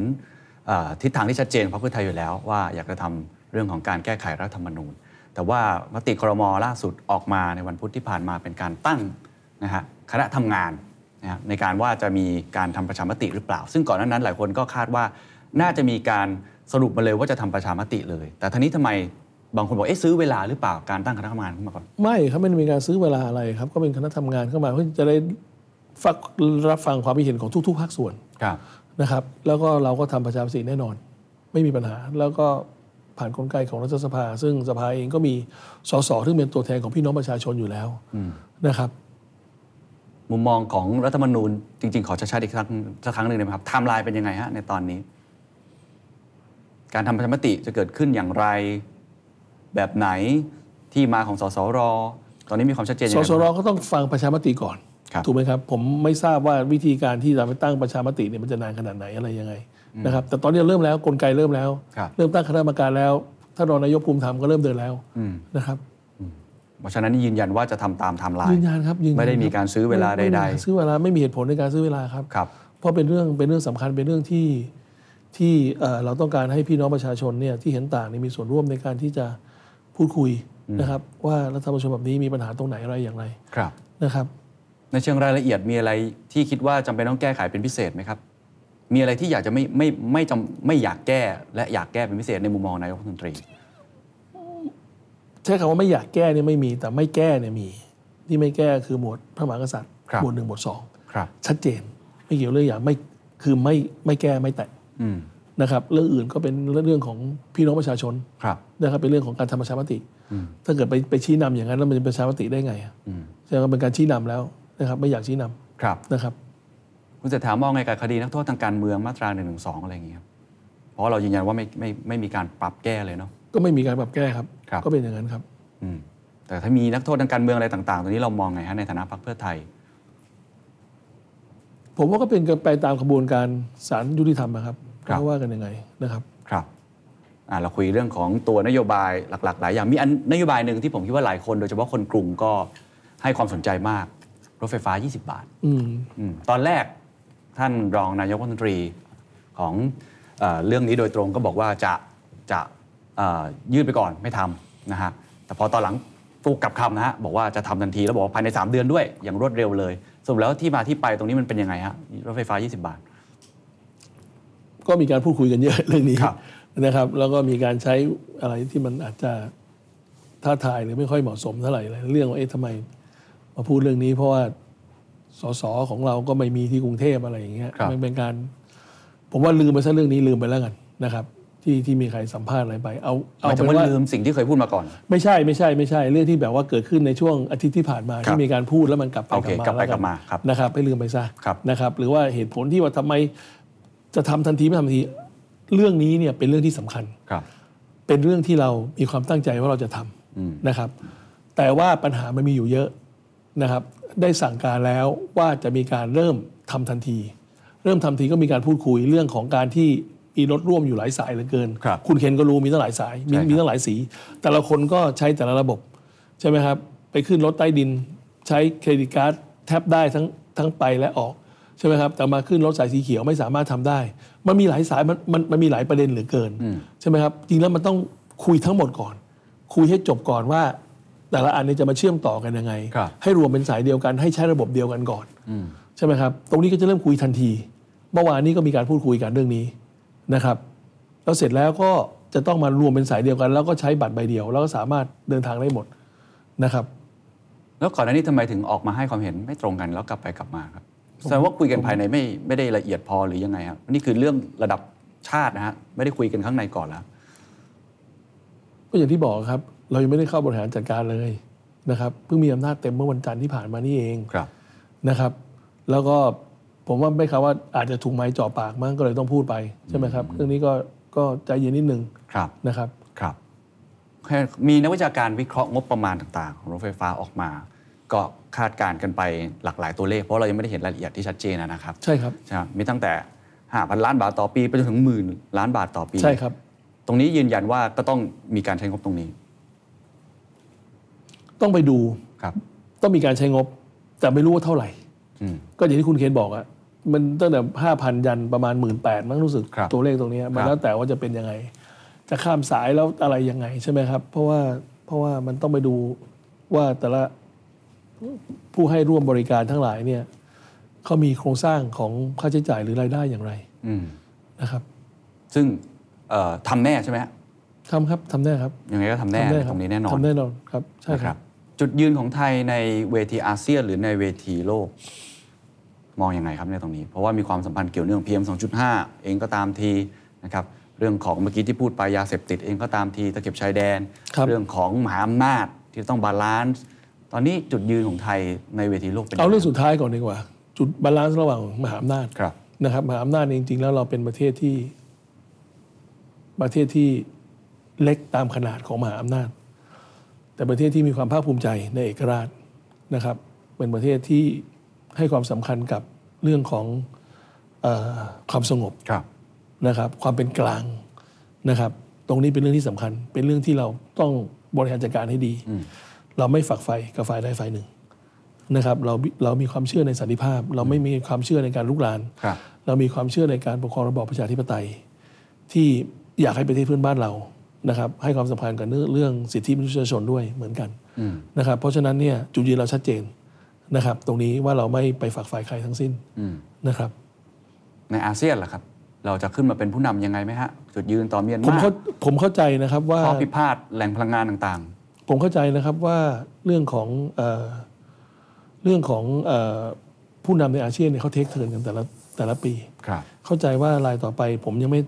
S1: เอ่อทิศทางที่ชัดเจนของพรรคเพื่อไทยอยู่แล้ว ว่าอยากจะทำเรื่องของการแก้ไขรัฐธรรมนูญ แต่ว่ามติครมล่าสุดออกมาในวันพุธที่ผ่านมาเป็นการตั้งนะฮะคณะทำงานนะฮะในการว่าจะมีการทำประชามติหรือเปล่า ซึ่งก่อนหน้านั้นหลายคนก็คาดว่าน่าจะมีการสรุปมาเลยว่าจะทำประชามติเลย แต่ทีนี้ทำไมบางคนบอกเอ๊ะซื้อเวลาหรือเปล่าการตั้งคณะทำงานขึ้นมาก่อน
S2: ไม่ครับไม่ได้มีการซื้อเวลาอะไรครับ ก็เป็นคณะทำงานเข้ามาเพื่อจะได้ฟักรับฟังความคิดเห็นของทุก ๆ ภาคส่วน
S1: ครับ
S2: นะครับ แล้วก็เราก็ทำประชามติแน่นอน ไม่มีปัญหา แล้วก็ผ่านกลไกของรัฐสภา ซึ่งสภาเองก็มีสสซึ่งเป็นตัวแทนของพี่น้องประชาชนอยู่แล้วนะครับ
S1: มุมมองของรัฐธรรมนูญจริง ๆ ขอชัดๆอีกครั้งสักครั้งหนึ่งได้ไหมครับไทม์ไลน์เป็นยังไงฮะในตอนนี้ การทำประชามติจะเกิดขึ้นอย่างไร แบบไหนที่มาของสสร ตอนนี้มีความชัดเจนยั
S2: ส
S1: งไง
S2: สร
S1: บ้าง
S2: ก็ต้องฟังประชามติก่อน
S1: ครับ
S2: ถูกไหมครับ ผมไม่ทราบว่าวิธีการที่จะไปตั้งประชามติเนี่ยมันจะนานขนาดไหนอะไรยังไงนะครับ แต่ตอนนี้เริ่มแล้วกลไกเริ่มแล้ว
S1: ครับ
S2: เริ่มตั้งคณะกรรมการแล้วท่านรองนายกภูมิธรรมก็เริ่มเดินแล้ว
S1: อืม
S2: นะครับ
S1: เพราะฉะนั้นยืนยันว่าจะทำตามไทม์ไล
S2: ยื
S1: น์
S2: นยันครับยืนยัน
S1: ไม่ได้มีการซื้อเวลา
S2: ไม่ไม่
S1: ใด
S2: มีกรซื้อเวลาไม่มีเหตุผลในการซื้อเวลาครับ
S1: ๆ ครับ
S2: เพราะเป็นเรื่องเป็นเรื่องสำคัญเป็นเรื่องที่ที่เอ่อเราต้องการให้พี่น้องประชาชนเนี่ยที่เห็นต่างเนี่ยมีส่วนร่วมในการที่จะพูดคุยนะครับ ว่ารัฐบาลฉบับนี้มีปัญหาตรงไหนอะไรอย่างไร
S1: ครับ
S2: นะครับ
S1: ในเชิงรายละเอียดมีอะไรที่คิดว่าจำเป็นต้องแก้ไขเป็นพิเศษไหมครับ มีอะไรที่อยากจะไม่ไม่ไม่จำไม่อยากแก้และอยากแก้เป็นพิเศษในมุมมองนายกรัฐมนตรี
S2: ใช้คำว่าไม่อยากแก้เนี่ยไม่มีแต่ไม่แก้เนี่ยมีที่ไม่แก้คือหมวดพระมหากษัตริย์
S1: ครับ
S2: หมวดหนึ่งหมวดสอง
S1: ครับ
S2: ชัดเจน ไม่เกี่ยวเรื่องอย่างไม่คือไม่ไม่แก้ไม่แตะ
S1: อืม
S2: นะครับ เรื่องอื่นก็เป็นเรื่องของพี่น้องประชาชน
S1: ครับ
S2: นะครับเป็นเรื่องของการทำประชามติ
S1: อืม
S2: ถ้าเกิดไปไปชี้นำอย่างนั้นแล้วมันจะเป็นประชามติได้ไงอะ
S1: อืม
S2: แสดงว่าเป็นการชี้นำแล้วนะครับ ไม่อยากชี้นำ
S1: ครับ
S2: นะครับ
S1: คุณเศรษฐามองไงกับคดีนักโทษทางการเมืองมาตรา1นึอะไรอย่างเงี้ยครับเพราะเรายืนยันว่าไม่ไม่ไม่มีการปรับแก้เลยเนาะ
S2: ก็ไม่มีการปรับแก้ครับ
S1: ครับ
S2: ก็เป็นอย่างนั้นครับ
S1: อืมแต่ถ้ามีนักโทษทางการเมืองอะไรต่าง ๆ ตัวนี้เรามองไงฮะในฐานะพรรคเพื่อไทย
S2: ผมว่าก็เป็นกันไปตามกระบวนการศาลยุติธรรมนะครับ
S1: ครับ
S2: เขาว่ากันยังไงนะครับ
S1: ครับอ่าเราคุยเรื่องของตัวนโยบายหลัก ๆ หลายอย่างมีอันนโยบายหนึ่งที่ผมคิดว่าหลายคน โดยเฉพาะคนกรุงก็ให้ความสนใจมาก รถไฟฟ้า 20 บาท
S2: อืม
S1: อืมตอนแรกท่านรองนายกรัฐมนตรีของเออเรื่องนี้โดยตรงก็บอกว่าจะจะเอ่อยืดไปก่อนไม่ทำนะฮะแต่พอตอนหลังฟูกกลับคำนะฮะบอกว่าจะทำทันที แล้วบอกว่าภายใน 3 เดือนด้วย อย่างรวดเร็วเลยสรุปแล้วที่มาที่ไปตรงนี้มันเป็นยังไงฮะรถไฟฟ้า 20 บาท
S2: ก็มีการพูดคุยกันเยอะเรื่อง นี้
S1: ครับ
S2: นะครับ แล้วก็มีการใช้อะไรที่มันอาจจะท้าทายหรือไม่ค่อยเหมาะสมเท่าไหร่เลยเรื่องว่าเอ๊ะทำไมมาพูดเรื่องนี้ เพราะว่าสสของเราก็ไม่มีที่กรุงเทพอะไรอย่างเงี้ย
S1: ครับ
S2: มันเป็นการ ผมว่าลืมไปซะเรื่องนี้ลืมไปแล้วกันนะครับ ที่ที่มีใครสัมภาษณ์อะไรไป เอา
S1: ห
S2: เอา
S1: มายถึ
S2: เป็
S1: ง
S2: น
S1: ว่า
S2: ว่า
S1: ลืมสิ่งที่เคยพูดมาก่อน
S2: ไม่ใช่ไม่ใช่ไม่ใช่ เรื่องที่แบบว่าเกิดขึ้นในช่วงอาทิตย์ที่ผ่านมา
S1: ครับ
S2: ที่มีการพูดแล้วมันกลับไป
S1: โอเค
S2: กลับมาแว
S1: กลับไปกลับมาครับ
S2: นะครับให้ลืมไปซะ
S1: ครับ
S2: นะครับ หรือว่าเหตุผลที่ว่าทำไมจะทำทันทีไม่ทำทันที เรื่องนี้เนี่ยเป็นเรื่องที่สำคัญ
S1: ครับ
S2: เป็นเรื่องที่เรามีความตั้งใจว่าเราจะท
S1: อืม
S2: ำนะครับ แต่ว่าปัญหามันมีอยู่เยอะนะครับ ได้สั่งการแล้วว่าจะมีการเริ่มทำทันที เริ่มทำทีก็มีการพูดคุยเรื่องของการที่มีรถร่วมอยู่หลายสายเหลือเกิน
S1: ครับ
S2: ณเคนก็รู้มีตั้งหลายสายมี
S1: ใช่ครับ
S2: มีตั้งหลายสี แต่ละคนก็ใช้แต่ละระบบ ใช่ไหมครับ ไปขึ้นรถใต้ดิน ใช้เครดิตการ์ดแทบได้ทั้งทั้งไปและออกใช่ไหมครับ แต่มาขึ้นรถสายสีเขียวไม่สามารถทำได้ มันมีหลายสายมันมันมันมีหลายประเด็นเหลือเกิน ใช่ไหมครับ จริงแล้วมันต้องคุยทั้งหมดก่อน คุยให้จบก่อนว่า แต่ละอันเนี้จะมาเชื่อมต่อกันยังไง
S1: ครับ
S2: ให้รวมเป็นสายเดียวกันให้ใช้ระบบเดียวกันก่อนใช่ไหมครับ ตรงนี้ก็จะเริ่มคุยทันที เมื่อวานนี้ก็มีการพูดคุยกันเรื่องนี้นะครับ แล้วเสร็จแล้วก็จะต้องมารวมเป็นสายเดียวกัน แล้วก็ใช้บัตรใบเดียว แล้วก็สามารถเดินทางได้หมดนะครับ
S1: แล้วก่อนหน้านี้ทำไมถึงออกมาให้ความเห็นไม่ตรงกันแล้วกลับไปกลับมาครับแสดงว่าคุยกันภายในไม่ไม่ได้ละเอียดพอหรือยังไงครับนี่คือเรื่องระดับชาตินะฮะไม่ได้คุยกันข้างในก่อนแล้ว
S2: ก็อย่างที่บอกครับ เรายังไม่ได้เข้าบริหารจัดการเลยนะครับเพิ่งมีอำนาจเต็มเมื่อวันจันทร์ที่ผ่านมานี่เอง
S1: ครับ
S2: นะครับ แล้วก็ผมว่าไม่ครับว่าอาจจะถูกไม้จ่อปากมั้งก็เลยต้องพูดไปใช่ไหมครับเรื่องนี้ก็ก็ใจเย็นนิดนึง
S1: ครับ
S2: นะครับ
S1: ครับแค่มีนักวิชาการวิเคราะห์งบประมาณต่างๆของรถไฟฟ้าออกมา ก็คาดการณ์กันไปหลากหลายตัวเลข เพราะเรายังไม่ได้เห็นรายละเอียดที่ชัดเจนนะครับ
S2: ใช่ครับ
S1: ใช่ครับมีตั้งแต่ 5,000 ล้านบาทต่อปี ไปจนถึงหมื่นล้านบาทต่อปี
S2: ใช่ครับ
S1: ตรงนี้ยืนยันว่าก็ต้องมีการใช้งบตรงนี้
S2: ต้องไปดู
S1: ครับ
S2: ต้องมีการใช้งบ แต่ไม่รู้ว่าเท่าไหร่
S1: อืม
S2: ก็อย่างที่คุณเคนบอกอะมันตั้งแต่ห้าพันยันประมาณหมื่นแปดมั้งรู้สึก
S1: ครับ
S2: ตัวเลขตรงเนี้ยมั
S1: ครั
S2: น
S1: บ
S2: แล้วแต่ว่าจะเป็นยังไง จะข้ามสายแล้วอะไรยังไงใช่ไหมครับ เพราะว่าเพราะว่ามันต้องไปดูว่าแต่ละผู้ให้ร่วมบริการทั้งหลายเนี่ยเขามีโครงสร้างของค่าใช้จ่ายหรือรายได้อย่างไร
S1: อืม
S2: นะครับ
S1: ซึ่งเอ่อทำแน่ใช่ไหมฮะ
S2: ทำครับทำแน่ครับ
S1: ยังไงก็ทำแน่
S2: ทำ
S1: ตรงนี้แน่นอน
S2: ทำแน่นอนครับ ใช่
S1: นะ
S2: ค
S1: ค
S2: รั
S1: รับ บจุดยืนของไทยในเวทีอาเซียนหรือในเวทีโลก มองอยังไงครับในตรงนี้ เพราะว่ามีความสัมพันธ์เกี่ยวเนื่อง PM 2.5 เองก็ตามทีนะครับเรื่องของเมื่อกี้ที่พูดไปยาเสพติดเองก็ตามทีตะเข็บชายแดน
S2: ครับ
S1: เรื่องของมหาอำนาจที่ต้องบาลานซ์ตอนนี้จุดยืนของไทยในเวทีโลกเป็น
S2: เอาเรื่อ
S1: ยั
S2: ง
S1: งไ
S2: สุดท้ายก่อนดีกว่า จุดบาลานซ์ระหว่างมหาอำนาจ
S1: ครับ
S2: นะครับมหาอำนาจเนี่ยจริงๆ แล้วเราเป็นประเทศที่ประเทศที่เล็กตามขนาดของมหาอำนาจ แต่ประเทศที่มีความภาคภูมิใจในเอกราชนะครับ เป็นประเทศที่ให้ความสำคัญกับเรื่องของเออความสงบ
S1: ครับ
S2: นะครับ ความเป็นกลางนะครับ ตรงนี้เป็นเรื่องที่สำคัญ เป็นเรื่องที่เราต้องบริหารจัดการให้ดี เราไม่ฝักใฝ่กับฝ่ายใดฝ่ายหนึ่งนะครับ เราเรามีความเชื่อในสันติภาพ เราไม่มีความเชื่อในการลุกลาน
S1: ครับ
S2: เรามีความเชื่อในการปกครองระบอบประชาธิปไตย ที่อยากให้ประเทศเพื่อนบ้านเรานะครับ ให้ความสำคัญกับเรื่องเรื่องสิทธิมนุษยชนด้วยเหมือนกันนะครับ เพราะฉะนั้นเนี่ยจุดยืนเราชัดเจนนะครับ ตรงนี้ว่าเราไม่ไปฝักฝ่ายใครทั้งสิ้นนะครับ
S1: ในอาเซียนล่ะครับ เราจะขึ้นมาเป็นผู้นำยังไงไหมฮะจุดยืนต่อเมียน
S2: ผม
S1: มา
S2: เข้าผมเข้าใจนะครับว่า
S1: ข้อพิพาทแหล่งพลังงานต่าง
S2: ผมเข้าใจนะครับว่าเรื่องของเอ่อเรื่องของเอ่อผู้นำในอาเซียนเนี่ยเขาเทคเทิร์นกันแต่ละแต่ละปี
S1: ๆ ครับ
S2: เข้าใจว่ารายต่อไปผมยังไม่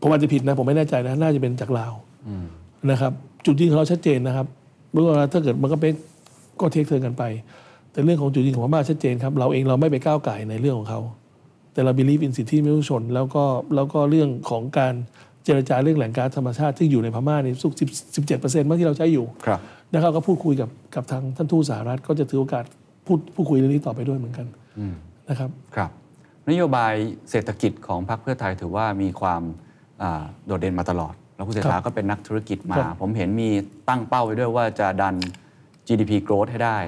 S2: ผมอาจจะผิดนะ ผมไม่แน่ใจนะ น่าจะเป็นจากลาวนะครับ จุดยืนของเราชัดเจนนะครับเมื่อว่าถ้าเกิดมันก็เป็นก็เทคเทิร์นกันไป แต่เรื่องของจุดยืนของพม่าชัดเจนครับ เราเองเราไม่ไปก้าวไก่ายในเรื่องของเขา แต่เราบิลีฟอินสิทธิมนุษยชน แล้วก็แล้วก็เรื่องของการเจรจาเรื่องแหล่งก๊าซธรรมชาติที่อยู่ในพม่าในสุกสิบเจ็ดเปอร์เซ็นต์เมื่อที่เราใช้อยู่
S1: ครับ
S2: นะครับก็พูดคุยกับกับทางท่านทูตสหรัฐ ก็จะถือโอกาสพูดพูดคุยเรื่องนี้ต่อไปด้วยเหมือนกันนะครับ
S1: ครับนโยบายเศรษฐกิจของพรรคเพื่อไทยถือว่ามีความอ่าโดดเด่นมาตลอด แล้วคุณเศรษฐา
S2: ครับ
S1: ก็เป็นนักธุรกิจมา
S2: ครับ
S1: ผมเห็นมีตั้งเป้าไว้ด้วยว่าจะดัน GDP growth ให้ได้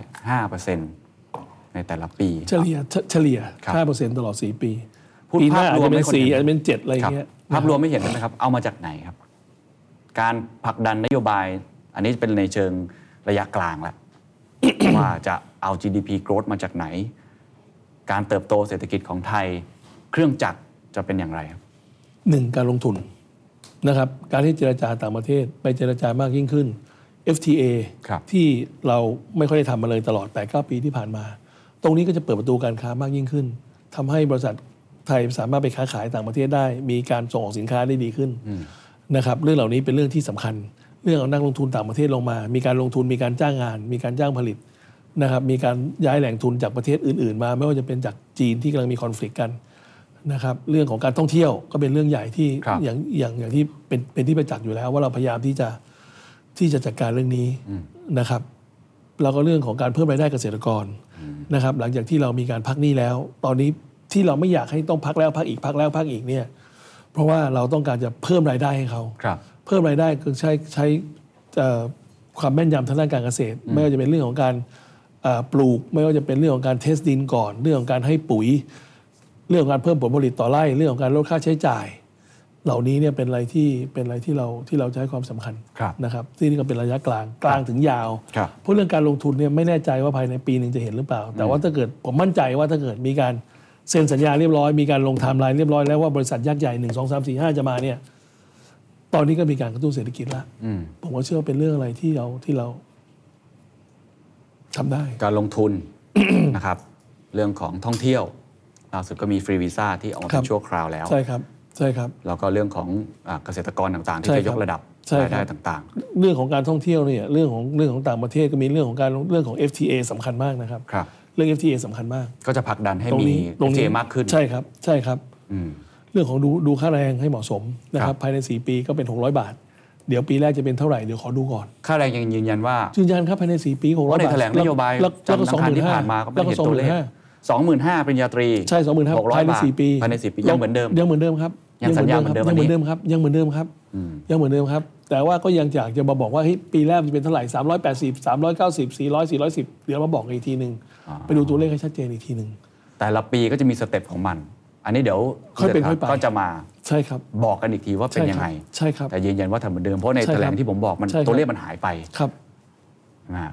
S1: 5%ในแต่ละปี
S2: เฉลี่ยเฉเฉลี่ย
S1: ครับ
S2: ห้าเปอร์เซ็นต์ตลอดสี่ปี
S1: พูด
S2: ปีหน้า
S1: ภาพ
S2: อาจ
S1: รวม
S2: จะเป็น
S1: ให้คน
S2: สี่
S1: เห็น
S2: อาจจะเป็นเจ็ดอะไรอ
S1: ครับ
S2: ย่างเงี้ย
S1: ภาพรวมไม่เห็นใช่ไหมครับ เอามาจากไหนครับ การผลักดันนโยบาย อันนี้เป็นในเชิงระยะกล างแล้ว ว่าจะเอา GDP growth มาจากไหน การเติบโตเศรษฐกิจของไทย เครื่องจักรจะเป็นอย่างไรครับ
S2: หนึ่งการลงทุนนะครับ การที่เจรจาต่างประเทศ ไปเจรจามากยิ่งขึ้น FTA
S1: ครับ
S2: ที่เราไม่ค่อยได้ทำมาเลยตลอด8ปปีที่ผ่านมา ตรงนี้ก็จะเปิดประตูการค้ามากยิ่งขึ้นทำให้บริษัทไทยสามารถไปค้าขายต่างประเทศได้ มีการส่งออกสินค้าได้ดีขึ้นนะครับเรื่องเหล่านี้เป็นเรื่องที่สำคัญ เรื่องเอานักลงทุนต่างประเทศลงมา มีการลงทุนมีการจ้างงาน มีการจ้างผลิตนะครับมีการย้ายแหล่งทุนจากประเทศอื่น ๆ มา ไม่ว่าจะเป็นจากจีนที่กำลังมีคอน FLICT กันนะครับเรื่องของการท่องเที่ยวก็เป็นเรื่องใหญ่ที่
S1: ครับ
S2: อย่างอย่างอย่างที่เป็นเป็นที่ประจักษ์อยู่แล้วว่าเราพยายามที่จะ ที่จะจัดการเรื่องนี้นะครับ แล้วก็เรื่องของการเพิ่มรายได้เกษตรกรนะครับ หลังจากที่เรามีการพักหนี้แล้ว ตอนนี้ที่เราไม่อยากให้ต้องพักแล้วพักอีกพักแล้วพักอีกเนี่ยเพราะว่าเราต้องการจะเพิ่มรายได้ให้เขา
S1: ครับ
S2: เพิ่มรายได้ก็ใช้ใช้เอ่อความแม่นยำทางด้านการเกษตร ไม่ว่าจะเป็นเรื่องของการเอ่อปลูก ไม่ว่าจะเป็นเรื่องของการเทสดินก่อน เรื่องของการให้ปุ๋ย เรื่องของการเพิ่มผลผลิตต่อไร่เรื่องของการลดค่าใช้จ่าย เหล่านี้เนี่ยเป็นอะไรที่เป็นอะไรที่เราที่เราจะให้ความสำคัญ
S1: ครับ
S2: นะครับที่นี่ก็เป็นระยะกลางกลางถึงยาว
S1: ครับ
S2: เพราะเรื่องการลงทุนเนี่ยไม่แน่ใจว่าภายในปีหนึ่งจะเห็นหรือเปล่า แต่ว่าถ้าเกิดผมมั่นใจว่าถ้าเกิดมีการเซ็นสัญญาเรียบร้อยมีการลงไทม์ไลน์เรียบร้อยแล้วว่าบริษัทยักษ์ใหญ่หนึ่งสองสามสี่ห้าจะมาเนี่ย ตอนนี้ก็มีการกระตุ้นเศรษฐกิจแล้ว
S1: อืม
S2: ผมก็เชื่อว่าเป็นเรื่องอะไรที่เราที่เราทำได้
S1: การลงทุน นะครับ เรื่องของท่องเที่ยวล่าสุดก็มีฟรีวีซ่าที่ออกมา
S2: ครั
S1: เป็
S2: บ
S1: นชั่วคราวแล้ว
S2: ใช่ครับ ใช่ครับ
S1: แล้วก็เรื่องของอ่าเกษตรกรต่างๆ ที่
S2: ใช่
S1: จะย
S2: ครับ
S1: กระดับ
S2: ใช่
S1: ราย
S2: ครับ
S1: ได้ต่าง
S2: เรื่องของการท่องเที่ยวเนี่ยเรื่องของเรื่องของต่างประเทศก็มีเรื่องของการเรื่องของ FTA สำคัญมากนะครับ
S1: ๆ ครับ
S2: เรื่อง FTA สำคัญมาก
S1: ก็จะผลักดันให้
S2: ตรง
S1: มี
S2: นี้ตรง
S1: เจ
S2: นี้
S1: มากขึ้น
S2: ใช่ครับ ใช่ครับ
S1: อืม
S2: เรื่องของดูดูค่าแรงให้เหมาะสมนะค
S1: ครั
S2: รับ บ ภายใน 4 ปีก็เป็น 600 บาท เดี๋ยวปีแรกจะเป็นเท่าไหร่ เดี๋ยวขอดูก่อน
S1: ค่าแรงยังยืนยันว่า
S2: ยืนยันครับภายใน 4 ปี600
S1: เพราะใน
S2: บาท
S1: แถลงนโยบาย
S2: แล้วแล้ว
S1: จำ
S2: ก็
S1: นั
S2: สอง ง
S1: คาร
S2: หมื่น
S1: ที่
S2: ห้า
S1: ผ่านมาก็ไม่
S2: แล้วก็
S1: เห็น
S2: สอง
S1: ตัว
S2: หมื่
S1: เลข
S2: นห้า
S1: สองหมื่นห้าปริญญาตรี
S2: ใช่สองหมื่นห้า
S1: หกร้อย
S2: ภายใน
S1: บาท
S2: สี่ปี
S1: ภายในสี่ปียังเหมือนเดิม
S2: ยังเหมือนเดิมครับ
S1: ยังสัญญาเหมือ
S2: ยั
S1: น
S2: งเห
S1: เดิ
S2: มือน
S1: ม
S2: เดิมครับยังเหมือนเดิมครับ
S1: อืม
S2: ยังเหมือนเดิมครับ แต่ว่าก็ยังอยากจะมาบอกว่าเฮ้ยปีแรกจะเป็นเท่าไหร่380 390 400 410 เดี๋ยวมาบอกกันอีกทีหนึ่ง
S1: อ๋อ
S2: ไปดูตัวเลขให้ชัดเจนอีกทีหนึ่ง
S1: แต่ละปีก็จะมีสเต็ปของมัน อันนี้เดี๋ยว
S2: ค่อยเป็นค่อยไป
S1: ก็จะมา
S2: ใช่ครับ
S1: บอกกันอีกทีว่าเป็นยังไง
S2: ใช่ครับ
S1: แต่ยืนยันว่าทำเหมือนเดิม เพราะใน
S2: ใช่ครับ
S1: แถลงที่ผมบอกมัน
S2: ใช่ครับ
S1: ตัวเลขมันหายไป
S2: ครับ
S1: นะฮะ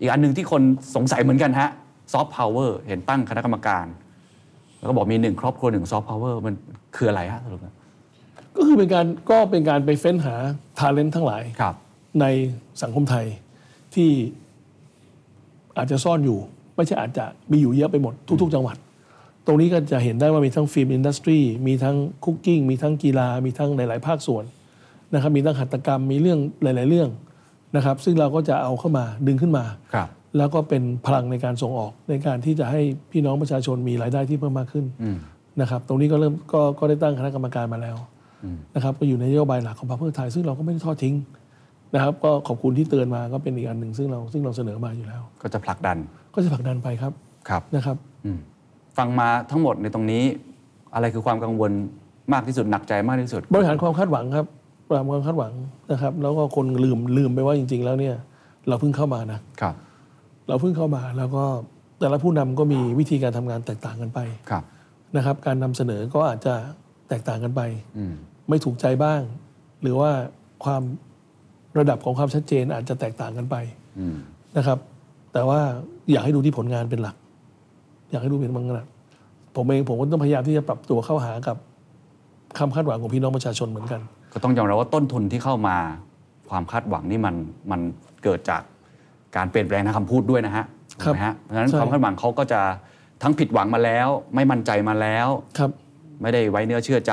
S1: อีกอันหนึ่งที่คนสงสัยเหมือนกันฮะซอฟต์พาวเวอร์เห็นตั้งคณะกรรมการ แล้วก็บอกมีหนึ่งครอบครัวหนึ่งซอฟต์พาวเวอร์มันคืออะไรฮะสรุปนะ
S2: ก็คือเป็นการก็เป็นการไปเฟ้นหาทาเลนทั้งหลาย
S1: ครับ
S2: ในสังคมไทยที่อาจจะซ่อนอยู่ ไม่ใช่อาจจะมีอยู่เยอะไปหมดทุก ๆ จังหวัด ตรงนี้ก็จะเห็นได้ว่ามีทั้งฟิล์มอินดัสทรีมีทั้งคุกกิ้งมีทั้งกีฬา มีทั้งหลาย ๆ ภาคส่วนนะครับมีทั้งหัตถกรรมมีเรื่องหลาย ๆ เรื่องนะครับ ซึ่งเราก็จะเอาเข้ามาดึงขึ้นมา
S1: ครับ
S2: แล้วก็เป็นพลังในการส่งออกในการที่จะให้พี่น้องประชาชนมีรายได้ที่เพิ่มมากขึ้น
S1: อืม
S2: นะครับ ตรงนี้ก็เริ่มก็ก็ได้ตั้งคณะกรรมการมาแล้วนะครับ ก็อยู่ในนโยบายหลักของพรรคเพื่อไทย ซึ่งเราก็ไม่ได้ทอดทิ้งนะครับ ก็ขอบคุณที่เตือนมาก็เป็นอีกอันหนึ่งซึ่งเราซึ่งเราเสนอมาอยู่แล้ว
S1: ก็จะผลักดัน
S2: ก็จะผลักดันไปครับ
S1: ครับ
S2: นะครับ
S1: อืมฟังมาทั้งหมดในตรงนี้ อะไรคือความกังวลมากที่สุดหนักใจมากที่สุด
S2: บริหารความคาดหวังครับบริหารความคาดหวังนะครับ แล้วก็คนลืมลืมไปว่าจริง ๆ แล้วเนี่ยเราเพิ่งเข้ามานะ
S1: ครับ
S2: เราเพิ่งเข้ามาแล้วก็แต่ละผู้นำก็มีวิธีการทำงานแตกต่างกันไป
S1: ครับ
S2: นะครับการนำเสนอก็อาจจะแตกต่างกันไป
S1: อืม
S2: ไม่ถูกใจบ้าง หรือว่าความระดับของความชัดเจนอาจจะแตกต่างกันไป
S1: อืม
S2: นะครับ แต่ว่าอยากให้ดูที่ผลงานเป็นหลัก อยากให้ดูเป็นบางหลักผมเองผมก็ต้องพยายามที่จะปรับตัวเข้าหากับคำคาดหวังของพี่น้องประชาชนเหมือนกัน
S1: ก็ต้องยอมรับว่าต้นทุนที่เข้ามา ความคาดหวังนี่มันมันเกิดจากการเปลี่ยนแปลงทางคำพูดด้วยนะฮะ
S2: ครั
S1: ถูก
S2: บ
S1: ไหมฮะเพราะฉะนั้น
S2: ใช่
S1: ความคาดหวังเขาก็จะทั้งผิดหวังมาแล้ว ไม่มั่นใจมาแล้ว
S2: ครับ
S1: ไม่ได้ไว้เนื้อเชื่อใจ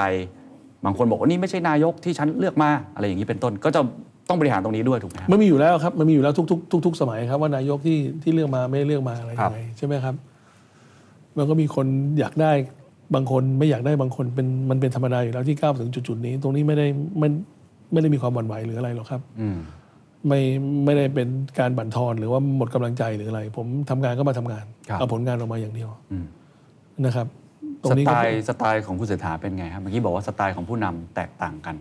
S1: บางคนบอกว่านี่ไม่ใช่นายกที่ฉันเลือกมาอะไรอย่างนี้เป็นต้น ก็จะต้องบริหารตรงนี้ด้วยถูกไหมฮะ
S2: มันมีอยู่แล้วครับ มันมีอยู่แล้วทุกๆทุกๆสมัยครับ ว่านายกที่ที่เลือกมาไม่ได้เลือกมาอะไร
S1: ครั
S2: ยั
S1: บ
S2: งไงใช่ไหมครับ มันก็มีคนอยากได้บางคนไม่อยากได้บางคนเป็นมันเป็นธรรมดาอยู่แล้วที่ก้าวถึงจุดๆนี้ ตรงนี้ไม่ได้ไม่ไม่ได้มีความหวั่นไหวหรืออะไรหรอกครับ
S1: อืม
S2: ไม่ไม่ได้เป็นการบั่นทอนหรือว่าหมดกำลังใจหรืออะไร ผมทำงานก็มาทำงาน
S1: ครับ
S2: เอาผลงานออกมาอย่างเดียว
S1: อืม
S2: นะครับ ตร
S1: ส
S2: งนี้
S1: ไต
S2: ก็
S1: ล์สไตล์ของคุณเศรษฐาเป็นไงครับเมื่อกี้บอกว่าสไตล์ของผู้นำแตกต่างกัน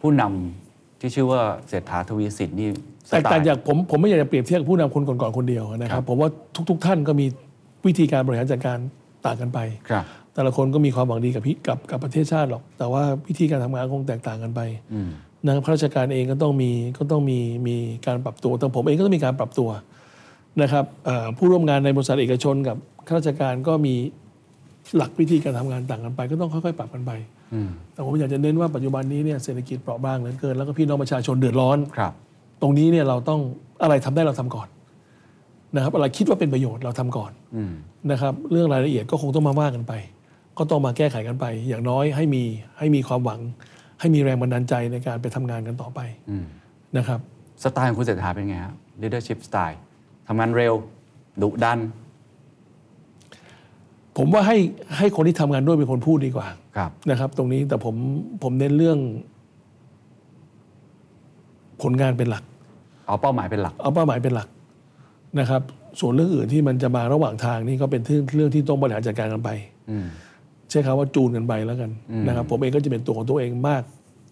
S1: ผู้นำที่ชื่อว่าเศรษฐาทวีสินนี่ส
S2: แตก
S1: ไล์
S2: ต่างจากผมผมไม่อยากจะเปรียบเทียบกับผู้นำคนก่อนๆคนเดียวนะค
S1: ครั
S2: รับ
S1: บ
S2: ผมว่าทุก ๆ ท่านก็มีวิธีการบริหารจัดการต่างกันไป
S1: ครับ
S2: แต่ละคนก็มีความหวังดีกับพี่กับกับประเทศชาติหรอก แต่ว่าวิธีการทำงานคงแตกต่างกันไป
S1: อืม
S2: นะข้าราชการเองก็ต้องมีก็ต้องมีมีการปรับตัวแต่ผมเองก็ต้องมีการปรับตัวนะครับเอ่อผู้ร่วมงานในบริษัทเอกชนกับข้าราชการก็มีหลักวิธีการทำงานต่างกันไป ก็ต้องค่อยๆ ปรับกันไป
S1: อืม
S2: แต่ผมอยากจะเน้นว่าปัจจุบันนี้เนี่ยเศรษฐกิจเปราะบางเหลือเกินแล้วก็พี่น้องประชาชนเดือดร้อน
S1: ครับ
S2: ตรงนี้เนี่ยเราต้องอะไรทำได้เราทำก่อนนะครับอะไรคิดว่าเป็นประโยชน์เราทำก่อน
S1: อืม
S2: นะครับเรื่องรายละเอียดก็คงต้องมาว่ากันไป ก็ต้องมาแก้ไขกันไป อย่างน้อยให้มีให้มีความหวัง ให้มีแรงบันดาลใจในการไปทำงานกันต่อไป
S1: อืม
S2: นะครับ
S1: สไตล์ของคุณเศรษฐาเป็นไงครับ leadership style ทำงานเร็ว ดุดัน
S2: ผมว่าให้ให้คนที่ทำงานด้วยเป็นคนพูดดีกว่า
S1: ครับ
S2: นะครับ ตรงนี้แต่ผมผมเน้นเรื่อง ผลงานเป็นหลัก
S1: เอาเป้าหมายเป็นหลัก
S2: เอาเป้าหมายเป็นหลักนะครับ ส่วนเรื่องอื่นที่มันจะมาระหว่างทางนี่ก็เป็นเรื่องเรื่องที่ต้องบริหารจัดการกันไป
S1: อืม
S2: ใช้คำว่าจูนกันไปแล้วกัน
S1: อืม
S2: นะครับผมเองก็จะเป็นตัวของตัวเองมาก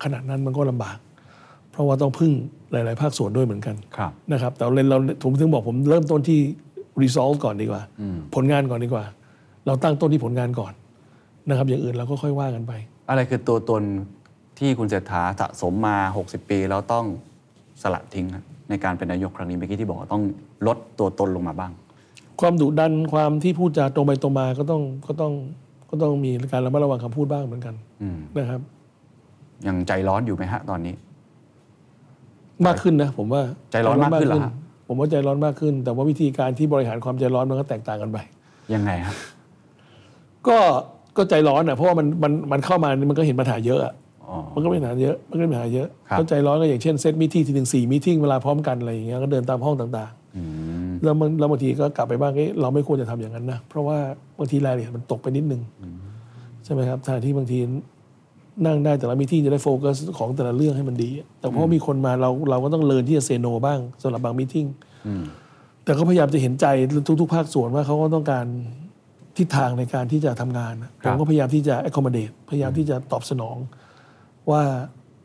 S2: ขนาดนั้นมันก็ลำบาก เพราะว่าต้องพึ่งหลาย ๆ ภาคส่วนด้วยเหมือนกัน
S1: ครับ
S2: นะครับแต่เราเล่นเราผมถึงบอกผมเริ่มต้นที่ resolve ก่อนดีกว่า
S1: อืม
S2: ผลงานก่อนดีกว่า เราตั้งต้นที่ผลงานก่อนนะครับ อย่างอื่นเราก็ค่อยว่ากันไป
S1: อะไรคือตัวตนที่คุณเศรษฐาสะสมมา 60 ปีแล้วต้องสละทิ้งครับในการเป็นนายกครั้งนี้เมื่อกี้ที่บอกว่าต้องลดตัวตนลงมาบ้าง
S2: ความดุดันความที่พูดจาตรงไปตรงมาก็ต้องก็ต้องก็ต้องมีการระมัดระวังคำพูดบ้างเหมือนกัน
S1: อืม
S2: นะครับ
S1: ยังใจร้อนอยู่ไหมฮะตอนนี้
S2: มากขึ้นนะผมว่า
S1: ใจร้อนมากขึ้นเหรอฮะ
S2: ผมว่าใจร้อนมากขึ้น แต่ว่าวิธีการที่บริหารความใจร้อนมันก็แตกต่างกันไป
S1: ยังไงครับ
S2: ก็ก็ใจร้อนอ่ะเพราะว่ามันมันมันเข้ามามันก็เห็นปัญหาเยอะอะ
S1: อ๋อ
S2: มันก็เป็นปัญหาเยอะมันก็เป็นปัญหาเยอะ
S1: ครับ
S2: ก็ใจร้อนก็อย่างเช่นเซตมิที่ทีหนึ่งสี่มิทเวลาพร้อมกันอะไรอย่างเงี้ยก็เดินตามห้องต่าง
S1: อืม
S2: ๆ แล้วมันแล้วบางทีก็กลับไปบ้างเอ๊ะเราไม่ควรจะทำอย่างนั้นนะเพราะว่าบางทีรายละเอียดมันตกไปนิดนึงใช่ไหมครับทางที่บางทีนั่งได้แต่ละมิที่จะได้โฟกัสของแต่ละเรื่องให้มันดี แต่เพราะมีคนมาเราเราก็ต้องเรียนที่จะเซโนบ้างสำหรับบางมิท
S1: อืม
S2: แต่ก็พยายามจะเห็นใจทุกๆ ภาคส่วนว่าเขาก็ต้องการทิศทางในการที่จะทำงานนะ
S1: ค
S2: ผ
S1: รับ
S2: มก็พยายามที่จะ accommodate พยายามที่จะตอบสนอง ว่า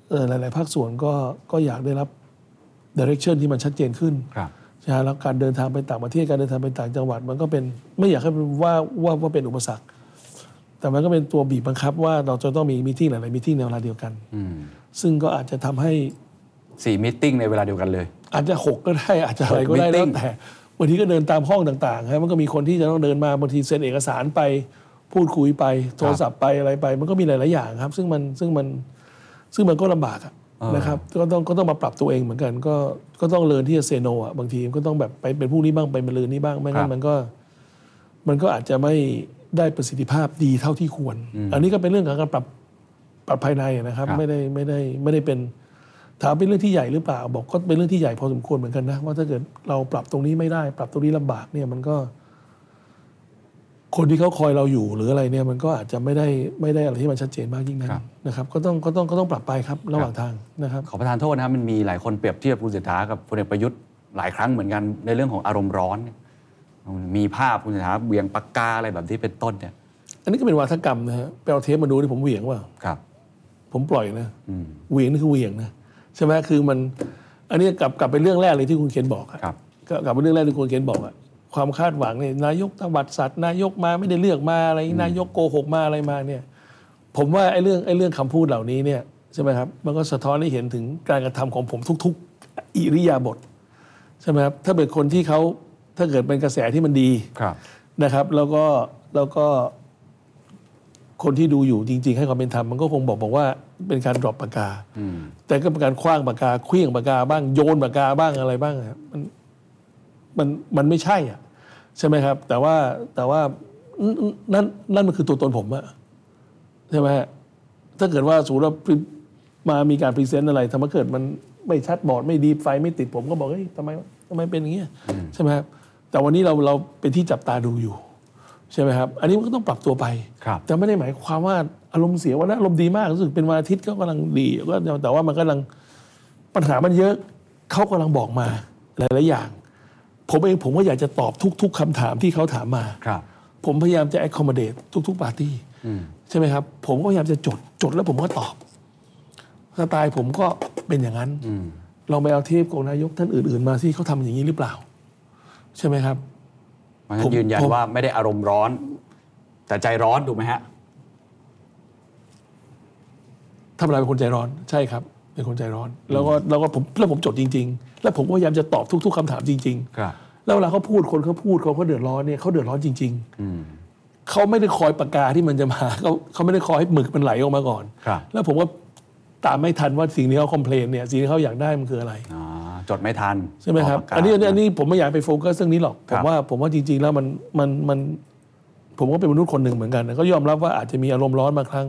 S2: เอ่อหลาย ๆ ภาคส่วนก็ก็อยากได้รับ direction ที่มันชัดเจนขึ้น
S1: ครับ
S2: ใช่ไหมแล้วการเดินทางไปต่างประเทศการเดินทางไปต่างจังหวัด มันก็เป็นไม่อยากให้ว่าว่าว่าเป็นอุปสรรค แต่มันก็เป็นตัวบีบบังคับว่าเราจะต้องมีมีที่หลายๆมีที่ในเวลาเดียวกัน
S1: อืม
S2: ซึ่งก็อาจจะทำให้
S1: สี่มิทติ้งในเวลาเดียวกันเลย
S2: อาจจะหกก็ได้ อาจจะอะไรก็ได้
S1: หก meeting
S2: แล้วแต่บางทีก็เดินตามห้องต่างๆฮะมันก็มีคนที่จะต้องเดินมาบางทีเซ็นเอกสารไปพูดคุยไป โทรศัพท์ไปอะไรไป มันก็มีหลายๆอย่างครับ ซึ่งมันซึ่งมันซึ่งมันก็ลำบากอะ
S1: เออ
S2: นะครับก็ต้องก็ต้องมาปรับตัวเองเหมือนกัน ก็ก็ต้องเรียนที่จะเซโนอ่ะบางทีก็ต้องแบบไปเป็นผู้นี้บ้างไปเป็นลือนี้บ้างไม่งั้นมันก็ มันก็อาจจะไม่ได้ประสิทธิภาพดีเท่าที่ควร อันนี้ก็เป็นเรื่องของการปรับปรับภายในนะครับ
S1: ครับ
S2: ไม่ได้ไม่ได้ไม่ได้เป็น ถามเป็นเรื่องที่ใหญ่หรือเปล่า บอกก็เป็นเรื่องที่ใหญ่พอสมควรเหมือนกันนะ ว่าถ้าเกิดเราปรับตรงนี้ไม่ได้ ปรับตรงนี้ลำบากเนี่ยมันก็ คนที่เขาคอยเราอยู่หรืออะไรเนี่ย มันก็อาจจะไม่ได้ไม่ได้อะไรที่มันชัดเจนมากยิ่งนั้น
S1: ครับ
S2: นะครับ ก็ต้องก็ต้องก็ต้องปรับไปครับ ระหว่างทางนะครับ
S1: ขอประทานโทษนะครับมันมีหลายคนเปรียบเทียบคุณเศรษฐากับพลเอกประยุทธ์หลายครั้งเหมือนกันในเรื่องของอารมณ์ร้อนเนี่ยมีภาพคุณเศรษฐาเบี่ยงปากกาอะไรแบบที่เป็นต้นเนี่ย
S2: อันนี้ก็เป็นวาทกรรมนะฮะไปเอาเทปมาดูที่ผมเหวี่ยงว่า
S1: ครับ
S2: ผมปล่อยนะ
S1: อืม
S2: เหวี่ยงนี่คือเหวี่ยงนะใช่ไหมคือมัน อันนี้กลับกลับไปเรื่องแรกเลยที่คุณเคนบอกอะ
S1: ครับ
S2: ก็กลับไปเรื่องแรกที่คุณเคนบอกอะความคาดหวังเนี่ยนายกตวัดสัตว์นายกมาไม่ได้เลือกมาอะไรนายกโกหกมาอะไรมาเนี่ย ผมว่าไอ้เรื่องไอ้เรื่องคำพูดเหล่านี้เนี่ยใช่ไหมครับมันก็สะท้อนให้เห็นถึงการกระทำของผมทุก ๆ อิริยาบถใช่ไหมครับถ้าเป็นคนที่เขาถ้าเกิดเป็นกระแสที่มันดี
S1: ครับ
S2: นะครับแล้วก็แล้วก็คนที่ดูอยู่จริง ๆ ให้ความเป็นธรรมมันก็คงบอกบอกว่าเป็นการดรอปปากกา
S1: อืม
S2: แต่ก็เป็นการคว้างปากกาเคลี้ยงปากกาบ้างโยนปากกาบ้างอะไรบ้างครับมันมันมันไม่ใช่อ่ะใช่ไหมครับ แต่ว่าแต่ว่านั่นนั่นนั่นมันคือตัวตนผมอะใช่ไหมฮะถ้าเกิดว่าสูรมามีการพรีเซนต์อะไรทำไมเกิดมันไม่ชัดบอร์ดไม่ดีไฟไม่ติดผมก็บอกเฮ้ยทำไมทำไมเป็นอย่างเงี้ยใช่ไหมครับแต่วันนี้เราเราเป็นที่จับตาดูอยู่ ใช่ไหมครับ อันนี้มันก็ต้องปรับตัวไป
S1: ครับ
S2: แต่ไม่ได้หมายความว่าอารมณ์เสียวันนั้นอารมณ์ดีมากรู้สึกเป็นวันอาทิตย์ก็กำลังดีก็แต่ว่ามันกำลังปัญหามันเยอะเขากำลังบอกมาหลายๆอย่าง ผมเองผมก็อยากจะตอบทุก ๆคำถามที่เขาถามมา
S1: ครับ
S2: ผมพยายามจะ accommodate ทุกๆปาร์ตี้ใช่ไหมครับ ผมก็พยายามจะจดจดแล้วผมก็ตอบสไตล์ผมก็เป็นอย่างนั้นลองไปเอาเทปของนายกท่านอื่น ๆ มาที่เขาทำอย่างนี้หรือเปล่า ใช่ไหมครับ
S1: มันก็
S2: ผม
S1: ยืนยัน
S2: ผม
S1: ว่าไม่ได้อารมณ์ร้อน แต่ใจร้อนถูกไหมฮะ
S2: ทำลายเป็นคนใจร้อนใช่ครับ เป็นคนใจร้อน แล้วก็แล้วก็ผมแล้วผมจดจริง ๆ แล้วผมก็พยายามจะตอบทุก ๆคำถามจริง
S1: ครับ
S2: ๆ แล้วเวลาเขาพูดคนเขาพูดเขาเขาเดือดร้อนเนี่ยเขาเดือดร้อนจริง
S1: อืม
S2: ๆเขาไม่ได้คอยปากกาที่มันจะมาเขาเขาไม่ได้คอยให้หมึกมันไหลออกมาก่อน
S1: ครับ
S2: แล้วผมก็ตามไม่ทันว่าสิ่งที่เขาคอมเพลนเนี่ยสิ่งที่เขาอยากได้มันคืออะไร
S1: อ่าจดไม่ทัน
S2: ใช่ไหมครับ
S1: กปากกา
S2: อันนี้อันนี้อันนี้ผมไม่อยากไปโฟกัสเรื่องนี้หรอก
S1: ค
S2: ผ
S1: รับ
S2: มว่าผมว่าจริง ๆ แล้วมันมันมันผมก็เป็นมนุษย์คนหนึ่งเหมือนกันนะก็ยอมรับว่าอาจจะมีอารมณ์ร้อนบางครั้ง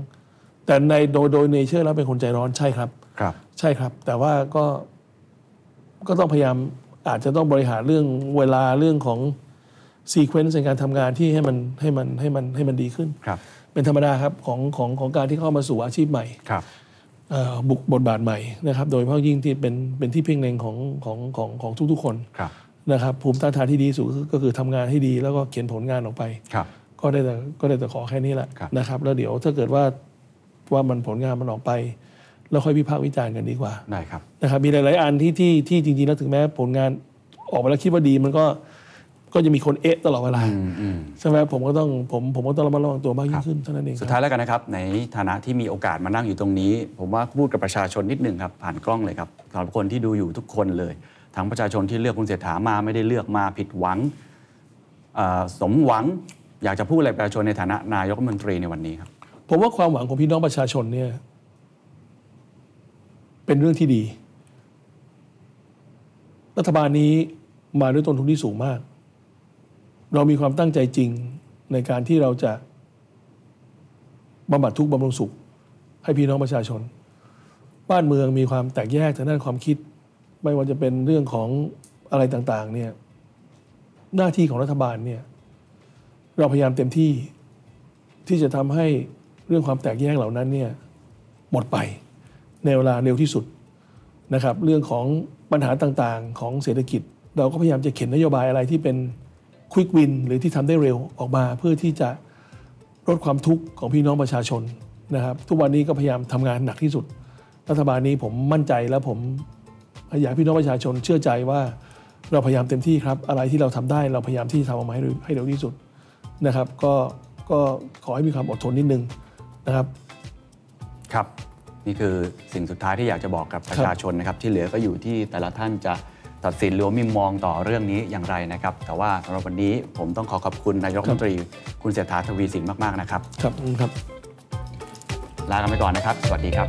S2: แต่ในโดยโดยเนเจอร์แล้วเป็นคนใจร้อนใช่ครับ
S1: ครับ
S2: ใช่ครับ แต่ว่าก็ก็ต้องพยายามอาจจะต้องบริหารเรื่องเวลาเรื่องของซีเควนซ์ในการทำงานที่ให้มันให้มันให้มันให้มันดีขึ้น
S1: ครับ
S2: เป็นธรรมดาครับของของของการที่เข้ามาสู่อาชีพใหม่
S1: ครับ
S2: เอ่อบุกบทบาทใหม่นะครับ โดยเฉพาะยิ่งที่เป็นเป็นที่เพ่งเล็งของของของของทุกๆ คน
S1: ครับ
S2: นะครับ ภูมิต้านทานที่ดีที่สุดก็คือทำงานให้ดี แล้วก็เขียนผลงานออกไป
S1: ครับ
S2: ก็ได้แต่ก็ได้แต่ขอแค่นี้แหละ
S1: ครับ
S2: นะครับ แล้วเดี๋ยวถ้าเกิดว่าว่ามันผลงานมันออกไป แล้วค่อยวิพากษ์วิจารณ์กันดีกว่า
S1: ได้ครับ
S2: นะครับมีหลาย ๆ อันที่ที่ที่จริง ๆ แล้วถึงแม้ผลงานออกมาแล้วคิดว่าดีมันก็ก็จะมีคนเอะตลอดเวลา
S1: อืมอืม
S2: ใช่ไหมผมก็ต้องผมผมก็ต้องระมัดระวังตัวมากยิ่งขึ้นเท่านั้นเองค
S1: สุ
S2: รั
S1: ด
S2: บ
S1: ท้ายแล้วกันนะครับ ในฐานะที่มีโอกาสมานั่งอยู่ตรงนี้ ผมว่าพูดกับประชาชนนิดหนึ่งครับ ผ่านกล้องเลยครับสำหรับคนที่ดูอยู่ทุกคนเลย ทั้งประชาชนที่เลือกคุณเศรษฐามาไม่ได้เลือกมาผิดหวังเอ่อสมหวัง อยากจะพูดอะไรประชาชนในฐานะนายกรัฐมนตรีในวันนี้ครับ
S2: ผมว่าความหวังของพี่น้องประชาชนเนี่ย เป็นเรื่องที่ดี รัฐบาลนี้มาด้วยต้นทุนที่สูงมาก เรามีความตั้งใจจริงในการที่เราจะบำบัดทุกข์บำรุงสุข ให้พี่น้องประชาชน บ้านเมืองมีความแตกแยกทางด้านความคิด ไม่ว่าจะเป็นเรื่องของอะไรต่างๆ เนี่ย หน้าที่ของรัฐบาลเนี่ย เราพยายามเต็มที่ที่จะทำให้เรื่องความแตกแยกเหล่านั้นเนี่ยหมดไปในเวลาเร็วที่สุดนะครับ เรื่องของปัญหาต่างๆ ของเศรษฐกิจ เราก็พยายามจะเข็นนโยบายอะไรที่เป็นควิกวินหรือที่ทำได้เร็วออกมาเพื่อที่จะลดความทุกข์ของพี่น้องประชาชนนะครับ ทุกวันนี้ก็พยายามทำงานหนักที่สุด รัฐบาลนี้ผมมั่นใจและผมอยากให้พี่น้องประชาชนเชื่อใจว่าเราพยายามเต็มที่ครับ อะไรที่เราทำได้เราพยายามที่จะทำออกมาให้เร็วให้เร็วที่สุด นะครับก็ก็ขอให้มีความอดทนนิดนึงนะครับ
S1: ครับ นี่คือสิ่งสุดท้ายที่อยากจะบอกกับประชาชนนะครับ ที่เหลือก็อยู่ที่แต่ละท่านจะตัดสินหรือว่ามีมองต่อเรื่องนี้อย่างไรนะครับ แต่ว่าสำหรับวันนี้ผมต้องขอขอบคุณนายกรัฐมนตรี คุณเศรษฐาทวีสินมาก ๆ นะครับ
S2: ครับขอบคุณครับ
S1: ลากันไปก่อนนะครับ สวัสดีครับ